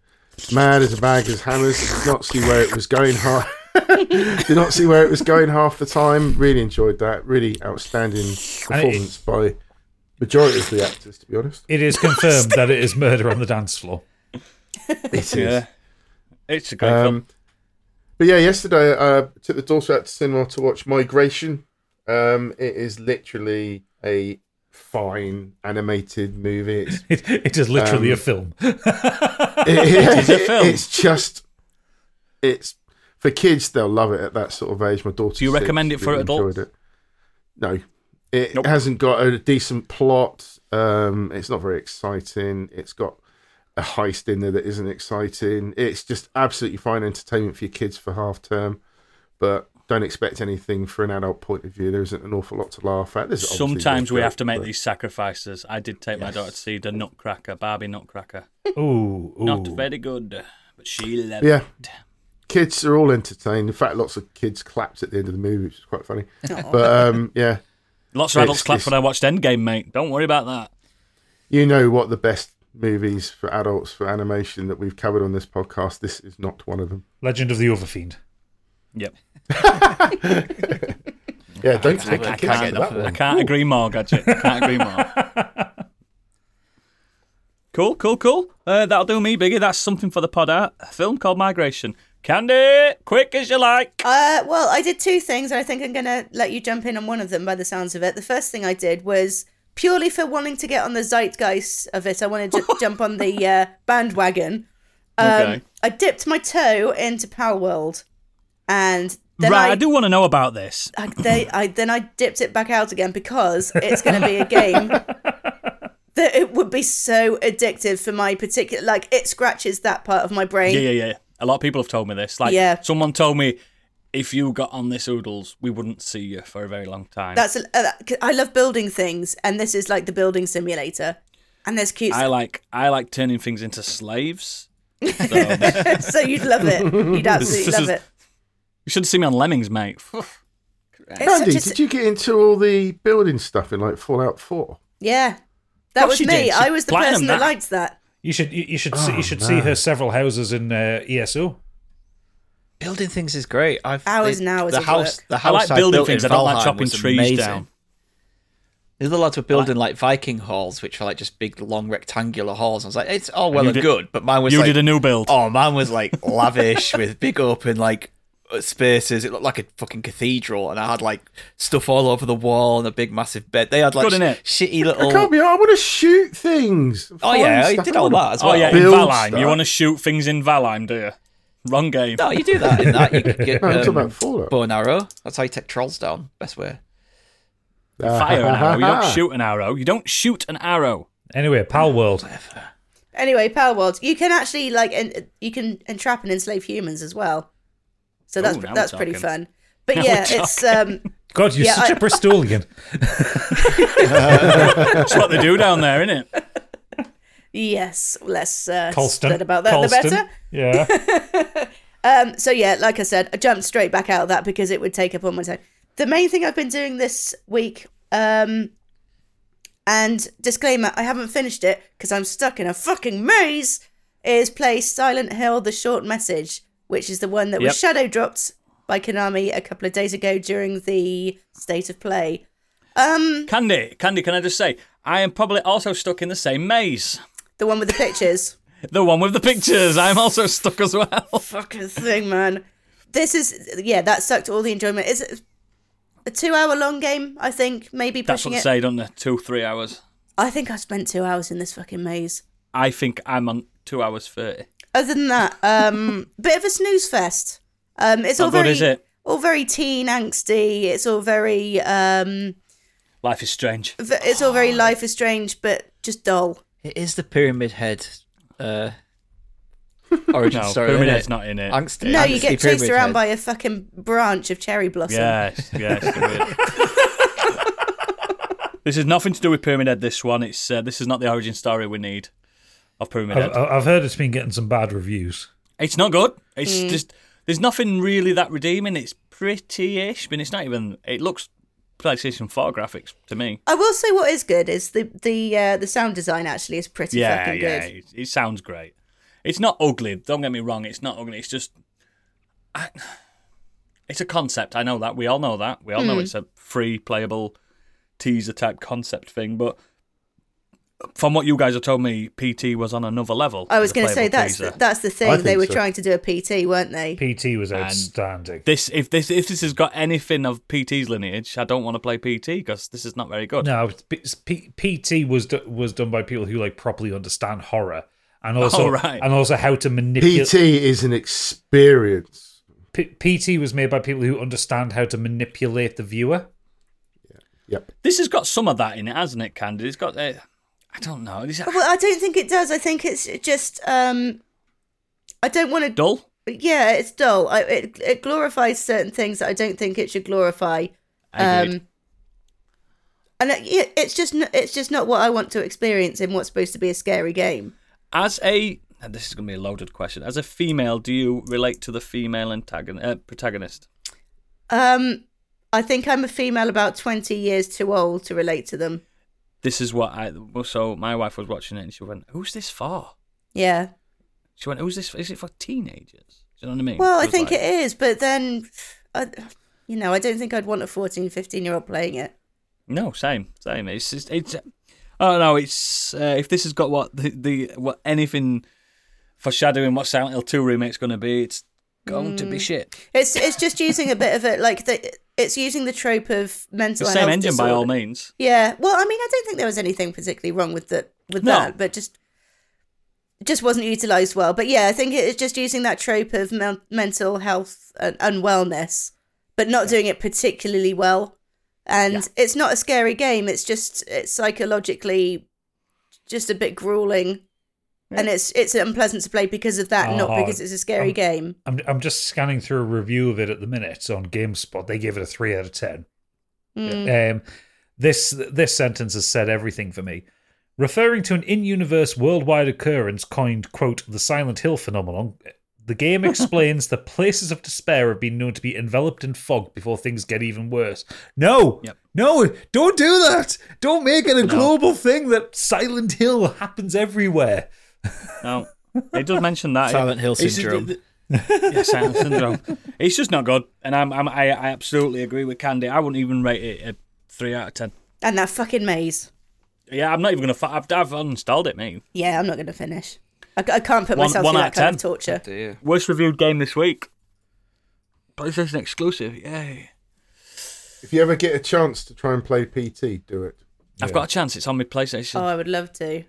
Speaker 5: Mad as a bag as hammers. Did not see where it was going half. Did not see where it was going half the time. Really enjoyed that. Really outstanding performance by majority of the actors, to be honest.
Speaker 2: It is confirmed that it is murder on the dance floor.
Speaker 5: It
Speaker 1: Yeah. It's a great film.
Speaker 5: Um, But yeah, yesterday I uh, took the daughter out to cinema to watch Migration. Um, it is literally a fine animated movie. It's,
Speaker 2: It, it is literally a film.
Speaker 5: it
Speaker 1: is a film.
Speaker 5: It's just, it's for kids. They'll love it at that sort of age. My daughter.
Speaker 1: Do you
Speaker 5: six,
Speaker 1: recommend it for
Speaker 5: really
Speaker 1: adults?
Speaker 5: enjoyed it. No, it hasn't got a decent plot. Um, it's not very exciting. It's got a heist in there that isn't exciting. It's just absolutely fine entertainment for your kids for half term, but don't expect anything for an adult point of view. There isn't an awful lot to laugh at. There's obviously
Speaker 1: Sometimes we
Speaker 5: worth
Speaker 1: have to
Speaker 5: it,
Speaker 1: make
Speaker 5: but-
Speaker 1: these sacrifices. I did take my daughter to see the Nutcracker, Barbie Nutcracker.
Speaker 2: Ooh, ooh.
Speaker 1: Not very good, but she loved
Speaker 5: Yeah.
Speaker 1: it.
Speaker 5: Kids are all entertained. In fact, lots of kids clapped at the end of the movie, which is quite funny. But um, yeah,
Speaker 1: Lots of adults
Speaker 5: It's-
Speaker 1: clapped
Speaker 5: it's-
Speaker 1: when I watched Endgame, mate. Don't worry about that.
Speaker 5: you know what the best movies for adults for animation that we've covered on this podcast. This is not one of them.
Speaker 2: Legend of the Overfiend.
Speaker 1: Yep.
Speaker 5: Yeah, don't take
Speaker 1: I
Speaker 5: your kids
Speaker 1: can't,
Speaker 5: to that
Speaker 1: I
Speaker 5: one.
Speaker 1: can't agree more, Gadget. I can't agree more. cool, cool, cool. Uh, that'll do me, Biggie. That's something for the pod art. A film called Migration. Candy, quick as you like.
Speaker 3: Uh, well, I did two things, and I think I'm going to let you jump in on one of them by the sounds of it. The first thing I did was purely for wanting to get on the zeitgeist of it. I wanted to jump on the uh, bandwagon. Um,
Speaker 1: Okay.
Speaker 3: I dipped my toe into Pal World, and then
Speaker 1: right, I,
Speaker 3: I
Speaker 1: do want to know about this.
Speaker 3: I, they, I then I dipped it back out again because it's going to be a game that it would be so addictive for my particular like it scratches that part of my brain.
Speaker 1: Yeah, yeah, yeah. A lot of people have told me this. Like,
Speaker 3: Yeah.
Speaker 1: someone told me if you got on this oodles, we wouldn't see you for a very long time.
Speaker 3: That's a, uh, that- 'cause I love building things, and this is like the building simulator. And there's cute,
Speaker 1: I like I like turning things into slaves. So, you
Speaker 3: so you'd love it. You'd absolutely
Speaker 1: This
Speaker 3: love
Speaker 1: is-
Speaker 3: it.
Speaker 1: should see me on Lemmings, mate.
Speaker 3: It's
Speaker 5: Andy,
Speaker 3: such a,
Speaker 5: did
Speaker 3: s-
Speaker 5: you get into all the building stuff in like Fallout Four?
Speaker 3: yeah, that was
Speaker 1: she
Speaker 3: me.
Speaker 1: did. She
Speaker 3: I was the
Speaker 1: planned
Speaker 3: person that
Speaker 1: that.
Speaker 3: liked that.
Speaker 2: You should you, you should see, you should see her several houses in uh, ESO.
Speaker 4: Building things is great. I've
Speaker 3: Hours
Speaker 4: they-
Speaker 3: and hours
Speaker 4: The
Speaker 3: of
Speaker 4: house,
Speaker 3: work.
Speaker 4: the
Speaker 1: I
Speaker 4: house
Speaker 1: like building
Speaker 4: built in
Speaker 1: things. I don't like
Speaker 4: Valheim
Speaker 1: chopping
Speaker 4: was
Speaker 1: trees
Speaker 4: amazing.
Speaker 1: down.
Speaker 4: There's a lot of building like Viking halls, which are like just big, long rectangular halls. I was like, it's all well
Speaker 1: you
Speaker 4: and
Speaker 1: did-
Speaker 4: good, but mine was
Speaker 1: you
Speaker 4: like,
Speaker 1: did a new build.
Speaker 4: Oh, mine was like lavish with big open like spaces. It looked like a fucking cathedral, and I had like stuff all over the wall and a big massive bed. They had like
Speaker 1: Good, innit?
Speaker 4: sh- shitty
Speaker 5: I can't
Speaker 4: little.
Speaker 5: be. I want to shoot things.
Speaker 4: Oh
Speaker 5: Find
Speaker 4: yeah, I
Speaker 5: stuff.
Speaker 4: did all
Speaker 5: wanna-
Speaker 4: that as well.
Speaker 1: oh yeah, in
Speaker 5: Build
Speaker 1: Valheim. You
Speaker 5: stuff.
Speaker 1: want to shoot things in Valheim, do you? Wrong game.
Speaker 4: No, you do that in that. You could get
Speaker 5: No, I'm talking
Speaker 4: um,
Speaker 5: about Fallout.
Speaker 4: bow and arrow. That's how you take trolls down. Best way.
Speaker 1: Fire an arrow. You don't shoot an arrow. You don't shoot an arrow.
Speaker 2: Anyway, Pal World.
Speaker 3: Anyway, Power World. You can actually like en- you can entrap and enslave humans as well. So that's
Speaker 1: Ooh, now we're
Speaker 3: that's pretty
Speaker 1: talking.
Speaker 3: fun. But yeah, it's um
Speaker 2: God, you're
Speaker 3: Yeah,
Speaker 2: such a
Speaker 3: I-
Speaker 2: Bristolian.
Speaker 1: That's what they do down there, isn't it?
Speaker 3: yes, less uh,
Speaker 2: Colston.
Speaker 3: said about that the
Speaker 2: Colston.
Speaker 3: better.
Speaker 2: Yeah.
Speaker 3: Um, so yeah, like I said, I jumped straight back out of that because it would take up all my time. The main thing I've been doing this week, um, and disclaimer, I haven't finished it because I'm stuck in a fucking maze, is play Silent Hill: The Short Message, which is the one that
Speaker 1: Yep.
Speaker 3: was shadow dropped by Konami a couple of days ago during the state of play. Um,
Speaker 1: Candy, Candy, can I just say, I am probably also stuck in the same maze.
Speaker 3: The one with the pictures.
Speaker 1: The one with the pictures. I'm also stuck as well.
Speaker 3: fucking thing, man. This is yeah, that sucked all the enjoyment. Is it a two-hour long game? I think maybe
Speaker 1: That's
Speaker 3: pushing
Speaker 1: what they
Speaker 3: it.
Speaker 1: say, don't they? Two, three hours.
Speaker 3: I think I spent two hours in this fucking maze.
Speaker 1: I think I'm on two hours thirty.
Speaker 3: Other than that, um, bit of a snooze fest. Um, it's
Speaker 1: How
Speaker 3: all
Speaker 1: good
Speaker 3: very,
Speaker 1: is it?
Speaker 3: all very teen angsty. It's all very, um,
Speaker 1: Life is strange.
Speaker 3: v- it's all very life is strange, but just dull.
Speaker 4: It is the pyramid head. Uh, origin
Speaker 1: No,
Speaker 4: story.
Speaker 1: Pyramid
Speaker 4: innit?
Speaker 1: Head's not in it.
Speaker 4: Angsty,
Speaker 3: No, you
Speaker 4: angsty
Speaker 3: get chased
Speaker 4: pyramid
Speaker 3: around
Speaker 4: head.
Speaker 3: by a fucking branch of cherry blossom.
Speaker 1: Yes, yes. it is. this is nothing to do with Pyramid Head. This one, it's uh, this is not the origin story we need of Pyramid
Speaker 2: I've,
Speaker 1: Head.
Speaker 2: I've heard it's been getting some bad reviews.
Speaker 1: It's not good. It's just there's nothing really that redeeming. It's pretty-ish, but it's not even. It looks PlayStation 4 graphics to me.
Speaker 3: I will say what is good is the the uh, the sound design actually is pretty
Speaker 1: yeah,
Speaker 3: fucking
Speaker 1: yeah,
Speaker 3: good.
Speaker 1: It, it sounds great. It's not ugly. Don't get me wrong. It's not ugly. It's just, I, it's a concept. I know that. We all know that. We all
Speaker 3: Hmm.
Speaker 1: know it's a free playable teaser type concept thing. But from what you guys have told me, PT was on another level.
Speaker 3: I was
Speaker 1: going to
Speaker 3: say that's the, that's the thing they
Speaker 2: think
Speaker 3: were
Speaker 2: so.
Speaker 3: trying to do a PT, weren't they?
Speaker 2: PT was outstanding.
Speaker 1: this if this if this has got anything of PT's lineage, I don't want to play PT because this is not very good.
Speaker 2: No, it's- P- PT was do- was done by people who like properly understand horror and
Speaker 1: Oh,
Speaker 2: also
Speaker 1: right.
Speaker 2: and also how to manipulate.
Speaker 5: PT is an experience.
Speaker 2: P- PT was made by people who understand how to manipulate the viewer.
Speaker 5: Yep.
Speaker 1: This has got some of that in it, hasn't it, Candy? It's got. Uh, I don't know. It's
Speaker 3: Well, I don't think it does. I think it's just um, I don't want to
Speaker 1: dull.
Speaker 3: Yeah, it's dull. I, it it glorifies certain things that I don't think it should glorify.
Speaker 1: Agreed.
Speaker 3: Um, and it, yeah, it's just n- it's just not what I want to experience in what's supposed to be a scary game.
Speaker 1: As a and this is going to be a loaded question. As a female, do you relate to the female antagon- uh, protagonist?
Speaker 3: Um, I think I'm a female about twenty years too old to relate to them.
Speaker 1: This is what I. well, So my wife was watching it and she went, "Who's this for?"
Speaker 3: Yeah.
Speaker 1: She went, "Who's this? For? Is it for teenagers?" Do you know what I mean?
Speaker 3: Well, I
Speaker 1: was
Speaker 3: think
Speaker 1: like-
Speaker 3: it is, but then, I, you know, I don't think I'd want a 14, 15 year old playing it.
Speaker 1: No, same, same. It's just, it's. I don't know. It's uh, if this has got what the, the what anything foreshadowing what Silent Hill Two remake's going to be, it's going
Speaker 3: Mm.
Speaker 1: to be shit.
Speaker 3: It's it's just using a bit of it, like the it's using the trope of mental.
Speaker 1: The same
Speaker 3: health
Speaker 1: engine by all
Speaker 3: disorder.
Speaker 1: means.
Speaker 3: Yeah. Well, I mean, I don't think there was anything particularly wrong with that with
Speaker 1: No.
Speaker 3: that, but just it just wasn't utilized well. But yeah, I think it's just using that trope of men- mental health and, and wellness, but not doing it particularly well. And it's not a scary game. It's just it's psychologically just a bit grueling. And it's it's unpleasant to play because of that, not
Speaker 2: Oh,
Speaker 3: because it's a scary
Speaker 2: um,
Speaker 3: game.
Speaker 2: I'm I'm just scanning through a review of it at the minute on GameSpot. They gave it a three out of ten. Um, this this sentence has said everything for me. Referring to an in-universe worldwide occurrence coined "quote the Silent Hill phenomenon," the game explains the places of despair have been known to be enveloped in fog before things get even worse. No,
Speaker 1: Yep.
Speaker 2: no, don't do that. Don't make it a global thing that Silent Hill happens everywhere.
Speaker 1: No, it does mention that.
Speaker 4: Silent Hill
Speaker 1: It's just-
Speaker 4: syndrome.
Speaker 1: yeah, Silent Syndrome. It's just not good, and I'm, I'm I, I absolutely agree with Candy. I wouldn't even rate it a three out of ten.
Speaker 3: And that fucking maze.
Speaker 1: Yeah, I'm not even gonna. F- I've, I've uninstalled it, mate.
Speaker 3: Yeah, I'm not going to finish. I, I can't put
Speaker 1: One-
Speaker 3: myself
Speaker 1: one
Speaker 3: through
Speaker 1: out
Speaker 3: that
Speaker 1: of
Speaker 3: kind of
Speaker 1: 10.
Speaker 3: torture.
Speaker 4: Dear.
Speaker 1: Worst reviewed game this week. PlayStation exclusive. Yay!
Speaker 5: If you ever get a chance to try and play PT, do it.
Speaker 1: I've got a chance. It's on my PlayStation.
Speaker 3: Oh, I would love to.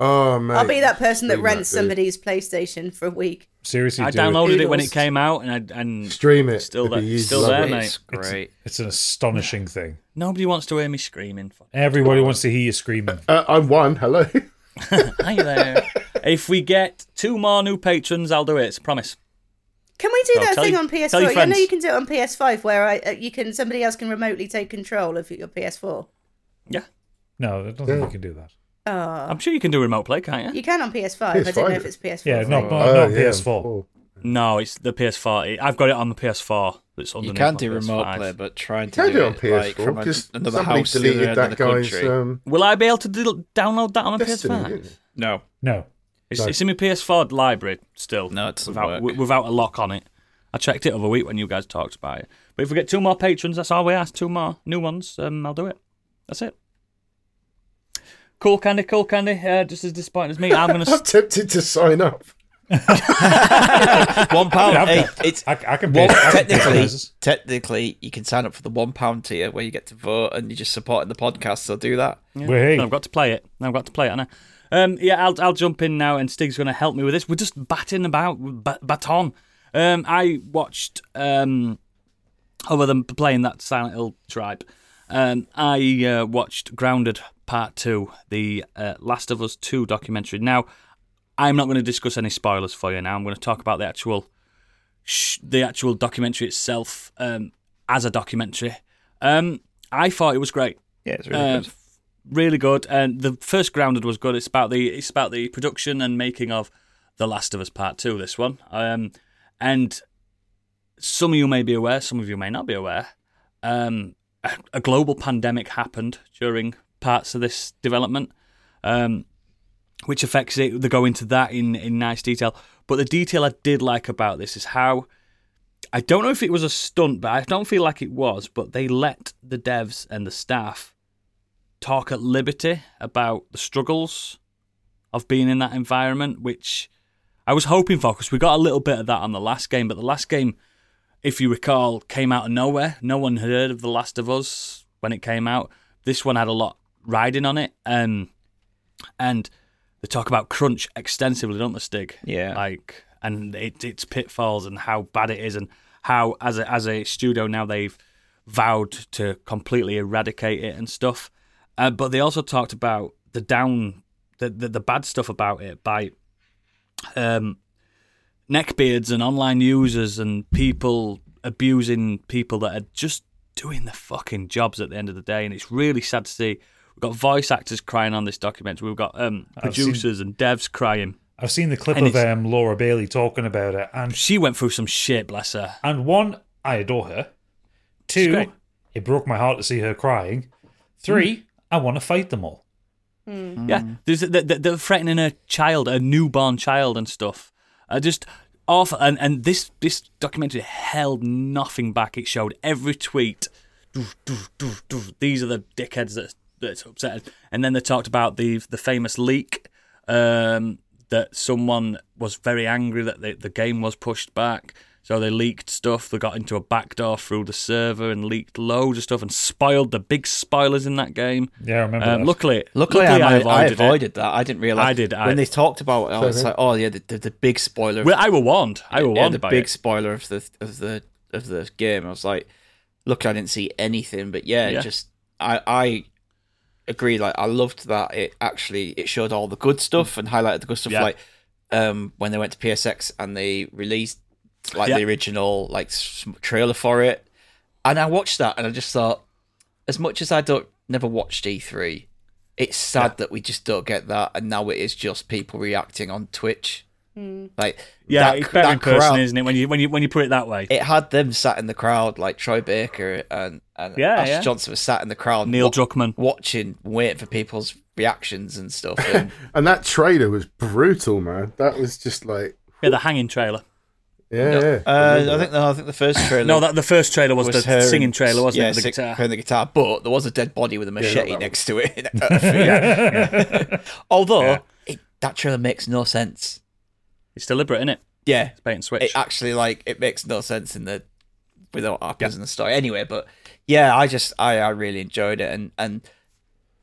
Speaker 5: Oh man.
Speaker 3: I'll be that person that
Speaker 5: Stream
Speaker 3: rents
Speaker 5: dude.
Speaker 3: somebody's PlayStation for a week.
Speaker 2: Seriously,
Speaker 1: I
Speaker 2: do it.
Speaker 1: downloaded it when it
Speaker 3: Oodles.
Speaker 1: came out, and I, and
Speaker 5: Stream it.
Speaker 1: Still
Speaker 5: It'd be
Speaker 1: there-
Speaker 5: used
Speaker 1: still
Speaker 5: to
Speaker 1: there,
Speaker 5: love it.
Speaker 1: mate.
Speaker 4: It's great.
Speaker 2: It's an astonishing thing.
Speaker 1: nobody wants to hear me screaming. Fuck.
Speaker 2: Everybody wants to hear you screaming.
Speaker 5: Uh, I'm one. Hello.
Speaker 1: Hi there. if we get two more new patrons, I'll do it. It's a promise.
Speaker 3: Can we do
Speaker 1: Well,
Speaker 3: that
Speaker 1: tell
Speaker 3: thing
Speaker 1: you-
Speaker 3: on
Speaker 1: tell your
Speaker 3: PS4? I know
Speaker 1: friends.
Speaker 3: you can do it on PS5, where I uh, you can somebody else can remotely take control of your PS4.
Speaker 1: Yeah,
Speaker 2: No, I don't think you can do that.
Speaker 1: I'm sure you can do remote play, can't you?
Speaker 3: Uh, You can on PS5. I don't know
Speaker 5: PS5.
Speaker 3: if it's PS4.
Speaker 2: Yeah, no, not,
Speaker 5: Oh,
Speaker 2: not
Speaker 5: yeah,
Speaker 2: PS4.
Speaker 5: cool.
Speaker 1: No, it's the PS4. I've got it on the PS4. It's
Speaker 4: You
Speaker 1: underneath
Speaker 4: can
Speaker 1: my
Speaker 4: do remote
Speaker 1: PS5.
Speaker 4: play, but trying to
Speaker 5: Can I do it on
Speaker 4: it, like,
Speaker 5: PS4?
Speaker 4: from a-
Speaker 5: Just
Speaker 4: another
Speaker 5: somebody
Speaker 4: house to the other
Speaker 5: deleted
Speaker 4: end
Speaker 5: that
Speaker 4: of the
Speaker 5: guy's
Speaker 4: country.
Speaker 5: um,
Speaker 1: Will I be able to do- download that on my
Speaker 5: Destiny.
Speaker 1: PS5?
Speaker 5: didn't it?
Speaker 4: No,
Speaker 2: No.
Speaker 1: It's, it's in my PS4 library still.
Speaker 4: No, it doesn't
Speaker 1: without,
Speaker 4: work.
Speaker 1: wi- without a lock on it. I checked it the other week when you guys talked about it. But if we get two more patrons, that's all we ask. Two more new ones, um, I'll do it. That's it. Cool candy, cool candy. Uh, just as disappointed as me, I'm gonna.
Speaker 5: I'm
Speaker 1: s-
Speaker 5: tempted to sign up.
Speaker 4: one pound.
Speaker 2: I've
Speaker 4: Hey,
Speaker 2: got-
Speaker 4: it's
Speaker 2: I, I can pay.
Speaker 4: one,
Speaker 2: I can pay
Speaker 4: technically,
Speaker 2: prices.
Speaker 4: technically, you can sign up for the one pound tier where you get to vote and you're just supporting the podcast. So do that.
Speaker 2: Well, hey,
Speaker 1: I've got to play it. I've got to play it. And I, um, yeah, I'll I'll jump in now, and Stig's gonna help me with this. We're just batting about ba- baton. Um, I watched um, other than playing that Silent Hill tribe, um, I uh, watched Grounded Part Two, the uh, Last of Us Two documentary. Now, I'm not going to discuss any spoilers for you. Now, I'm going to talk about the actual, sh- the actual documentary itself um, as a documentary. Um, I thought it was great
Speaker 4: Yeah, it's really
Speaker 1: uh,
Speaker 4: good.
Speaker 1: really good. And the first grounded was good. It's about the it's about the production and making of The Last of Us Part Two. This one, um, and some of you may be aware, some of you may not be aware. Um, a, a global pandemic happened during parts of this development, um, which affects it. They go into that in in nice detail. But the detail I did like about this is how I don't know if it was a stunt, but I don't feel like it was. But they let the devs and the staff talk at liberty about the struggles of being in that environment, which I was hoping for because we got a little bit of that on the last game. But the last game, if you recall, came out of nowhere. No one had heard of The Last of Us when it came out. This one had a lot riding on it, um, and they talk about crunch extensively, don't they, Stig?
Speaker 4: Yeah.
Speaker 1: Like, and it, its pitfalls and how bad it is, and how as a, as a studio now they've vowed to completely eradicate it and stuff. Uh, but they also talked about the down, the, the the bad stuff about it by um, neckbeards and online users and people abusing people that are just doing their fucking jobs at the end of the day. And it's really sad to see. We've got voice actors crying on this documentary. We've got um,
Speaker 2: seen-
Speaker 1: producers and devs crying.
Speaker 2: I've seen the clip
Speaker 1: And
Speaker 2: of
Speaker 1: it's-
Speaker 2: um, Laura Bailey talking about it, and
Speaker 1: She went through some shit, bless her.
Speaker 2: and one, I adore her.
Speaker 1: She's
Speaker 2: Two,
Speaker 1: great.
Speaker 2: it broke my heart to see her crying. Three, I want to fight them all.
Speaker 1: Yeah,
Speaker 2: Mm.
Speaker 1: there's, they're, they're threatening a child, a newborn child, and stuff. Uh, just awful. And and this this documentary held nothing back. It showed every tweet. Doof, doof, doof, doof. These are the dickheads that that's upset. And then they talked about the the famous leak um, that someone was very angry that the the game was pushed back. So they leaked stuff. They got into a backdoor through the server and leaked loads of stuff and spoiled the big spoilers in that game.
Speaker 2: Yeah, I remember.
Speaker 1: Um,
Speaker 2: that.
Speaker 1: luckily,
Speaker 4: Luckily,
Speaker 1: luckily, I,
Speaker 4: I,
Speaker 1: avoided
Speaker 4: I
Speaker 1: it.
Speaker 4: avoided that. I didn't realize.
Speaker 1: I did, I-
Speaker 4: when they talked about it, I was like, "Oh yeah, the, the, the big spoiler."
Speaker 1: Well, I were warned. I were
Speaker 4: yeah,
Speaker 1: warned
Speaker 4: the
Speaker 1: by
Speaker 4: big
Speaker 1: it.
Speaker 4: spoiler of the of the of the game. I was like, "Look, I didn't see anything." But yeah, it
Speaker 1: Yeah.
Speaker 4: just I I agree. Like, I loved that it actually it showed all the good stuff and highlighted the good stuff.
Speaker 1: Yeah.
Speaker 4: Like, um, when they went to PSX and they released like
Speaker 1: Yeah.
Speaker 4: the original like s- trailer for it, and I watched that and I just thought, as much as I don't never watched E three. It's sad that we just don't get that, and now it is just people reacting on Twitch. Like
Speaker 1: Yeah,
Speaker 4: that,
Speaker 1: it's
Speaker 4: cr-
Speaker 1: better
Speaker 4: that
Speaker 1: in person,
Speaker 4: crowd,
Speaker 1: isn't it? When you when you when you put it that way,
Speaker 4: it had them sat in the crowd, like Troy Baker and, and
Speaker 1: Yeah,
Speaker 4: Ash
Speaker 1: yeah.
Speaker 4: Johnson was sat in the crowd,
Speaker 1: Neil
Speaker 4: wa-
Speaker 1: Druckmann.
Speaker 4: watching, waiting for people's reactions and stuff. And
Speaker 5: And that trailer was brutal, man. That was just like,
Speaker 1: Yeah, the hanging trailer.
Speaker 5: yeah. yeah.
Speaker 4: uh, I think no, I think the first trailer.
Speaker 1: No, that the first trailer was,
Speaker 4: was
Speaker 1: the
Speaker 4: her and-
Speaker 1: singing trailer, wasn't
Speaker 4: yeah,
Speaker 1: it? With the
Speaker 4: sing-
Speaker 1: guitar.
Speaker 4: playing the guitar, but there was a dead body with a machete
Speaker 5: that
Speaker 4: next to it. Yeah. Although it, that trailer makes no sense.
Speaker 1: It's deliberate, isn't it?
Speaker 4: Yeah,
Speaker 1: It's bait and switch.
Speaker 4: it actually like it makes no sense in the without what happens in the story anyway but yeah i just i i really enjoyed it and and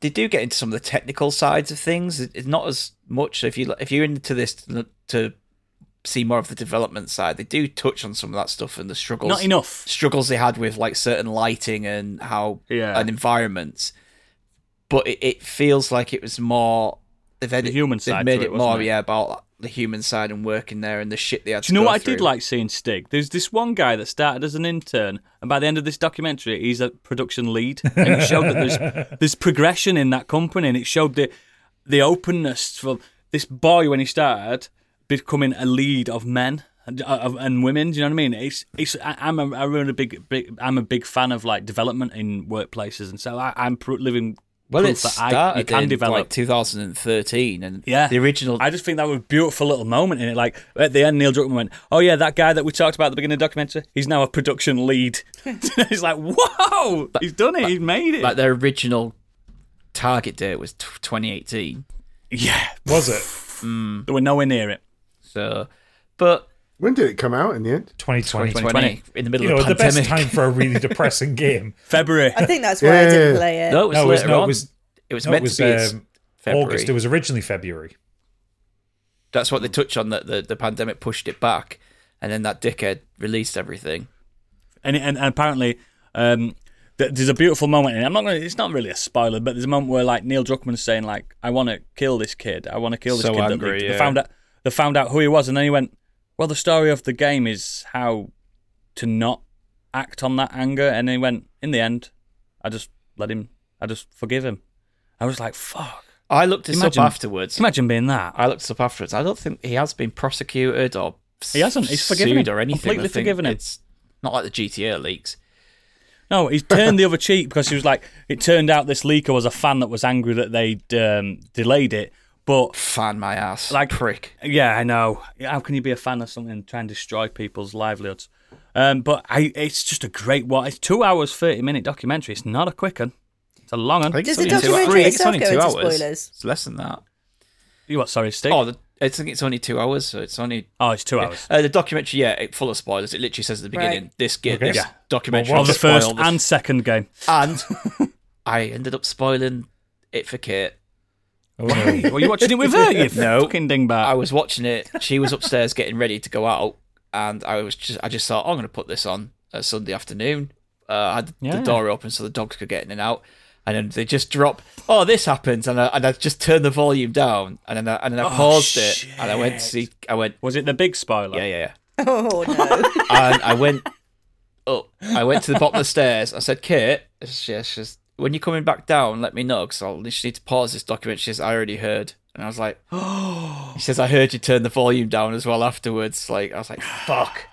Speaker 4: they do get into some of the technical sides of things It- it's not as much if you if you're into this to, to see more of the development side they do touch on some of that stuff and the struggles
Speaker 1: Not enough.
Speaker 4: struggles they had with like certain lighting and how
Speaker 1: Yeah.
Speaker 4: and environments but it, it feels like it was more they've edit,
Speaker 1: human
Speaker 4: they've
Speaker 1: side to
Speaker 4: made
Speaker 1: it,
Speaker 4: it, more
Speaker 1: wasn't it?
Speaker 4: yeah about the human side and working there and the shit they had
Speaker 1: Do you know what I did like seeing Stig? There's this one guy that started as an intern, and by the end of this documentary, he's a production lead, and it showed that there's there's progression in that company, and it showed the the openness for this boy when he started becoming a lead of men and, of, and women. Do you know what I mean? It's it's I, I'm a I'm really big, big I'm a big fan of like development in workplaces, and so I, I'm pro- living
Speaker 4: Well,
Speaker 1: proof
Speaker 4: it
Speaker 1: that I, you
Speaker 4: started
Speaker 1: can
Speaker 4: in
Speaker 1: develop.
Speaker 4: like 2013, and
Speaker 1: Yeah.
Speaker 4: the original.
Speaker 1: I just think that was a beautiful little moment in it. Like at the end, Neil Druckmann went, "Oh yeah, that guy that we talked about at the beginning of the documentary, he's now a production lead." it's like, whoa, he's done it. he's made it.
Speaker 4: like their original target date was t- 2018.
Speaker 1: yeah,
Speaker 2: was it
Speaker 1: they were nowhere near it.
Speaker 4: So, but
Speaker 5: When did it come out in the end?
Speaker 2: 2020?
Speaker 4: 2020 in the middle
Speaker 2: You know,
Speaker 4: of
Speaker 2: the
Speaker 4: a
Speaker 2: best
Speaker 4: pandemic.
Speaker 2: time for a really depressing game.
Speaker 1: February.
Speaker 3: I think that's why I
Speaker 5: Yeah.
Speaker 3: didn't play it.
Speaker 4: no, it was
Speaker 2: No, it was,
Speaker 4: later
Speaker 2: no,
Speaker 4: on.
Speaker 2: it was,
Speaker 4: It was
Speaker 2: no,
Speaker 4: meant
Speaker 2: it was
Speaker 4: to be it's
Speaker 2: um,
Speaker 4: February.
Speaker 2: August. It was originally February.
Speaker 4: That's what they touch on. That the, the pandemic pushed it back, and then that dickhead released everything.
Speaker 1: and, and, and apparently um, th- there's a beautiful moment in it. I'm not gonna, it's not really a spoiler, but there's a moment where like Neil Druckmann's saying like, "I want to kill this kid. I want to kill this
Speaker 4: So
Speaker 1: kid." that
Speaker 4: angry,
Speaker 1: leaked."
Speaker 4: yeah.
Speaker 1: They found out they found out who he was, and then he went, "Well, the story of the game is how to not act on that anger." And he went, "In the end, I just let him. I just forgive him." I was like, "Fuck."
Speaker 4: I looked this
Speaker 1: Imagine-
Speaker 4: up afterwards.
Speaker 1: Imagine being that.
Speaker 4: I looked this up afterwards. I don't think he has been prosecuted or
Speaker 1: He hasn't. He's
Speaker 4: sued
Speaker 1: forgiven him.
Speaker 4: or anything.
Speaker 1: Completely
Speaker 4: I think
Speaker 1: forgiven him.
Speaker 4: It's not like the GTA leaks.
Speaker 1: No, he's turned the other cheek because he was like, it turned out this leaker was a fan that was angry that they'd um, delayed it. But
Speaker 4: Fan my ass,
Speaker 1: Like-
Speaker 4: prick.
Speaker 1: Yeah, I know. How can you be a fan of something and try and destroy people's livelihoods? Um, but I, it's just a great one. It's two hours thirty minute documentary. It's not a quick one. It's a long
Speaker 4: I
Speaker 1: one.
Speaker 4: think
Speaker 3: Does
Speaker 4: it's
Speaker 3: the
Speaker 4: only two-
Speaker 3: documentary
Speaker 4: I think it's
Speaker 3: itself
Speaker 4: only
Speaker 3: go
Speaker 4: two
Speaker 3: into
Speaker 4: hours.
Speaker 3: spoilers?
Speaker 4: It's less than that.
Speaker 1: You what? Sorry, Steve.
Speaker 4: Oh,
Speaker 1: Oh,
Speaker 4: the, I think it's only two hours, so it's only
Speaker 1: it's two hours.
Speaker 4: Uh, the documentary, yeah, it, full of spoilers. It literally says at the
Speaker 3: Right.
Speaker 4: beginning, this game,
Speaker 2: Okay.
Speaker 4: this
Speaker 2: Yeah.
Speaker 4: documentary
Speaker 2: Well,
Speaker 1: Of the
Speaker 4: spoiled
Speaker 1: first and second game.
Speaker 4: and I ended up spoiling it for Kate.
Speaker 2: Oh, no.
Speaker 1: Were you watching it with her? You
Speaker 4: No.
Speaker 1: fucking dingbat.
Speaker 4: I was watching it. She was upstairs getting ready to go out, and I was just, I just thought, "Oh, I'm going to put this on a Sunday afternoon. Uh, I had
Speaker 1: Yeah.
Speaker 4: the door open so the dogs could get in and out, and then they just drop. Oh, this happens, and I, and I just turned the volume down, and then I, and
Speaker 1: Oh,
Speaker 4: then I paused it, and I went to see, I went,
Speaker 1: was it the big spoiler?
Speaker 4: yeah, yeah, yeah.
Speaker 3: Oh no!
Speaker 4: and I went up. I went to the bottom of the stairs. I said, Kate, she, she says, when you're coming back down, let me know because I'll just need to pause this document. She says, I already heard. And I was like, oh. She says, I heard you turn the volume down as well afterwards. Like, I was like, fuck.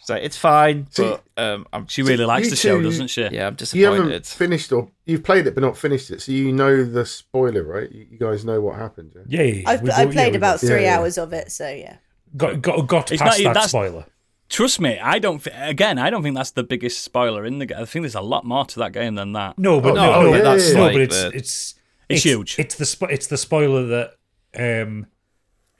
Speaker 4: She's like, it's fine. But um, I'm,
Speaker 1: She really likes
Speaker 5: You
Speaker 1: the show,
Speaker 5: two-
Speaker 1: doesn't she?
Speaker 4: yeah, I'm
Speaker 5: You
Speaker 4: disappointed.
Speaker 5: haven't finished or you've played it but not finished it, so you know the spoiler, right? You, you guys know what happened. Yeah?
Speaker 2: Yeah, yeah, yeah.
Speaker 3: I've,
Speaker 2: We've
Speaker 3: I
Speaker 2: all-
Speaker 3: played
Speaker 2: yeah,
Speaker 3: about
Speaker 5: yeah,
Speaker 3: three
Speaker 5: yeah.
Speaker 3: hours of it, so yeah.
Speaker 2: we've got got, got
Speaker 1: It's
Speaker 2: past
Speaker 1: not-
Speaker 2: that
Speaker 1: that's-
Speaker 2: spoiler.
Speaker 1: Trust me, I don't. thi- Again, I don't think that's the biggest spoiler in the game. I think there's a lot more to that game than that.
Speaker 2: No, but
Speaker 5: Oh,
Speaker 2: no,
Speaker 5: no,
Speaker 2: no,
Speaker 5: yeah,
Speaker 2: but
Speaker 5: yeah,
Speaker 2: that's
Speaker 5: yeah.
Speaker 2: no,
Speaker 4: Like
Speaker 2: but it's
Speaker 4: the-
Speaker 2: it's, it's
Speaker 1: huge.
Speaker 2: It's the spo- it's the spoiler that um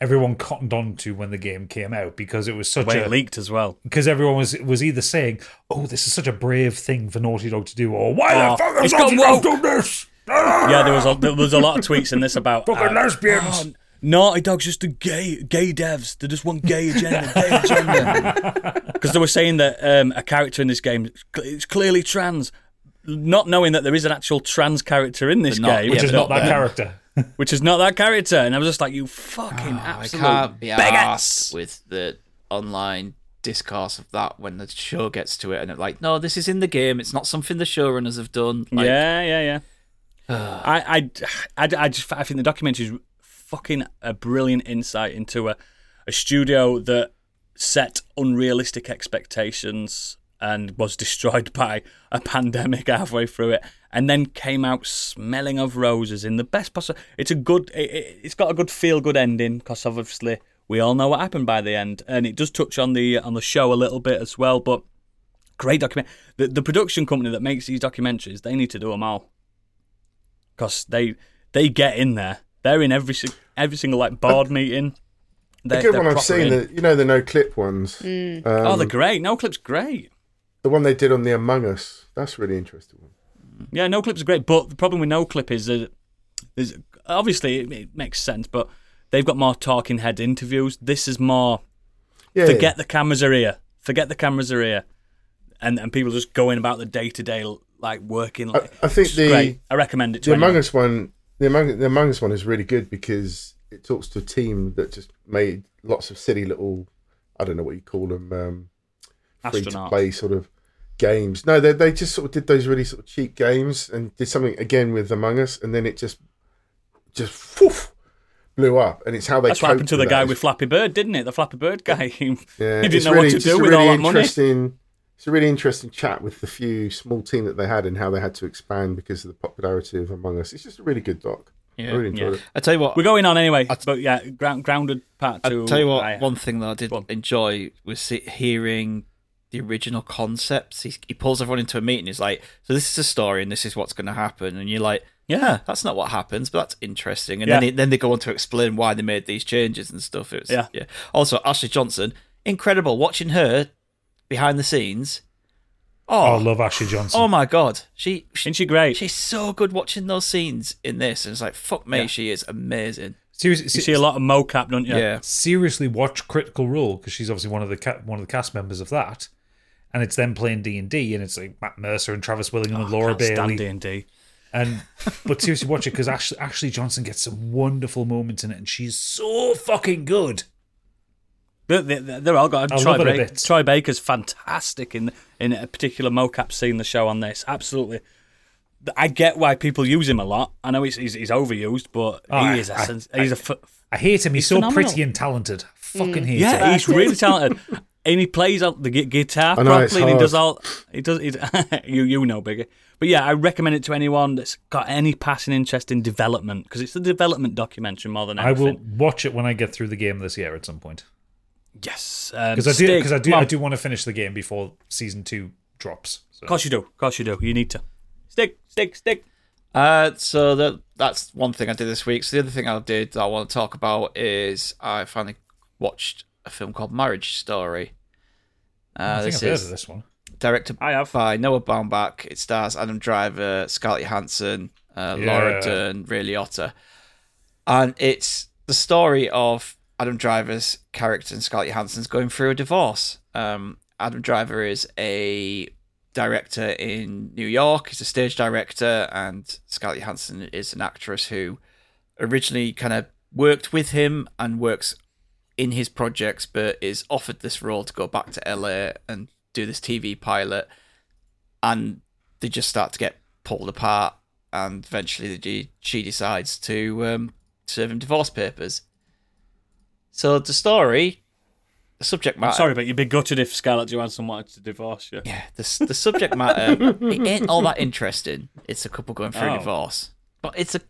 Speaker 2: everyone cottoned on to when the game came out because it was such
Speaker 1: Way
Speaker 2: a
Speaker 1: it leaked as well.
Speaker 2: because everyone was was either saying, "Oh, this is such a brave thing for Naughty Dog to do," or "Why
Speaker 1: Oh,
Speaker 2: the fuck has
Speaker 1: it's gone
Speaker 2: Naughty Dog
Speaker 1: woke."
Speaker 2: done this?" Ah,
Speaker 1: Yeah, there was a, there was a lot of tweets in this about
Speaker 2: Fucking lesbians.
Speaker 1: oh, Naughty Dog's just the gay gay devs. They just want gay agenda, gay agenda. Because they were saying that um, a character in this game is clearly trans, not knowing that there is an actual trans character in this
Speaker 4: But not-
Speaker 1: game,
Speaker 4: yeah,
Speaker 2: Which is
Speaker 4: but
Speaker 2: not that
Speaker 4: um,
Speaker 2: character.
Speaker 1: which is not that character. And I was just like, you fucking
Speaker 4: Ah, I
Speaker 1: absolute
Speaker 4: can't be
Speaker 1: bigots.
Speaker 4: asked with the online discourse of that when the show gets to it and it like, no, this is in the game. It's not something the showrunners have done. Like,
Speaker 1: yeah, yeah, yeah. I, I, I, I just I think the documentary is fucking a brilliant insight into a, a studio that set unrealistic expectations and was destroyed by a pandemic halfway through it, and then came out smelling of roses in the best possible. It's a good. It, it, it's got a good feel good ending because obviously we all know what happened by the end, and it does touch on the on the show a little bit as well, but. Great document. The, the production company that makes these documentaries, they need to do them all because they they get in there. They're in every si- every single like board meeting.
Speaker 5: The
Speaker 1: They're,
Speaker 5: good
Speaker 1: they're
Speaker 5: one I've
Speaker 1: proper
Speaker 5: seen,
Speaker 1: in.
Speaker 5: the, you know, the no clip ones. Um,
Speaker 1: oh, they're great. No clip's great.
Speaker 5: the one they did on the Among Us. That's a really interesting. One.
Speaker 1: Yeah, no clip's great. But the problem with no clip is that there's obviously it, it makes sense, but they've got more talking head interviews. This is more
Speaker 5: Yeah,
Speaker 1: forget the cameras are here. Forget the cameras are here, and and people just going about the day to day like working.
Speaker 5: I,
Speaker 1: Like,
Speaker 5: I think
Speaker 1: it's
Speaker 5: the
Speaker 1: great. I recommend it to
Speaker 5: the Among
Speaker 1: anyone.
Speaker 5: Us one, the Among, the Among Us one is really good because it talks to a team that just made lots of silly little, I don't know what you call them, um, free to
Speaker 1: Astronauts.
Speaker 5: play sort of games. No, they they just sort of did those really sort of cheap games and did something again with Among Us, and then it just just woof, blew up, and it's how they.
Speaker 1: That's what happened
Speaker 5: coped
Speaker 1: to the
Speaker 5: that.
Speaker 1: guy
Speaker 5: It's-
Speaker 1: with Flappy Bird, didn't it? The Flappy Bird guy. he
Speaker 5: Yeah,
Speaker 1: didn't
Speaker 5: it's
Speaker 1: know
Speaker 5: really,
Speaker 1: what to
Speaker 5: it's just
Speaker 1: do
Speaker 5: a
Speaker 1: with
Speaker 5: really
Speaker 1: all that money.
Speaker 5: interesting- It's a really interesting chat with the few small team that they had and how they had to expand because of the popularity of Among Us. It's just a really good doc. I really enjoyed it.
Speaker 4: I tell you what,
Speaker 1: We're going on anyway,
Speaker 4: I t-
Speaker 1: but yeah, ground, grounded part two.
Speaker 4: I'll tell you what,
Speaker 1: I-
Speaker 4: one thing that I did
Speaker 1: Go on.
Speaker 4: enjoy was se- hearing the original concepts. He, he pulls everyone into a meeting. He's like, "So this is a story, and this is what's going to happen." And you're like,
Speaker 1: yeah,
Speaker 4: "That's not what happens, but that's interesting." And
Speaker 1: Yeah.
Speaker 4: then they, then they go on to explain why they made these changes and stuff. It was,
Speaker 1: Yeah.
Speaker 4: Also, Ashley Johnson, incredible. Watching her behind the scenes.
Speaker 2: Oh, I
Speaker 4: Oh,
Speaker 2: love Ashley Johnson.
Speaker 4: oh my god, she, she
Speaker 1: isn't she great?
Speaker 4: she's so good watching those scenes in this. And it's like, fuck me, she is amazing.
Speaker 2: seriously,
Speaker 1: you see a lot of mocap, don't you?
Speaker 4: yeah.
Speaker 2: seriously watch Critical Role because she's obviously one of the ca- one of the cast members of that, and it's them playing D and D, and it's like Matt Mercer and Travis Willingham and Laura
Speaker 1: Can't stand
Speaker 2: Bailey,
Speaker 1: D&D.
Speaker 2: and but seriously watch it because Ashley, Ashley Johnson gets some wonderful moments in it, and she's so fucking good.
Speaker 1: They, they, they're all got.
Speaker 2: I
Speaker 1: Troy,
Speaker 2: love it a
Speaker 1: Ba-
Speaker 2: bit.
Speaker 1: Troy Baker's fantastic in in a particular mocap scene. The show on this absolutely I get why people use him a lot. I know he's he's, he's overused, but
Speaker 2: Oh, I-
Speaker 1: he is a
Speaker 2: I-
Speaker 1: sens- he's a f-
Speaker 2: I hate him. He's, so
Speaker 1: phenomenal.
Speaker 2: pretty and talented. Fucking hate him.
Speaker 1: yeah, he's really talented, and he plays all the gu- guitar
Speaker 5: I know, it's
Speaker 1: properly. And he
Speaker 5: hard.
Speaker 1: does all he does. He, you you know, bigger. But yeah, I recommend it to anyone that's got any passing interest in development because it's the development documentary more than
Speaker 2: I
Speaker 1: anything.
Speaker 2: will watch it when I get through the game this year at some point
Speaker 1: Yes, um,
Speaker 2: because I do
Speaker 1: Stig,
Speaker 2: because I do
Speaker 1: come
Speaker 2: I
Speaker 1: on.
Speaker 2: do want to finish the game before season two drops. So.
Speaker 1: Of course you do. Of course you do. You need to. Stick, stick, stick.
Speaker 4: Uh, so that that's one thing I did this week. So the other thing I did that I want to talk about is I finally watched a film called Marriage Story. Uh,
Speaker 2: I think
Speaker 4: this
Speaker 2: I've heard
Speaker 4: is
Speaker 2: of this one.
Speaker 4: directed
Speaker 1: I have.
Speaker 4: by Noah Baumbach. It stars Adam Driver, Scarlett Johansson, uh,
Speaker 2: Yeah.
Speaker 4: Laura Dern, Ray Liotta, and it's the story of Adam Driver's character and Scarlett Johansson's going through a divorce. Um, Adam Driver is a director in New York. He's a stage director, and Scarlett Johansson is an actress who originally kind of worked with him and works in his projects, but is offered this role to go back to LA and do this TV pilot. And they just start to get pulled apart, and eventually the, she decides to um, serve him divorce papers. So the story, the subject matter.
Speaker 1: Sorry, but you'd be gutted if Scarlett Johansson wanted to divorce you.
Speaker 4: Yeah, the, s- the subject matter it ain't all that interesting. It's a couple going through
Speaker 1: Oh.
Speaker 4: a divorce, but it's a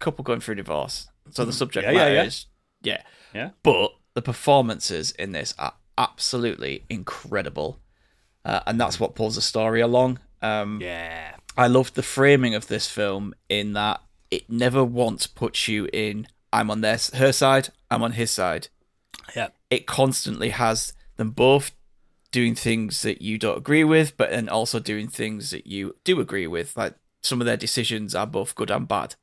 Speaker 4: couple going through a divorce. So the subject
Speaker 1: Mm-hmm. Yeah, yeah,
Speaker 4: matter
Speaker 1: yeah.
Speaker 4: is yeah,
Speaker 1: Yeah.
Speaker 4: But the performances in this are absolutely incredible, uh, and that's what pulls the story along. Um,
Speaker 1: Yeah.
Speaker 4: I loved the framing of this film in that it never once puts you in. I'm on their her side. I'm on his side
Speaker 1: Yeah.
Speaker 4: it constantly has them both doing things that you don't agree with, but then also doing things that you do agree with. Like some of their decisions are both good and bad,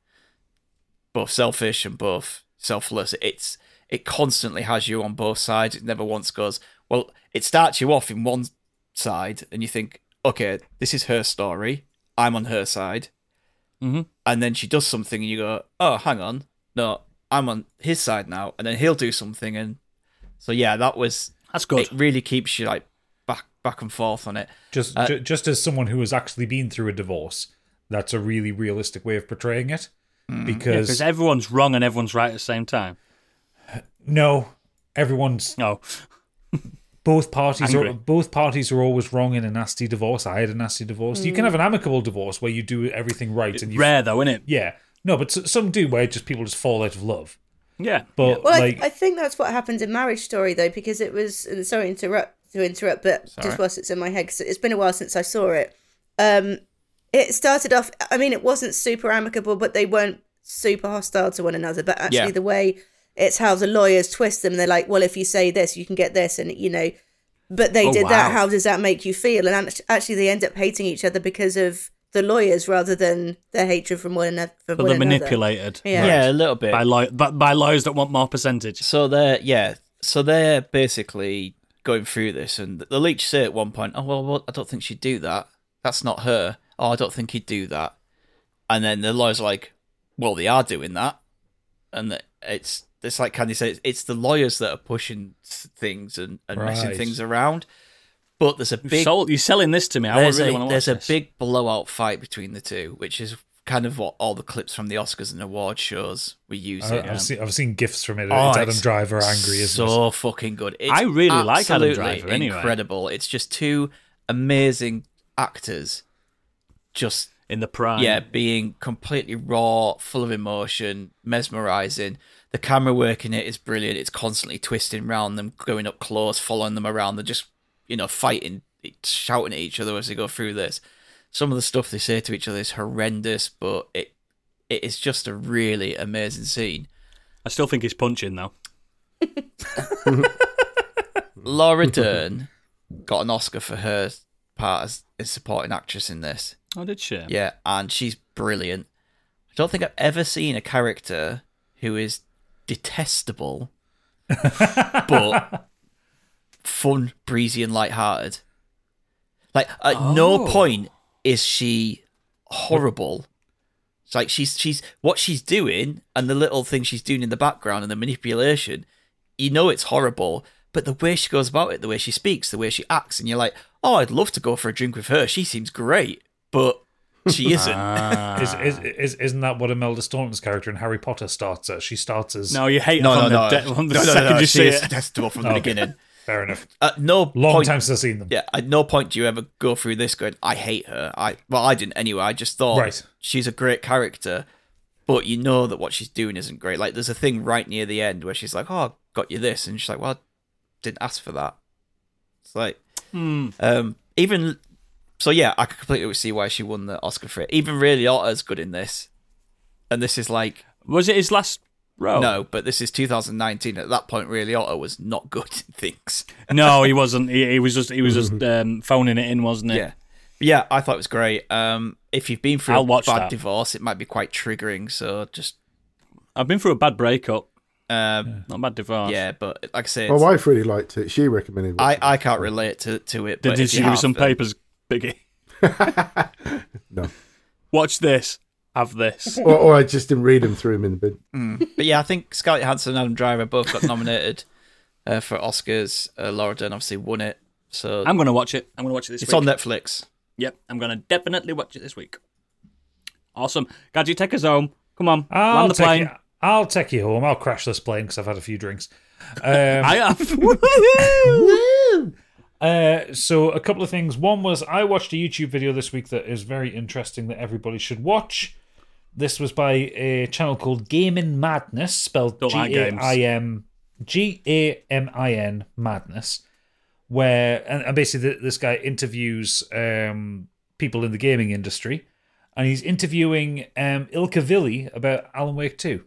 Speaker 4: both selfish and both selfless. It's it constantly has you on both sides. It never once goes well. It starts you off in one side, and you think, okay, this is her story. I'm on her side,
Speaker 1: Mhm.
Speaker 4: and then she does something, and you go, oh, hang on, no, I'm on his side now, and then he'll do something, and so yeah, that was
Speaker 1: That's good.
Speaker 4: it. Really keeps you like back back and forth on it.
Speaker 2: Just
Speaker 4: Uh,
Speaker 2: ju- just as someone who has actually been through a divorce, that's a really realistic way of portraying it.
Speaker 4: Mm.
Speaker 2: Because
Speaker 1: Because everyone's wrong and everyone's right at the same time. Oh,
Speaker 2: no, everyone's
Speaker 1: No.
Speaker 2: both parties are
Speaker 1: Angry.
Speaker 2: both parties are always wrong in a nasty divorce. I had a nasty divorce. You can have an amicable divorce where you do everything right and you
Speaker 1: Rare, though, isn't it?
Speaker 2: yeah. No, but s- some do where just people just fall out of love.
Speaker 1: Yeah.
Speaker 2: But
Speaker 3: Well,
Speaker 2: like
Speaker 3: I, I think that's what happened in Marriage Story, though, because it was. And sorry, to interrupt to interrupt, but just whilst it's in my head, 'cause it's been a while since I saw it. Um, it started off. I mean, it wasn't super amicable, but they weren't super hostile to one another. But actually,
Speaker 4: Yeah.
Speaker 3: the way it's how the lawyers twist them, they're like, "Well, if you say this, you can get this," and you know. But they
Speaker 1: Oh,
Speaker 3: did
Speaker 1: wow.
Speaker 3: that. How does that make you feel? And act- actually, they end up hating each other because of the lawyers rather than their hatred from one another. From
Speaker 1: But
Speaker 3: one
Speaker 1: they're
Speaker 3: another.
Speaker 1: manipulated
Speaker 3: Yeah.
Speaker 4: Yeah, a little bit.
Speaker 1: by, law- by, by lawyers that want more percentage.
Speaker 4: So they're yeah. So they're basically going through this, and the leech say at one point, "Oh well, well, I don't think she'd do that. That's not her. Oh, I don't think he'd do that." And then the lawyers are like, "Well, they are doing that," and that- it's it's like Candy said, it's- it's the lawyers that are pushing s- things and, and messing
Speaker 2: Right.
Speaker 4: things around. But there's a
Speaker 1: You've
Speaker 4: big
Speaker 1: sold- you're selling this to me. I
Speaker 4: there's
Speaker 1: really
Speaker 4: a,
Speaker 1: want to watch
Speaker 4: there's a
Speaker 1: this.
Speaker 4: big blowout fight between the two, which is kind of what all the clips from the Oscars and award shows were
Speaker 2: I,
Speaker 4: using.
Speaker 2: I've seen I've seen gifs from it.
Speaker 4: Oh,
Speaker 2: it's Adam
Speaker 4: it's
Speaker 2: Driver angry as
Speaker 4: so fucking good. It's
Speaker 1: I really like Adam
Speaker 4: absolutely
Speaker 1: Driver anyway.
Speaker 4: Incredible. It's just two amazing actors, just
Speaker 1: in the prime.
Speaker 4: yeah, being completely raw, full of emotion, mesmerizing. The camera work in it is brilliant. It's constantly twisting round them, going up close, following them around. They're just, you know, fighting, shouting at each other as they go through this. Some of the stuff they say to each other is horrendous, but it it is just a really amazing scene.
Speaker 1: I still think he's punching, though.
Speaker 4: Laura Dern got an Oscar for her part as a supporting actress in this.
Speaker 1: Oh, did she?
Speaker 4: Yeah, and she's brilliant. I don't think I've ever seen a character who is detestable, but fun, breezy, and light-hearted. Like at no
Speaker 1: Oh.
Speaker 4: point is she horrible. It's like she's she's what she's doing and the little thing she's doing in the background and the manipulation. You know it's horrible, but the way she goes about it, the way she speaks, the way she acts, and you're like, oh, I'd love to go for a drink with her. She seems great, but She isn't.
Speaker 2: Is, is, is, isn't that what Imelda Staunton's character in Harry Potter starts as? She starts as.
Speaker 1: No, you hate
Speaker 4: no,
Speaker 1: her
Speaker 4: no,
Speaker 1: from
Speaker 4: no.
Speaker 1: the, de- from the
Speaker 4: no, no,
Speaker 1: second
Speaker 4: no, no.
Speaker 1: you
Speaker 4: she
Speaker 1: see
Speaker 4: is
Speaker 1: it.
Speaker 4: detestable from the beginning.
Speaker 2: Fair enough.
Speaker 4: At no
Speaker 2: Long
Speaker 4: point,
Speaker 2: time since I've seen them.
Speaker 4: Yeah, at no point do you ever go through this going, I hate her. I well, I didn't anyway. I just thought
Speaker 2: Right.
Speaker 4: she's a great character, but you know that what she's doing isn't great. Like there's a thing right near the end where she's like, "Oh, I got you this," and she's like, "Well, I didn't ask for that." It's like,
Speaker 2: Hmm.
Speaker 4: um, even so, yeah, I could completely see why she won the Oscar for it. Even really Otter's good in this, and this is like
Speaker 1: Was it his last role?
Speaker 4: no, but this is 2019. At that point, really Otter was not good in things.
Speaker 1: no, he wasn't. He, he was just he was just um, phoning it in, wasn't it?
Speaker 4: Mm-hmm. Yeah. Yeah, I thought it was great. Um, if you've been through
Speaker 1: I'll
Speaker 4: a
Speaker 1: watch
Speaker 4: bad
Speaker 1: that.
Speaker 4: divorce, it might be quite triggering. So just,
Speaker 1: I've been through a bad breakup,
Speaker 4: um,
Speaker 1: not a bad
Speaker 4: yeah.
Speaker 1: divorce.
Speaker 4: But like I say,
Speaker 5: My
Speaker 4: it's-
Speaker 5: wife really liked it. She recommended.
Speaker 4: I,
Speaker 5: watching
Speaker 4: I
Speaker 5: it.
Speaker 4: can't relate to, to it.
Speaker 1: Did,
Speaker 4: but
Speaker 1: did
Speaker 4: if
Speaker 1: she
Speaker 4: you
Speaker 1: give you
Speaker 4: have,
Speaker 1: some
Speaker 4: then-
Speaker 1: papers, Biggie?
Speaker 5: No.
Speaker 1: Watch this. Have this.
Speaker 5: Or, or I just didn't read them through them in the bin.
Speaker 4: But yeah, I think Scarlett Johansson and Adam Driver both got nominated uh, for Oscars. Uh, Laura Dern obviously won it. So
Speaker 1: I'm gonna watch it. I'm gonna watch it this
Speaker 4: it's
Speaker 1: week.
Speaker 4: on Netflix.
Speaker 1: Yep, I'm gonna definitely watch it this week. Awesome, Gadget, take us home. Come on,
Speaker 2: I'll
Speaker 1: land the
Speaker 2: take
Speaker 1: plane.
Speaker 2: You, I'll take you home. I'll crash this plane because I've had a few drinks. Um,
Speaker 1: I have. Woohoo!
Speaker 2: Uh, so a couple of things. One was I watched a YouTube video this week that is very interesting that everybody should watch. This was by a channel called Gaming Madness, spelled
Speaker 1: Don't
Speaker 2: G
Speaker 1: like
Speaker 2: A
Speaker 1: games.
Speaker 2: I M G A M I N Madness, where and, and basically th this guy interviews um, people in the gaming industry, and he's interviewing um, Ilka Villi about Alan Wake Two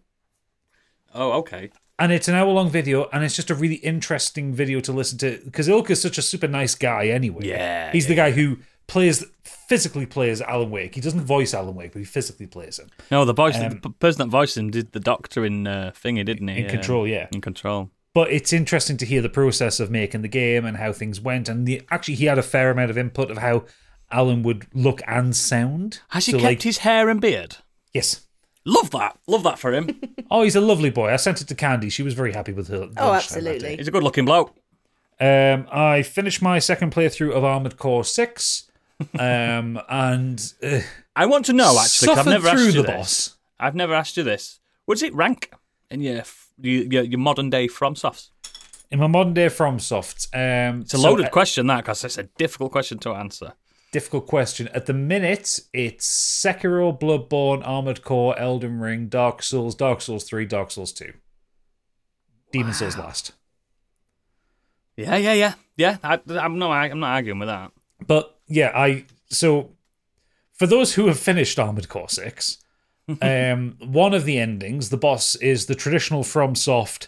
Speaker 1: oh, okay.
Speaker 2: and it's an hour long video, and it's just a really interesting video to listen to because Ilka's such a super nice guy anyway.
Speaker 1: Yeah,
Speaker 2: he's the guy who plays physically plays Alan Wake. He doesn't voice Alan Wake, but he physically plays him
Speaker 1: No, the voice, the p- person that voiced him did the Doctor in uh, Thingy, didn't he?
Speaker 2: Um, in
Speaker 1: Yeah.
Speaker 2: Control. Yeah,
Speaker 1: In Control.
Speaker 2: but it's interesting to hear the process of making the game and how things went, and the, actually he had a fair amount of input of how Alan would look and sound.
Speaker 1: Has he
Speaker 2: So,
Speaker 1: kept
Speaker 2: like-
Speaker 1: his hair and beard?
Speaker 2: Yes.
Speaker 1: Love that. Love that for him.
Speaker 2: Oh, he's a lovely boy. I sent it to Candy. She was very happy with her. lunchtime
Speaker 3: Oh,
Speaker 2: that day.
Speaker 3: absolutely.
Speaker 1: He's a good looking bloke.
Speaker 2: Um, I finished my second playthrough of Armored Core Six, um, and uh,
Speaker 1: I want to know actually. 'cause
Speaker 2: suffered
Speaker 1: I've never
Speaker 2: through
Speaker 1: asked you
Speaker 2: the
Speaker 1: this.
Speaker 2: boss.
Speaker 1: I've never asked you this. What's it rank in your f- your, your, your modern day FromSofts?
Speaker 2: In my modern day FromSoft, um,
Speaker 1: It's a loaded question that because it's a difficult question to answer.
Speaker 2: difficult question. At the minute, it's Sekiro, Bloodborne, Armored Core, Elden Ring, Dark Souls, Dark Souls Three, Dark Souls Two, Demon Souls last.
Speaker 1: Yeah, yeah, yeah, yeah. I, I'm not I'm not arguing with that.
Speaker 2: But yeah, I so for those who have finished Armored Core Six, um, one of the endings, the boss is the traditional FromSoft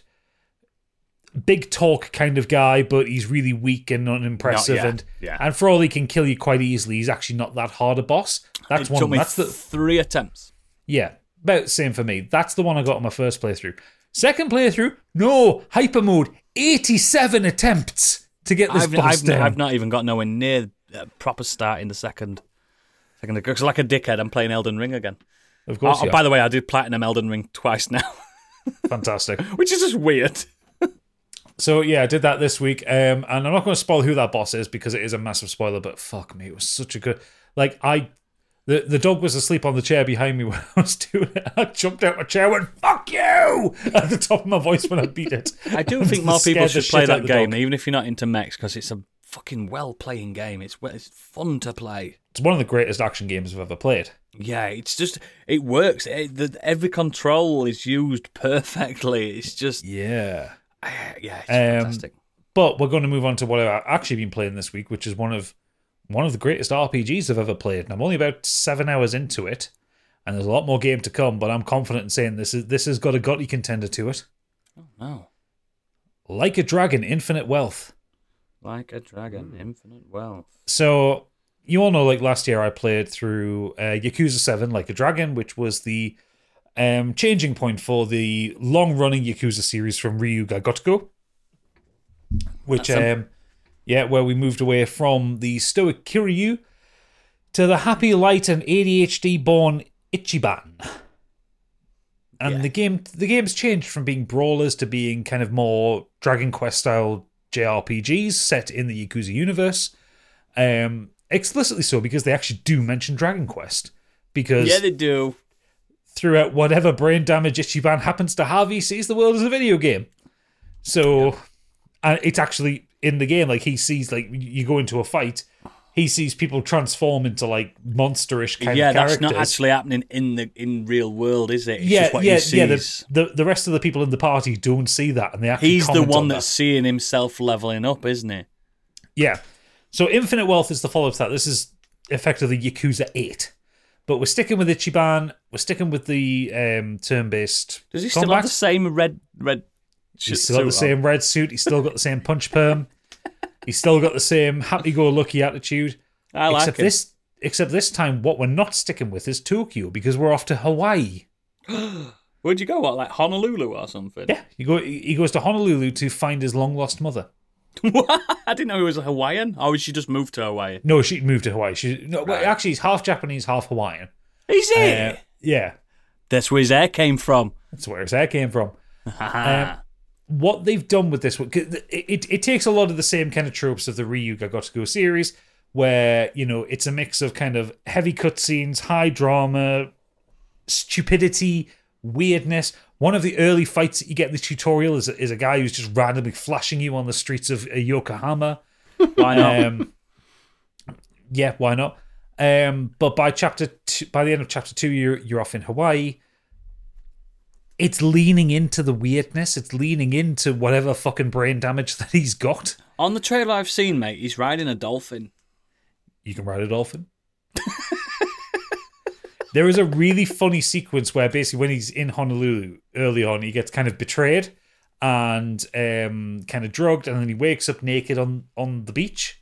Speaker 2: big talk kind of guy, but he's really weak and unimpressive,
Speaker 1: Not yet,
Speaker 2: and
Speaker 1: yeah.
Speaker 2: and for all he can kill you quite easily, he's actually not that hard a boss. That's
Speaker 1: it
Speaker 2: one.
Speaker 1: took me
Speaker 2: That's the
Speaker 1: three attempts.
Speaker 2: yeah, about same for me. That's the one I got on my first playthrough. Second playthrough, no hyper mode, eighty-seven attempts to get this
Speaker 1: I've,
Speaker 2: boss
Speaker 1: I've,
Speaker 2: down.
Speaker 1: I've not even got nowhere near a proper start in the second. Second, because like a dickhead, I'm playing Elden Ring again.
Speaker 2: of
Speaker 1: Oh,
Speaker 2: course,
Speaker 1: oh,
Speaker 2: yeah.
Speaker 1: by the way, I did platinum Elden Ring twice now,
Speaker 2: fantastic.
Speaker 1: which is just weird.
Speaker 2: So yeah, I did that this week, um, and I'm not going to spoil who that boss is because it is a massive spoiler. But fuck me, it was such a good. Like I, the the dog was asleep on the chair behind me when I was doing it. I jumped out my chair, went "fuck you" at the top of my voice when I beat it.
Speaker 1: I do think more
Speaker 2: Scared
Speaker 1: people
Speaker 2: the
Speaker 1: should play
Speaker 2: shit out
Speaker 1: that
Speaker 2: of the
Speaker 1: game,
Speaker 2: dog.
Speaker 1: even if you're not into mechs, because it's a fucking well-playing game. It's it's fun to play.
Speaker 2: It's one of the greatest action games I've ever played.
Speaker 1: Yeah, it's just it works. It, the, every control is used perfectly. It's just
Speaker 2: Yeah.
Speaker 1: yeah, it's
Speaker 2: Um,
Speaker 1: fantastic.
Speaker 2: But we're going to move on to what I've actually been playing this week, which is one of one of the greatest RPGs I've ever played, and I'm only about seven hours into it, and there's a lot more game to come. But I'm confident in saying this is this has got a Gotti contender to it.
Speaker 1: No,
Speaker 2: Like a Dragon, Infinite Wealth.
Speaker 1: like a dragon,
Speaker 2: Hmm.
Speaker 1: infinite wealth.
Speaker 2: So you all know, like last year, I played through uh, Yakuza Seven, Like a Dragon, which was the um, changing point for the long-running Yakuza series from Ryu Gotoku, which um, yeah, where we moved away from the stoic Kiryu to the happy, light, and ADHD-born Ichiban. And the game, the game's changed from being brawlers to being kind of more Dragon Quest style JRPGs set in the Yakuza universe um, explicitly so because they actually do mention Dragon Quest. because
Speaker 1: Yeah, they do.
Speaker 2: throughout whatever brain damage Ichiban happens to have, he sees the world as a video game. So, and it's actually in the game. Like he sees, like you go into a fight, he sees people transform into like monsterish kind
Speaker 1: yeah,
Speaker 2: of characters.
Speaker 1: that's not actually happening in the in real world, is it? It's
Speaker 2: yeah,
Speaker 1: just what
Speaker 2: yeah,
Speaker 1: he
Speaker 2: yeah.
Speaker 1: sees.
Speaker 2: The, the the rest of the people in the party don't see that, and they actually
Speaker 1: He's the
Speaker 2: comment on
Speaker 1: one
Speaker 2: that.
Speaker 1: that's seeing himself leveling up, isn't he?
Speaker 2: Yeah. So Infinite Wealth is the follow up to that. This is effectively Yakuza 8. But we're sticking with Ichiban. We're sticking with the um, turn based.
Speaker 1: Does he still have the same red red?
Speaker 2: He's
Speaker 1: sh-
Speaker 2: still got the
Speaker 1: suit on?
Speaker 2: same red suit. He's still got the same punch perm. He's still got the same happy go lucky attitude.
Speaker 1: I like
Speaker 2: except
Speaker 1: it.
Speaker 2: this except this time what we're not sticking with is Tokyo because we're off to Hawaii.
Speaker 1: Where'd you go? What like Honolulu or something?
Speaker 2: Yeah. You go he goes to Honolulu to find his long lost mother.
Speaker 1: What? I didn't know he was a Hawaiian. Or was she just moved to Hawaii?
Speaker 2: No, she moved to Hawaii. She no, well, actually he's half Japanese, half Hawaiian.
Speaker 1: Is he?
Speaker 2: Uh, yeah.
Speaker 1: That's where his hair came from.
Speaker 2: That's where his hair came from. Um, what they've done with this one, 'cause it, it, it takes a lot of the same kind of tropes of the Ryu Gagotoku series, where, you know, it's a mix of kind of heavy cutscenes, high drama, stupidity, weirdness. One of the early fights that you get in the tutorial is, is a guy who's just randomly flashing you on the streets of uh, Yokohama.
Speaker 1: Why not?
Speaker 2: Um, yeah, why not? Um, but by chapter two, by the end of chapter two, you're you're off in Hawaii. It's leaning into the weirdness. It's leaning into whatever fucking brain damage that he's got.
Speaker 1: On the trailer I've seen, mate, he's riding a dolphin.
Speaker 2: You can ride a dolphin. there is a really funny sequence where basically when he's in Honolulu early on, he gets kind of betrayed and um, kind of drugged, and then he wakes up naked on on the beach,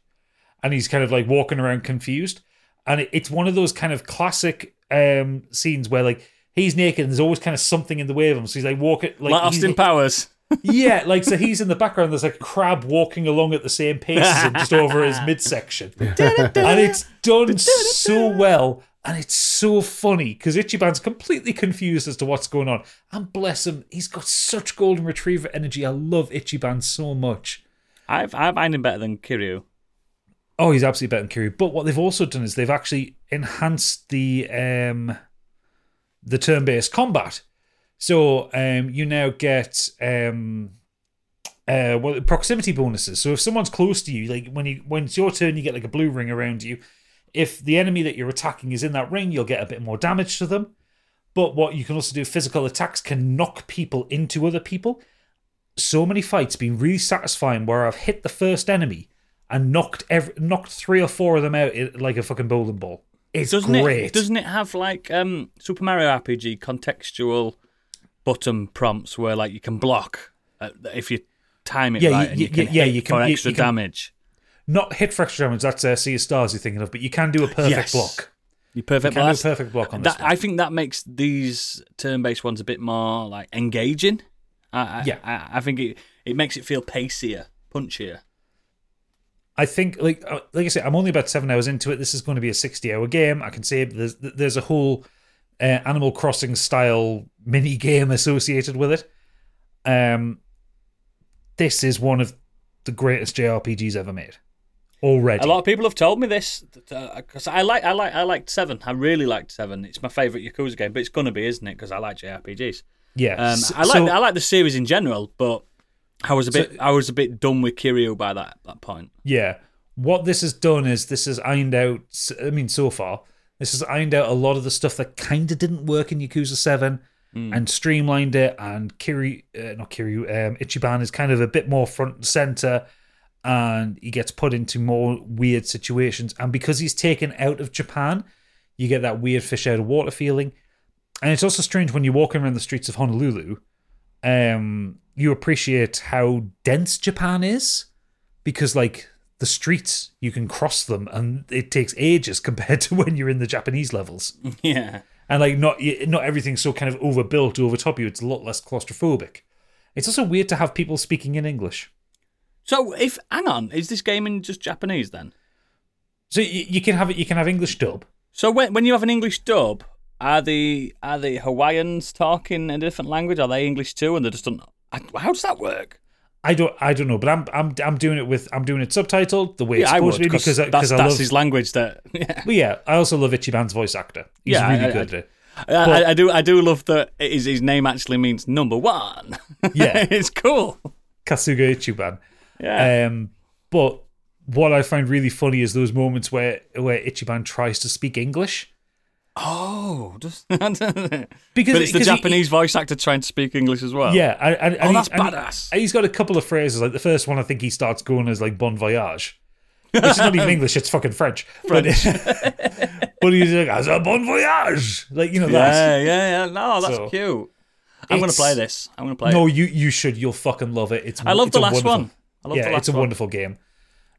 Speaker 2: and he's kind of like walking around confused. And it- it's one of those kind of classic um, scenes where like he's naked and there's always kind of something in the way of him. So he's like walking like
Speaker 1: Like
Speaker 2: he's-
Speaker 1: Austin Powers.
Speaker 2: yeah, like so he's in the background. There's like a crab walking along at the same pace as him, just over his midsection, and it's done so well, and it's so funny because Ichiban's completely confused as to what's going on. And bless him, he's got such golden retriever energy. I love Ichiban so much.
Speaker 1: I I find him better than Kiryu.
Speaker 2: Oh, he's absolutely better than Kiryu. But what they've also done is they've actually enhanced the um, the turn based combat. So um, you now get um, uh, well proximity bonuses. So if someone's close to you, like when you when it's your turn, you get like a blue ring around you. If the enemy that you're attacking is in that ring, you'll get a bit more damage to them. But what you can also do, physical attacks can knock people into other people. So many fights been really satisfying where I've hit the first enemy and knocked every, knocked three or four of them out i- like a fucking bowling ball. It's
Speaker 1: Doesn't
Speaker 2: great.
Speaker 1: it? Doesn't it have like um, Super Mario RPG contextual button prompts where like you can block uh, if you time it
Speaker 2: Yeah,
Speaker 1: right
Speaker 2: you-
Speaker 1: and you
Speaker 2: you-
Speaker 1: can
Speaker 2: yeah,
Speaker 1: hit
Speaker 2: you can-
Speaker 1: for
Speaker 2: you-
Speaker 1: extra
Speaker 2: you can-
Speaker 1: damage.
Speaker 2: Not hit for extra damage. That's uh, Sea of Stars you're thinking of, but you can do a perfect
Speaker 1: Yes.
Speaker 2: block.
Speaker 1: You
Speaker 2: You
Speaker 1: perfect
Speaker 2: can
Speaker 1: blast.
Speaker 2: do a perfect block on this.
Speaker 1: That,
Speaker 2: one.
Speaker 1: I think that makes these turn-based ones a bit more like engaging. I, I,
Speaker 2: Yeah.
Speaker 1: I, I think it, it makes it feel pacier, punchier.
Speaker 2: I think, like uh, like I said, I'm only about seven hours into it. This is going to be a 60 hour game. I can say there's there's a whole uh, Animal Crossing style mini game associated with it. Um, this is one of the greatest JRPGs ever made. Already,
Speaker 1: A lot of people have told me this because I like I like I liked Seven. I really liked Seven. It's my favorite Yakuza game, but it's gonna be, isn't it? Because I like JRPGs.
Speaker 2: yeah.
Speaker 1: Um,
Speaker 2: S-
Speaker 1: I like
Speaker 2: so-
Speaker 1: I like the series in general, but I was a bit I was a bit done with Kiryu by that that point.
Speaker 2: Yeah. What this has done is this has ironed out, I mean, so far, this has ironed out a lot of the stuff that kind of didn't work in Yakuza 7 and streamlined it. And Kiryu, uh, not Kiryu, um, Ichiban is kind of a bit more front and center and he gets put into more weird situations. And because he's taken out of Japan, you get that weird fish out of water feeling. And it's also strange when you're walking around the streets of Honolulu, um, you appreciate how dense Japan is because like the streets you can cross them and it takes ages compared to when you're in the Japanese levels
Speaker 1: yeah,
Speaker 2: and like not not everything's so kind of overbuilt over top you it's a lot less claustrophobic it's also weird to have people speaking in English
Speaker 1: So if hang on, is this game in just Japanese then?
Speaker 2: so you, you can have it you can have English dub
Speaker 1: So when when you have an English dub, are the are the Hawaiians talking a different language? Are they English too? And they're just un- I, how does that work?
Speaker 2: I don't, I don't know, but I'm, I'm, I'm doing it with, I'm doing it subtitled the way it's
Speaker 1: Yeah, I would
Speaker 2: supposed to be
Speaker 1: because
Speaker 2: because, I-
Speaker 1: that's,
Speaker 2: because I
Speaker 1: that's
Speaker 2: love.
Speaker 1: his language. That yeah,
Speaker 2: But yeah, I also love Ichiban's voice actor. He's
Speaker 1: Yeah,
Speaker 2: really
Speaker 1: I- I-
Speaker 2: good at it.
Speaker 1: I, I do. I do love that his, his name actually means number one.
Speaker 2: Yeah.
Speaker 1: it's cool.
Speaker 2: Kasuga Ichiban.
Speaker 1: Yeah.
Speaker 2: Um, but what I find really funny is those moments where where Ichiban tries to speak English
Speaker 1: Oh, just but
Speaker 2: because
Speaker 1: it's the
Speaker 2: because he-
Speaker 1: Japanese voice actor trying to speak English as well.
Speaker 2: yeah, and, and, and
Speaker 1: Oh, that's
Speaker 2: and
Speaker 1: badass.
Speaker 2: and he's got a couple of phrases. Like the first one, I think he starts going as like "Bon voyage," which is not even English; it's fucking French. But, but he's like "As a bon voyage," like you know
Speaker 1: yeah,
Speaker 2: that.
Speaker 1: yeah, yeah. No, that's
Speaker 2: So,
Speaker 1: cute. I'm gonna
Speaker 2: it's-
Speaker 1: play this. I'm gonna play.
Speaker 2: No,
Speaker 1: it.
Speaker 2: you you should. You'll fucking love it. It's
Speaker 1: I love
Speaker 2: it's
Speaker 1: the
Speaker 2: a
Speaker 1: last
Speaker 2: wonderful-
Speaker 1: one. I love
Speaker 2: yeah,
Speaker 1: the last
Speaker 2: it's a
Speaker 1: one.
Speaker 2: wonderful game.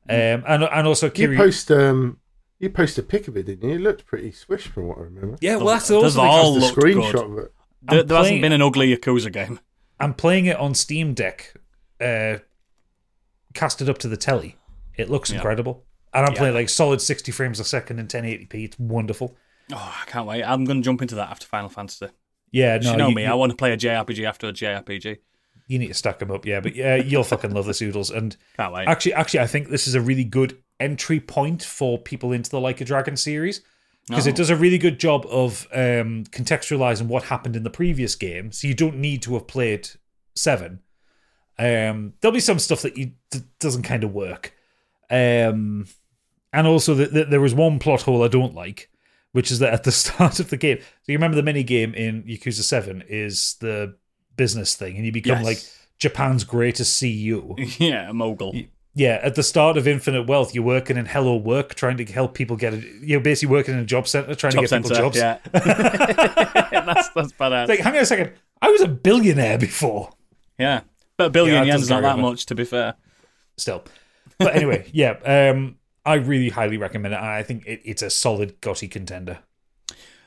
Speaker 2: Um, and and also
Speaker 5: You
Speaker 2: Kiryu.
Speaker 5: post um, you post a pic of it, didn't you? It looked pretty swish from what I remember.
Speaker 2: yeah, well, that's
Speaker 1: Does
Speaker 2: also the
Speaker 1: all
Speaker 5: the
Speaker 1: looked
Speaker 5: screenshot
Speaker 1: good.
Speaker 5: of it.
Speaker 1: There,
Speaker 2: I'm
Speaker 1: there hasn't
Speaker 2: playing-
Speaker 1: been an ugly Yakuza game.
Speaker 2: I'm playing it on Steam Deck, uh, cast it up to the telly. It looks incredible. And I'm playing like solid 60 frames a second in 1080p. It's wonderful.
Speaker 1: Oh, I can't wait. I'm gonna jump into that after Final Fantasy.
Speaker 2: Yeah, no,
Speaker 1: you know
Speaker 2: you,
Speaker 1: me.
Speaker 2: you-
Speaker 1: I want to play a JRPG after a JRPG.
Speaker 2: you need to stack them up. Yeah, but yeah, you'll fucking love the Oodles. And
Speaker 1: Can't wait.
Speaker 2: actually, actually, I think this is a really good entry point for people into the Like a Dragon series because
Speaker 1: Oh.
Speaker 2: it does a really good job of um, contextualizing what happened in the previous game. So you don't need to have played seven. Um, there'll be some stuff that you d- doesn't kind of work. Um, and also, that that there was one plot hole I don't like, which is that at the start of the game, so you remember the mini game in Yakuza Seven is the business thing, and you become
Speaker 1: Yes.
Speaker 2: like Japan's greatest E CEO.
Speaker 1: yeah, a mogul.
Speaker 2: Yeah, at the start of Infinite Wealth, you're working in Hello Work, trying to help people get a. You're basically working in a job center, trying to
Speaker 1: Job
Speaker 2: get
Speaker 1: centre.
Speaker 2: people jobs.
Speaker 1: Yeah, that's that's badass.
Speaker 2: It's Like, hang on a second, I was a billionaire before.
Speaker 1: yeah, but a billion
Speaker 2: Yeah, that
Speaker 1: yen's
Speaker 2: doesn't
Speaker 1: not that
Speaker 2: carry over.
Speaker 1: much, to be fair.
Speaker 2: Still, but anyway, yeah. Um, I really highly recommend it. and I think it, it's a solid Gotti contender.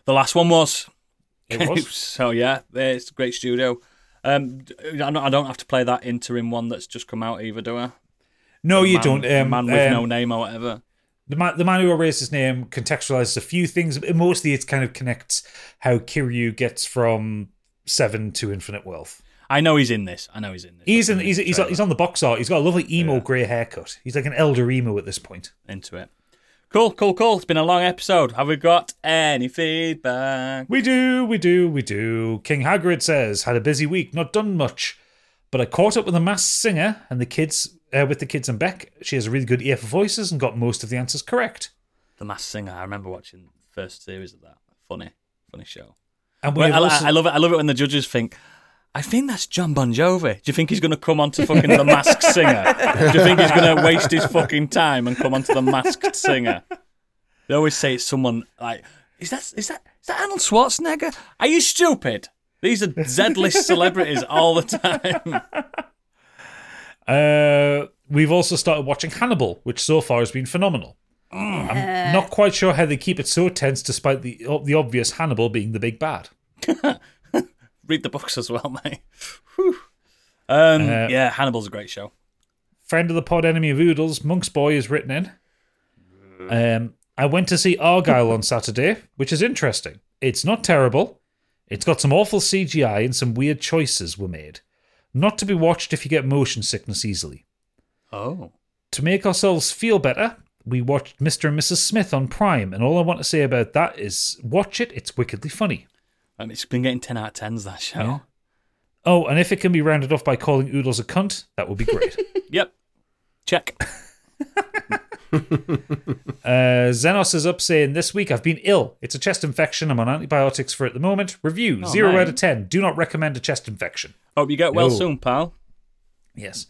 Speaker 1: The last one was
Speaker 2: It was.
Speaker 1: so yeah, it's a great studio. Um, I don't, I don't have to play that interim one that's just come out either, do I?
Speaker 2: No, you
Speaker 1: Man-
Speaker 2: don't. Um,
Speaker 1: man with
Speaker 2: um,
Speaker 1: no name or whatever.
Speaker 2: The man, the man who erased his name contextualizes a few things, but mostly it kind of connects how Kiryu gets from seven to infinite wealth.
Speaker 1: I know he's in this. I know he's in this.
Speaker 2: He's
Speaker 1: I've
Speaker 2: in,
Speaker 1: seen
Speaker 2: he's,
Speaker 1: the
Speaker 2: he's,
Speaker 1: trailer.
Speaker 2: he's on the box art. He's got a lovely emo grey haircut. He's like an elder emo at this point.
Speaker 1: into it. Cool, cool, cool. It's been a long episode. Have we got any feedback?
Speaker 2: We do, we do, we do. King Hagrid says, had a busy week, not done much, but I caught up with the mass singer and the kids uh, with the kids and Beck. She has a really good ear for voices and got most of the answers correct.
Speaker 1: The Masked Singer. I remember watching the first series of that. Funny, funny show.
Speaker 2: And we
Speaker 1: Well, I,
Speaker 2: have also-
Speaker 1: I love it. I love it when the judges think. I think that's John Bon Jovi. Do you think he's going to come onto fucking The Masked Singer? Do you think he's going to waste his fucking time and come onto The Masked Singer? They always say it's someone like, is that is that is that Arnold Schwarzenegger? Are you stupid? These are Z-list celebrities all the time.
Speaker 2: Uh, we've also started watching Hannibal, which so far has been phenomenal.
Speaker 1: Mm.
Speaker 2: I'm not quite sure how they keep it so tense, despite the the obvious Hannibal being the big bad.
Speaker 1: Read the books as well, mate. Whew. Um,
Speaker 2: Uh,
Speaker 1: yeah, Hannibal's a great show.
Speaker 2: Friend of the pod, enemy of Oodles, Monk's Boy is written in. Um, I went to see Argyle on Saturday, which is interesting. It's not terrible. It's got some awful CGI and some weird choices were made. Not to be watched if you get motion sickness easily.
Speaker 1: Oh,
Speaker 2: To make ourselves feel better, we watched Mr. and Mrs. Smith on Prime, and all I want to say about that is watch it, it's wickedly funny.
Speaker 1: um, it's been getting ten out of tens that show.
Speaker 2: Oh, and if it can be rounded off by calling Oodles a cunt, that would be great.
Speaker 1: Yep, check.
Speaker 2: uh, Xenos is up saying, This week I've been ill. It's a chest infection. I'm on antibiotics for it at the moment. Review
Speaker 1: Oh,
Speaker 2: 0
Speaker 1: mate.
Speaker 2: out of 10. Do not recommend a chest infection.
Speaker 1: Hope you get well
Speaker 2: No.
Speaker 1: soon, pal.
Speaker 2: Yes.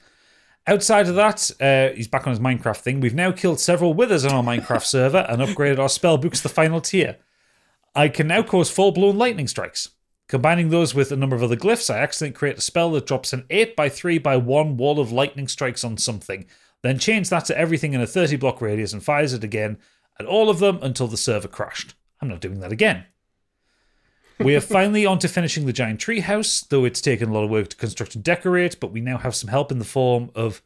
Speaker 2: Outside of that, uh, he's back on his Minecraft thing. We've now killed several withers on our Minecraft server and upgraded our spell books to final tier. I can now cause full blown lightning strikes. Combining those with a number of other glyphs, I accidentally create a spell that drops an 8x3 by 1 wall of lightning strikes on something, then change that to everything in a 30 block radius and fires it again at all of them until the server crashed. I'm not doing that again. We are finally on to finishing the giant tree house, though it's taken a lot of work to construct and decorate, but we now have some help in the form of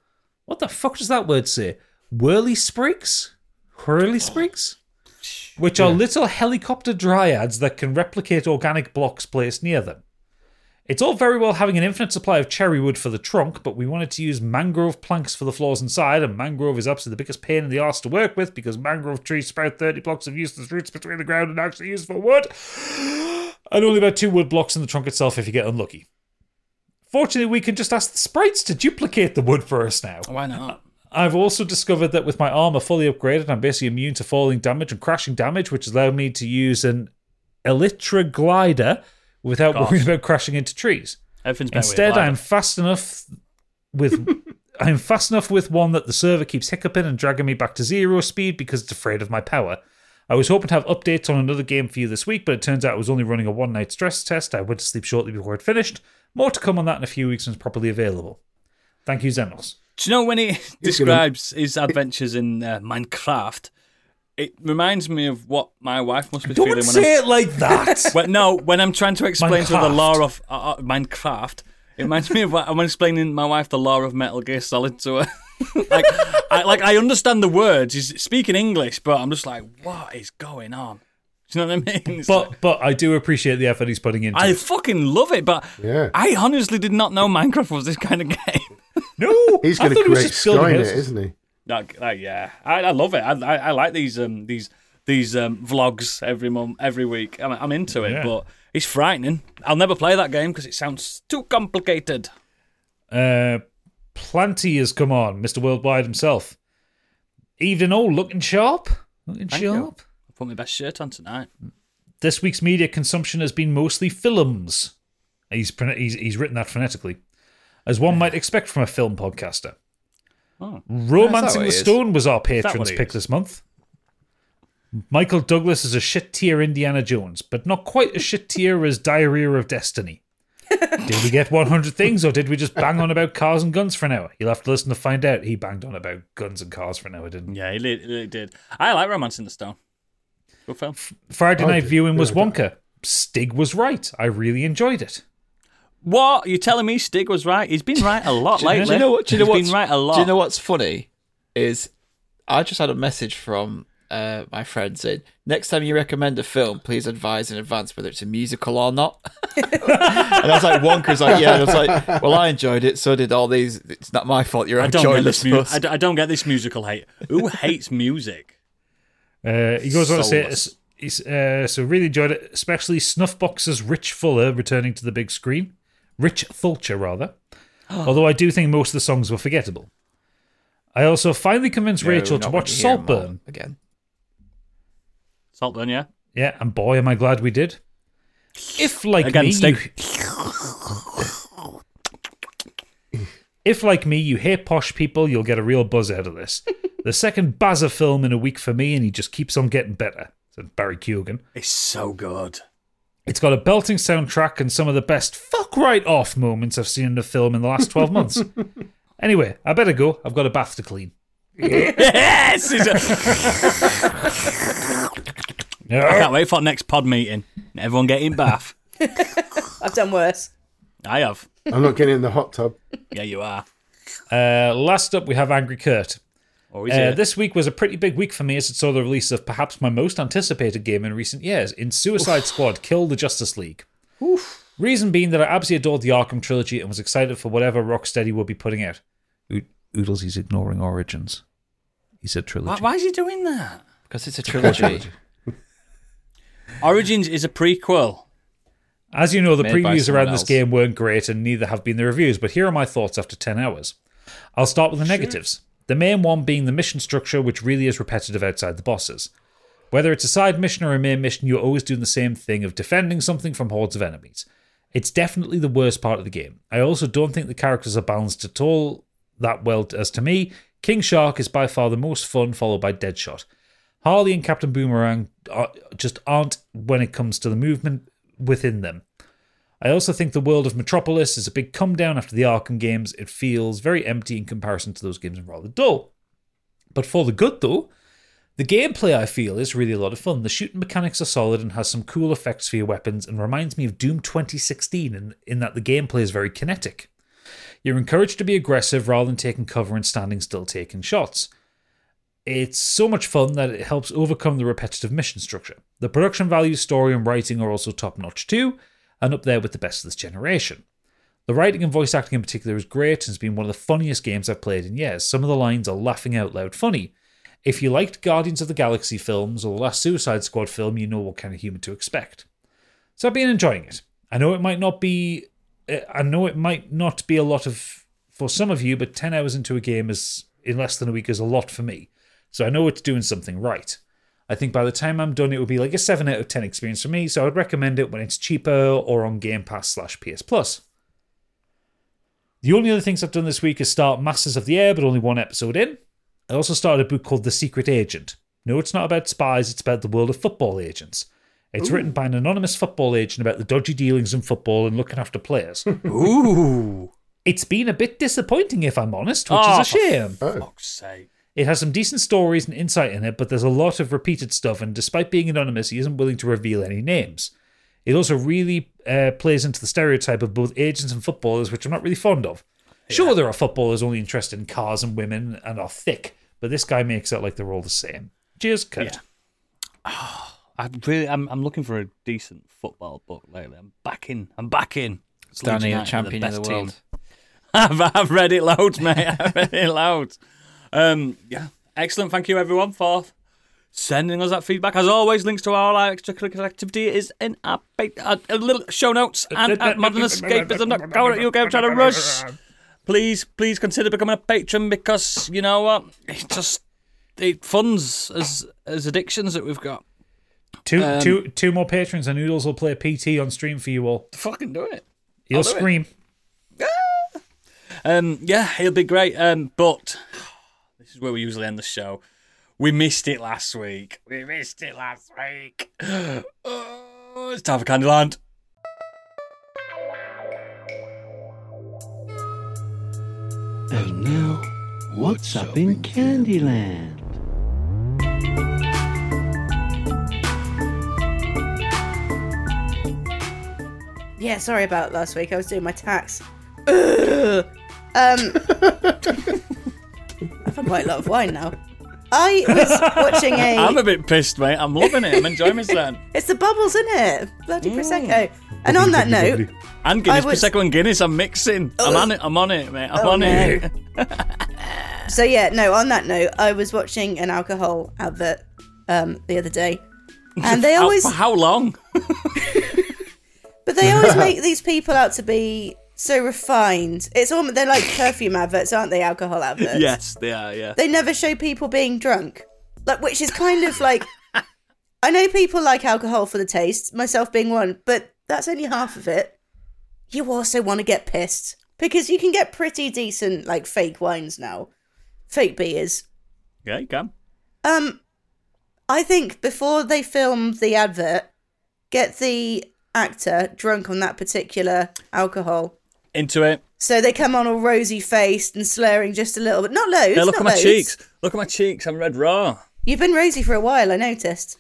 Speaker 2: what the fuck does that word say? Whirly sprigs? Whirly sprigs? Which are little helicopter dryads that can replicate organic blocks placed near them. It's all very well having an infinite supply of cherry wood for the trunk, but we wanted to use mangrove planks for the floors inside, and mangrove is absolutely the biggest pain in the arse to work with because mangrove trees sprout 30 blocks of useless roots between the ground and actually used for wood, and only about two wood blocks in the trunk itself if you get unlucky. Fortunately, we can just ask the sprites to duplicate the wood for us now.
Speaker 1: Why not?
Speaker 2: I've also discovered that with my armor fully upgraded, I'm basically immune to falling damage and crashing damage, which has allowed me to use an Elytra glider without
Speaker 1: Gosh.
Speaker 2: worrying about crashing into trees.
Speaker 1: Everything's better with
Speaker 2: Instead,
Speaker 1: lighter.
Speaker 2: I'm fast enough with I'm fast enough with one that the server keeps hiccuping and dragging me back to zero speed because it's afraid of my power. I was hoping to have updates on another game for you this week, but it turns out I was only running a one night stress test. I went to sleep shortly before it finished. More to come on that in a few weeks when it's properly available. Thank you, Xenos.
Speaker 1: Do you know when he describes his adventures in uh, Minecraft? It reminds me of what my wife must be feeling
Speaker 2: Don't
Speaker 1: when
Speaker 2: say
Speaker 1: I'm.
Speaker 2: it like that.
Speaker 1: When, no, when I'm trying to explain to her the
Speaker 2: Minecraft.
Speaker 1: law of uh, uh, Minecraft, it reminds me of what I'm explaining to my wife the law of Metal Gear Solid to her. like, I, like I understand the words. He's speaking English, but I'm just like, what is going on? Do you know what I mean? It's like-
Speaker 2: but but I do appreciate the effort he's putting into.
Speaker 1: I
Speaker 2: it.
Speaker 1: fucking love it, but
Speaker 5: Yeah.
Speaker 1: I honestly did not know Minecraft was this kind of game.
Speaker 2: No,
Speaker 5: He's
Speaker 2: I
Speaker 5: going to
Speaker 2: thought he was
Speaker 5: create
Speaker 2: just building
Speaker 5: Skynet,
Speaker 2: houses.
Speaker 5: isn't he?
Speaker 1: Like, like, oh, yeah, I, I love it. I, I, I like these um these these um vlogs every month every week. I'm, I'm into it,
Speaker 2: Yeah.
Speaker 1: but it's frightening. I'll never play that game because it sounds too complicated.
Speaker 2: Uh, Planty has come on, Mr. Worldwide himself. Evening all, looking sharp. Looking
Speaker 1: Thank you.
Speaker 2: sharp.
Speaker 1: I put my best shirt on tonight.
Speaker 2: This week's media consumption has been mostly films. He's, pron- he's, he's written that phonetically, as one might expect from a film podcaster.
Speaker 4: That's how
Speaker 2: Romancing
Speaker 4: it
Speaker 2: the
Speaker 4: is.
Speaker 2: Stone was our patron's
Speaker 1: what it
Speaker 2: pick
Speaker 1: is?
Speaker 2: this month. Michael Douglas is a shit tier Indiana Jones, but not quite as shit tier as Diarrhea of Destiny. did we get 100 things or did we just bang on about cars and guns for an hour? You'll have to listen to find out. He banged on about guns and cars for an hour, didn't he?
Speaker 1: Yeah, he li- really did. I like Romance in the Stone. Good film.
Speaker 2: Friday
Speaker 5: I
Speaker 2: night
Speaker 5: did.
Speaker 2: viewing
Speaker 5: Yeah,
Speaker 2: was
Speaker 5: I did.
Speaker 2: Wonka. Stig was right. I really enjoyed it.
Speaker 1: What you telling me? Stig was right. He's been right a lot
Speaker 2: you know-
Speaker 1: lately.
Speaker 2: do you
Speaker 4: know what? Do you know
Speaker 1: He's
Speaker 4: what's-
Speaker 1: been right a lot.
Speaker 4: Do you know what's funny? Is I just had a message from uh, my friend saying, "Next time you recommend a film, please advise in advance whether it's a musical or not." and I was like, "Wonka's like, yeah." And I was like, "Well, I enjoyed it. So did all these. It's not my fault. You're
Speaker 1: I don't
Speaker 4: enjoying
Speaker 1: get
Speaker 4: this."
Speaker 1: this. Mu-
Speaker 4: fuss."
Speaker 1: I, d- I don't get this musical hate. Who hates music?
Speaker 2: Uh, he goes on to say,
Speaker 4: Soulless.
Speaker 2: he's, uh, so really enjoyed it, especially Snuffbox's Rich Fuller returning to the big screen. Rich Fulcher, rather.
Speaker 4: Oh.
Speaker 2: Although I do think most of the songs were forgettable. I also finally convinced
Speaker 4: No,
Speaker 2: Rachel
Speaker 4: not
Speaker 2: to
Speaker 4: when
Speaker 2: watch
Speaker 4: you hear 'em all
Speaker 2: Saltburn.
Speaker 4: again.
Speaker 1: Saltburn, yeah.
Speaker 2: Yeah, and boy, am I glad we did. If like
Speaker 1: Again,
Speaker 2: me,
Speaker 1: steak.
Speaker 2: you- if like me, you hate posh people, you'll get a real buzz out of this. the second Bazza film in a week for me, and he just keeps on getting better. Said Barry Keoghan.
Speaker 1: It's so good.
Speaker 2: It's got a belting soundtrack and some of the best fuck right off moments I've seen in a film in the last twelve months. anyway, I better go. I've got a bath to clean.
Speaker 1: Yes, he's a- I can't wait for next pod meeting. Everyone get in bath.
Speaker 3: I've done worse.
Speaker 1: I have.
Speaker 5: I'm not getting in the hot tub.
Speaker 1: Yeah, you are.
Speaker 2: Uh, last up, we have Angry Kurt.
Speaker 1: Or is
Speaker 2: Uh,
Speaker 1: it?
Speaker 2: this week was a pretty big week for me as it saw the release of perhaps my most anticipated game in recent years in Suicide Squad Kill the Justice League. Reason being that I absolutely adored the Arkham trilogy and was excited for whatever Rocksteady would be putting out. Ood- Oodles, he's ignoring Origins. He said
Speaker 1: why,
Speaker 2: trilogy.
Speaker 1: why is he doing that?
Speaker 4: Because it's a trilogy.
Speaker 1: Origins is a prequel.
Speaker 2: As you know, the
Speaker 4: Made by
Speaker 2: previews
Speaker 4: someone
Speaker 2: around this
Speaker 4: else.
Speaker 2: game weren't great, and neither have been the reviews, but here are my thoughts after 10 hours. I'll start with the negatives. The main one being the mission structure, which really is repetitive outside the bosses. Whether it's a side mission or a main mission, you're always doing the same thing of defending something from hordes of enemies. It's definitely the worst part of the game. I also don't think the characters are balanced at all that well as to me. King Shark is by far the most fun, followed by Deadshot. Harley and Captain Boomerang are, just aren't when it comes to the movement within them. I also think the world of Metropolis is a big come down after the Arkham games. It feels very empty in comparison to those games and rather dull. But for the good though, the gameplay I feel is really a lot of fun. The shooting mechanics are solid and has some cool effects for your weapons and reminds me of Doom 2016 in, in that the gameplay is very kinetic. You're encouraged to be aggressive rather than taking cover and standing still taking shots. It's so much fun that it helps overcome the repetitive mission structure. The production value, story, and writing are also top notch too, and up there with the best of this generation. The writing and voice acting in particular is great and has been one of the funniest games I've played in years. Some of the lines are laughing out loud funny. If you liked Guardians of the Galaxy films or the last Suicide Squad film, you know what kind of humor to expect. So I've been enjoying it. I know it might not be, uh, I know it might not be a lot of for some of you, but ten hours into a game is in less than a week is a lot for me. So I know it's doing something right. I think by the time I'm done, it would be like a seven out of ten experience for me. So I'd recommend it when it's cheaper or on Game Pass slash PS Plus. The only other things I've done this week is start Masters of the Air, but only one episode in. I also started a book called The Secret Agent. No, it's not about spies, it's about the world of football agents. It's written by an anonymous football agent about the dodgy dealings in football and looking after players.
Speaker 1: Ooh.
Speaker 2: it's been a bit disappointing, if I'm honest, which
Speaker 1: Oh,
Speaker 2: is a shame.
Speaker 1: Fuck's sake.
Speaker 2: It has some decent stories and insight in it, but there's a lot of repeated stuff, and despite being anonymous, he isn't willing to reveal any names. It also really uh, plays into the stereotype of both agents and footballers, which I'm not really fond of. Sure, there are footballers only interested in cars and women and are thick, but this guy makes it like they're all the same. Cheers, Kurt.
Speaker 1: Yeah. I really, I'm, I'm looking for a decent football book lately. I'm back in. I'm back in. It's
Speaker 4: Down
Speaker 1: Leeds
Speaker 4: here,
Speaker 1: United are
Speaker 4: champion of
Speaker 1: best
Speaker 4: the world.
Speaker 1: team. I've, I've read it loads, mate. I've read it loads. Um, yeah, excellent. Thank you, everyone, for sending us that feedback. As always, links to all our extracurricular activity is in our pa- uh, uh, little show notes and at modernescapism.co.uk. I'm trying to rush. Please, please consider becoming a patron because you know what? It just it funds as as addictions that we've got.
Speaker 2: Two,
Speaker 1: Um,
Speaker 2: two, two more patrons, and Noodles will play PT on stream for you all.
Speaker 1: Fucking do it.
Speaker 2: You'll
Speaker 1: do it.
Speaker 2: scream.
Speaker 1: Um, yeah, it'll be great. Um, but this is where we usually end the show. We missed it last week. We missed it last week. Oh, it's time for Candyland.
Speaker 8: And now, what's up in Candyland?
Speaker 3: Yeah, sorry about last week. I was doing my tax. Ugh. Um, I've had quite a lot of wine now. I was watching a.
Speaker 1: I'm a bit pissed, mate. I'm loving it. I'm enjoying myself.
Speaker 3: It's the bubbles, isn't it? Bloody
Speaker 1: Mm.
Speaker 3: prosecco. And on that note,
Speaker 1: And Guinness,
Speaker 3: I was-
Speaker 1: Prosecco, and Guinness. I'm mixing. I'm on it. I'm on it, mate. I'm
Speaker 3: Oh,
Speaker 1: on it.
Speaker 3: so yeah, no. On that note, I was watching an alcohol advert um, the other day, and they
Speaker 1: How,
Speaker 3: always,
Speaker 1: for how long?
Speaker 3: but they always make these people out to be so refined. It's almost they're like perfume adverts, aren't they? Alcohol adverts.
Speaker 1: yes, they are. Yeah.
Speaker 3: They never show people being drunk, like which is kind of like. I know people like alcohol for the taste, myself being one, but that's only half of it. You also want to get pissed because you can get pretty decent like fake wines now, fake beers.
Speaker 1: Yeah, you can.
Speaker 3: Um, I think before they filmed the advert, get the actor drunk on that particular alcohol.
Speaker 1: Into it.
Speaker 3: So they come on all rosy faced and slurring just a little bit. Not loads.
Speaker 1: Yeah, look
Speaker 3: not
Speaker 1: at my
Speaker 3: loads.
Speaker 1: cheeks. Look at my cheeks. I'm red raw.
Speaker 3: You've been rosy for a while, I noticed.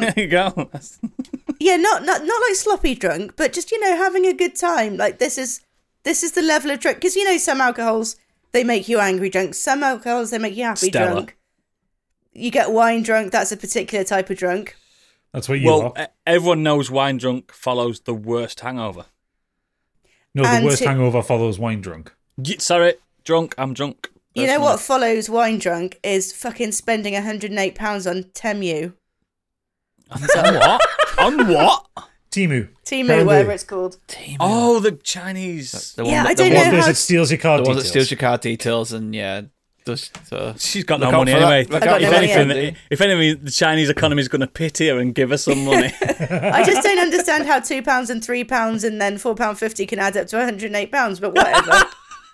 Speaker 1: There you go. That's-
Speaker 3: Yeah, not not not like sloppy drunk, but just you know having a good time. Like this is this is the level of drunk because you know some alcohols they make you angry drunk, some alcohols they make you happy
Speaker 1: Stella.
Speaker 3: drunk. You get wine drunk. That's a particular type of drunk.
Speaker 2: That's what you
Speaker 1: Well,
Speaker 2: are.
Speaker 1: e- everyone knows wine drunk follows the worst hangover.
Speaker 2: No, the
Speaker 3: and
Speaker 2: worst
Speaker 3: to-
Speaker 2: hangover follows wine drunk.
Speaker 1: Ye- Sorry, drunk. I'm drunk.
Speaker 3: You know what
Speaker 1: Personally.
Speaker 3: follows wine drunk is fucking spending 108 pounds on Temu,
Speaker 1: On what? On what?
Speaker 2: Timu.
Speaker 3: Temu,
Speaker 2: Brandy.
Speaker 3: whatever it's called.
Speaker 1: Oh, the Chinese.
Speaker 4: The
Speaker 3: Yeah,
Speaker 4: that-
Speaker 3: I
Speaker 4: the
Speaker 3: don't
Speaker 2: What
Speaker 3: know
Speaker 2: does
Speaker 3: how-
Speaker 2: it steals your
Speaker 4: the
Speaker 2: card
Speaker 4: one that
Speaker 2: details.
Speaker 4: steals your card details and yeah, does uh,
Speaker 1: She's got no
Speaker 4: Look out
Speaker 1: money
Speaker 4: for that.
Speaker 1: anyway.
Speaker 4: Look
Speaker 3: out
Speaker 1: If
Speaker 3: for that,
Speaker 1: anything,
Speaker 4: Andy.
Speaker 1: if anything, the Chinese economy is going to pity her and give her some money.
Speaker 3: I just don't understand how two pounds and three pounds and then four pound fifty can add up to 108 pounds, but whatever.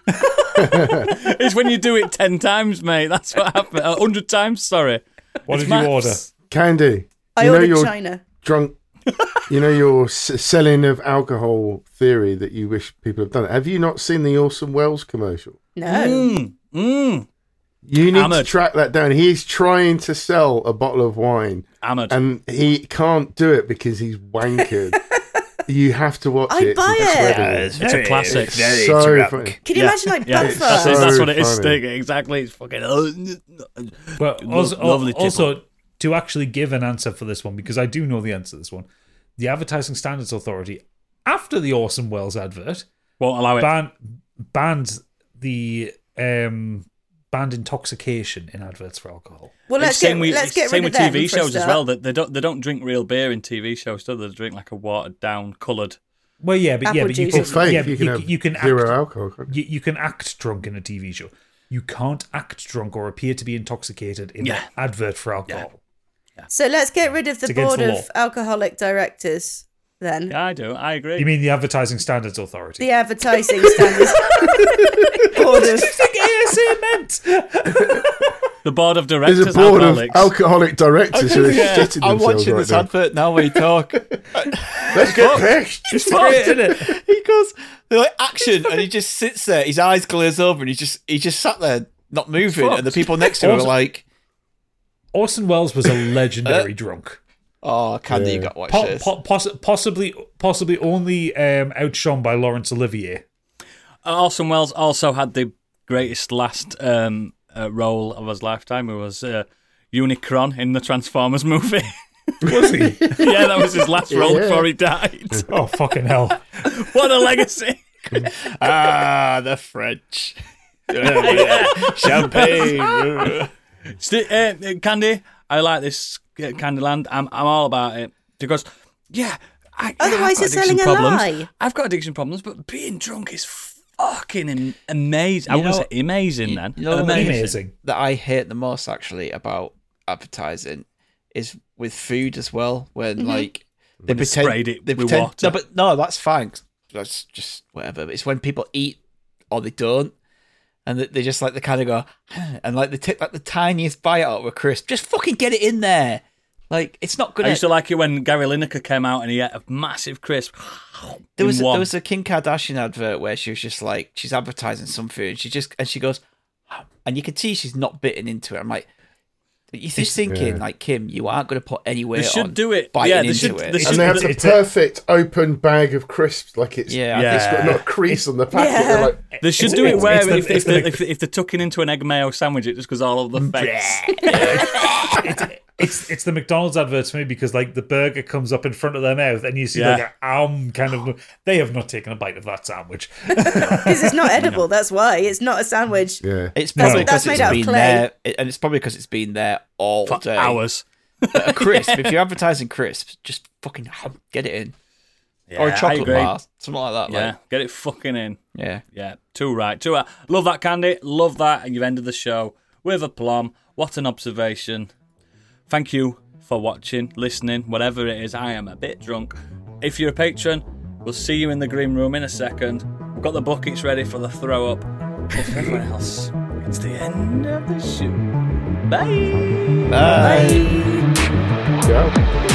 Speaker 1: it's when you do it ten times, mate. That's what happened. A hundred times. Sorry.
Speaker 2: What
Speaker 1: It's
Speaker 2: did you order?
Speaker 1: maths.
Speaker 5: Candy.
Speaker 3: I
Speaker 5: you know
Speaker 3: ordered
Speaker 5: your
Speaker 3: China.
Speaker 5: drunk. you know your s- selling of alcohol theory that you wish people have done. Have you not seen the Orson Welles commercial?
Speaker 3: No,
Speaker 1: Mmm.
Speaker 5: You need to
Speaker 1: Hammered.
Speaker 5: track that down. He's trying to sell a bottle of wine
Speaker 1: Hammered.
Speaker 5: and he can't do it because he's wankered. you have to watch
Speaker 3: I
Speaker 5: it.
Speaker 3: buy
Speaker 5: It's
Speaker 3: it.
Speaker 5: incredible.
Speaker 1: It's a classic.
Speaker 5: It's so funny.
Speaker 3: can you
Speaker 1: Yeah,
Speaker 3: imagine like
Speaker 1: Yeah,
Speaker 3: yeah,
Speaker 1: that's, it, that's what it is.
Speaker 5: So funny.
Speaker 1: Stick exactly. It's fucking. uh, Well,
Speaker 2: Well,
Speaker 1: Lo-
Speaker 2: also,
Speaker 1: lovely tipple.
Speaker 2: also, to actually give an answer for this one, because I do know the answer to this one, the Advertising Standards Authority, AFSCA, after the Orson Welles advert,
Speaker 1: Won't allow it.
Speaker 2: ban banned the um banned intoxication in adverts for alcohol.
Speaker 3: Well,
Speaker 1: It's
Speaker 3: let's get,
Speaker 1: same with,
Speaker 3: let's get
Speaker 1: same
Speaker 3: rid of
Speaker 1: with
Speaker 3: them
Speaker 1: TV
Speaker 3: for a
Speaker 1: shows as
Speaker 3: start.
Speaker 1: well. That they don't they don't drink real beer in TV shows. Do they? they drink like a watered down, coloured.
Speaker 2: Well, yeah, but yeah,
Speaker 3: Apple
Speaker 2: but you
Speaker 3: juice
Speaker 2: can,
Speaker 3: is
Speaker 5: fake,
Speaker 2: yeah,
Speaker 5: you
Speaker 2: but
Speaker 5: can
Speaker 2: you,
Speaker 5: have
Speaker 2: you can act,
Speaker 5: zero alcohol, can't
Speaker 2: You, you can act drunk in a TV show. You can't act drunk or appear to be intoxicated in
Speaker 1: Yeah.
Speaker 2: an advert for alcohol.
Speaker 3: So let's get rid of the
Speaker 2: against
Speaker 3: board
Speaker 2: the
Speaker 3: of alcoholic directors then.
Speaker 1: Yeah, I do. I agree.
Speaker 2: You mean the Advertising Standards Authority?
Speaker 3: The advertising standards board of
Speaker 1: the board of
Speaker 5: There's
Speaker 1: directors.
Speaker 5: a board of
Speaker 1: alcoholics.
Speaker 5: alcoholic directors who are shitting
Speaker 4: I'm
Speaker 5: themselves
Speaker 4: watching
Speaker 5: right
Speaker 4: this
Speaker 5: now.
Speaker 4: advert now where you talk.
Speaker 5: Let's get pissed.
Speaker 4: It's great, isn't it? He goes, they're like action, and he just sits there. His eyes glaze over, and he just he just sat there not moving. And the people next to him are
Speaker 2: Also-
Speaker 4: like,
Speaker 2: Orson Welles was a legendary drunk.
Speaker 4: "Oh, Candy, you got to watch
Speaker 2: Po-
Speaker 4: this."
Speaker 2: po- poss- possibly, possibly only um, outshone by Laurence Olivier.
Speaker 1: Uh, Orson Welles also had the greatest last um, uh, role of his lifetime. It was uh, Unicron in the Transformers movie.
Speaker 2: Was he?
Speaker 1: yeah, that was his last role before he died.
Speaker 2: oh fucking hell!
Speaker 1: what a legacy!
Speaker 4: ah, the French. Champagne.
Speaker 1: Sti- uh, uh, Candy, I like this uh, Candyland. I'm I'm all about it because yeah. I, yeah,
Speaker 3: Otherwise
Speaker 1: I've got
Speaker 3: you're selling
Speaker 1: addiction
Speaker 3: a
Speaker 1: problems.
Speaker 3: lie.
Speaker 1: I've got addiction problems, but being drunk is fucking am- amazing. I wouldn't
Speaker 4: know-
Speaker 1: say amazing then.
Speaker 4: you know what
Speaker 1: amazing.
Speaker 2: Amazing.
Speaker 4: that I hate the most actually about advertising is with food as well. When like they
Speaker 1: they
Speaker 4: pretend
Speaker 1: sprayed it
Speaker 4: they
Speaker 1: with
Speaker 4: pretend,
Speaker 1: water.
Speaker 4: No, but no, that's fine. 'cause That's just whatever. But it's when people eat or they don't, and they, they just like they kind of go "Huh," and like they take like the tiniest bite out of a crisp. Just fucking get it in there. Like it's not
Speaker 1: I
Speaker 4: gonna.
Speaker 1: used to like it when Gary Lineker came out and he ate a massive crisp.
Speaker 4: there was
Speaker 1: in one.
Speaker 4: there was a Kim Kardashian advert where she was just like she's advertising some food. And she just and she goes, and you can see she's not bitten into it. I'm like. You're just thinking, like Kim, you aren't going to put any weight
Speaker 1: They should
Speaker 4: on
Speaker 1: do it.
Speaker 4: biting
Speaker 1: Yeah, they
Speaker 4: into
Speaker 1: should-
Speaker 4: it.
Speaker 1: they should-
Speaker 5: And they have
Speaker 1: It's-
Speaker 5: the
Speaker 2: it's a-
Speaker 5: perfect open bag of crisps, like it's
Speaker 4: Yeah, I
Speaker 5: it's
Speaker 4: think-
Speaker 5: got not a crease on the packet.
Speaker 3: Yeah.
Speaker 5: They're like,
Speaker 1: They should
Speaker 2: It's-
Speaker 1: do it
Speaker 2: it's-
Speaker 1: where
Speaker 2: it's the-
Speaker 1: if, if,
Speaker 2: it's the-
Speaker 1: they're, if, if they're tucking into an egg mayo sandwich, it just goes all over the face.
Speaker 2: It's it's the McDonald's adverts for me because like the burger comes up in front of their mouth and you see
Speaker 1: Yeah.
Speaker 2: like a um kind of. They have not taken a bite of that sandwich.
Speaker 3: because it's not edible. That's why it's not a sandwich.
Speaker 5: yeah.
Speaker 4: It's
Speaker 3: That's-
Speaker 4: probably
Speaker 3: that's
Speaker 4: because
Speaker 3: made
Speaker 4: it's
Speaker 3: out of
Speaker 4: been
Speaker 3: clay.
Speaker 4: there, it- and it's probably because it's been there all
Speaker 1: For
Speaker 4: day.
Speaker 1: hours.
Speaker 4: But a crisp. If you're advertising crisps, just fucking hum, get it in, or
Speaker 1: Yeah,
Speaker 4: a
Speaker 1: I
Speaker 4: chocolate
Speaker 1: agree.
Speaker 4: bar, something like that.
Speaker 1: Yeah,
Speaker 4: like-
Speaker 1: get it fucking in.
Speaker 4: yeah.
Speaker 1: Yeah, too right, too right. Love that, Candy. Love that. And you've ended the show with a plum. What an observation. Thank you for watching, listening, whatever it is. I am a bit drunk. If you're a patron, we'll see you in the green room in a second. We've got the buckets ready for the throw up. But for everyone else, it's the end of the show. Bye.
Speaker 4: Bye.
Speaker 5: yeah.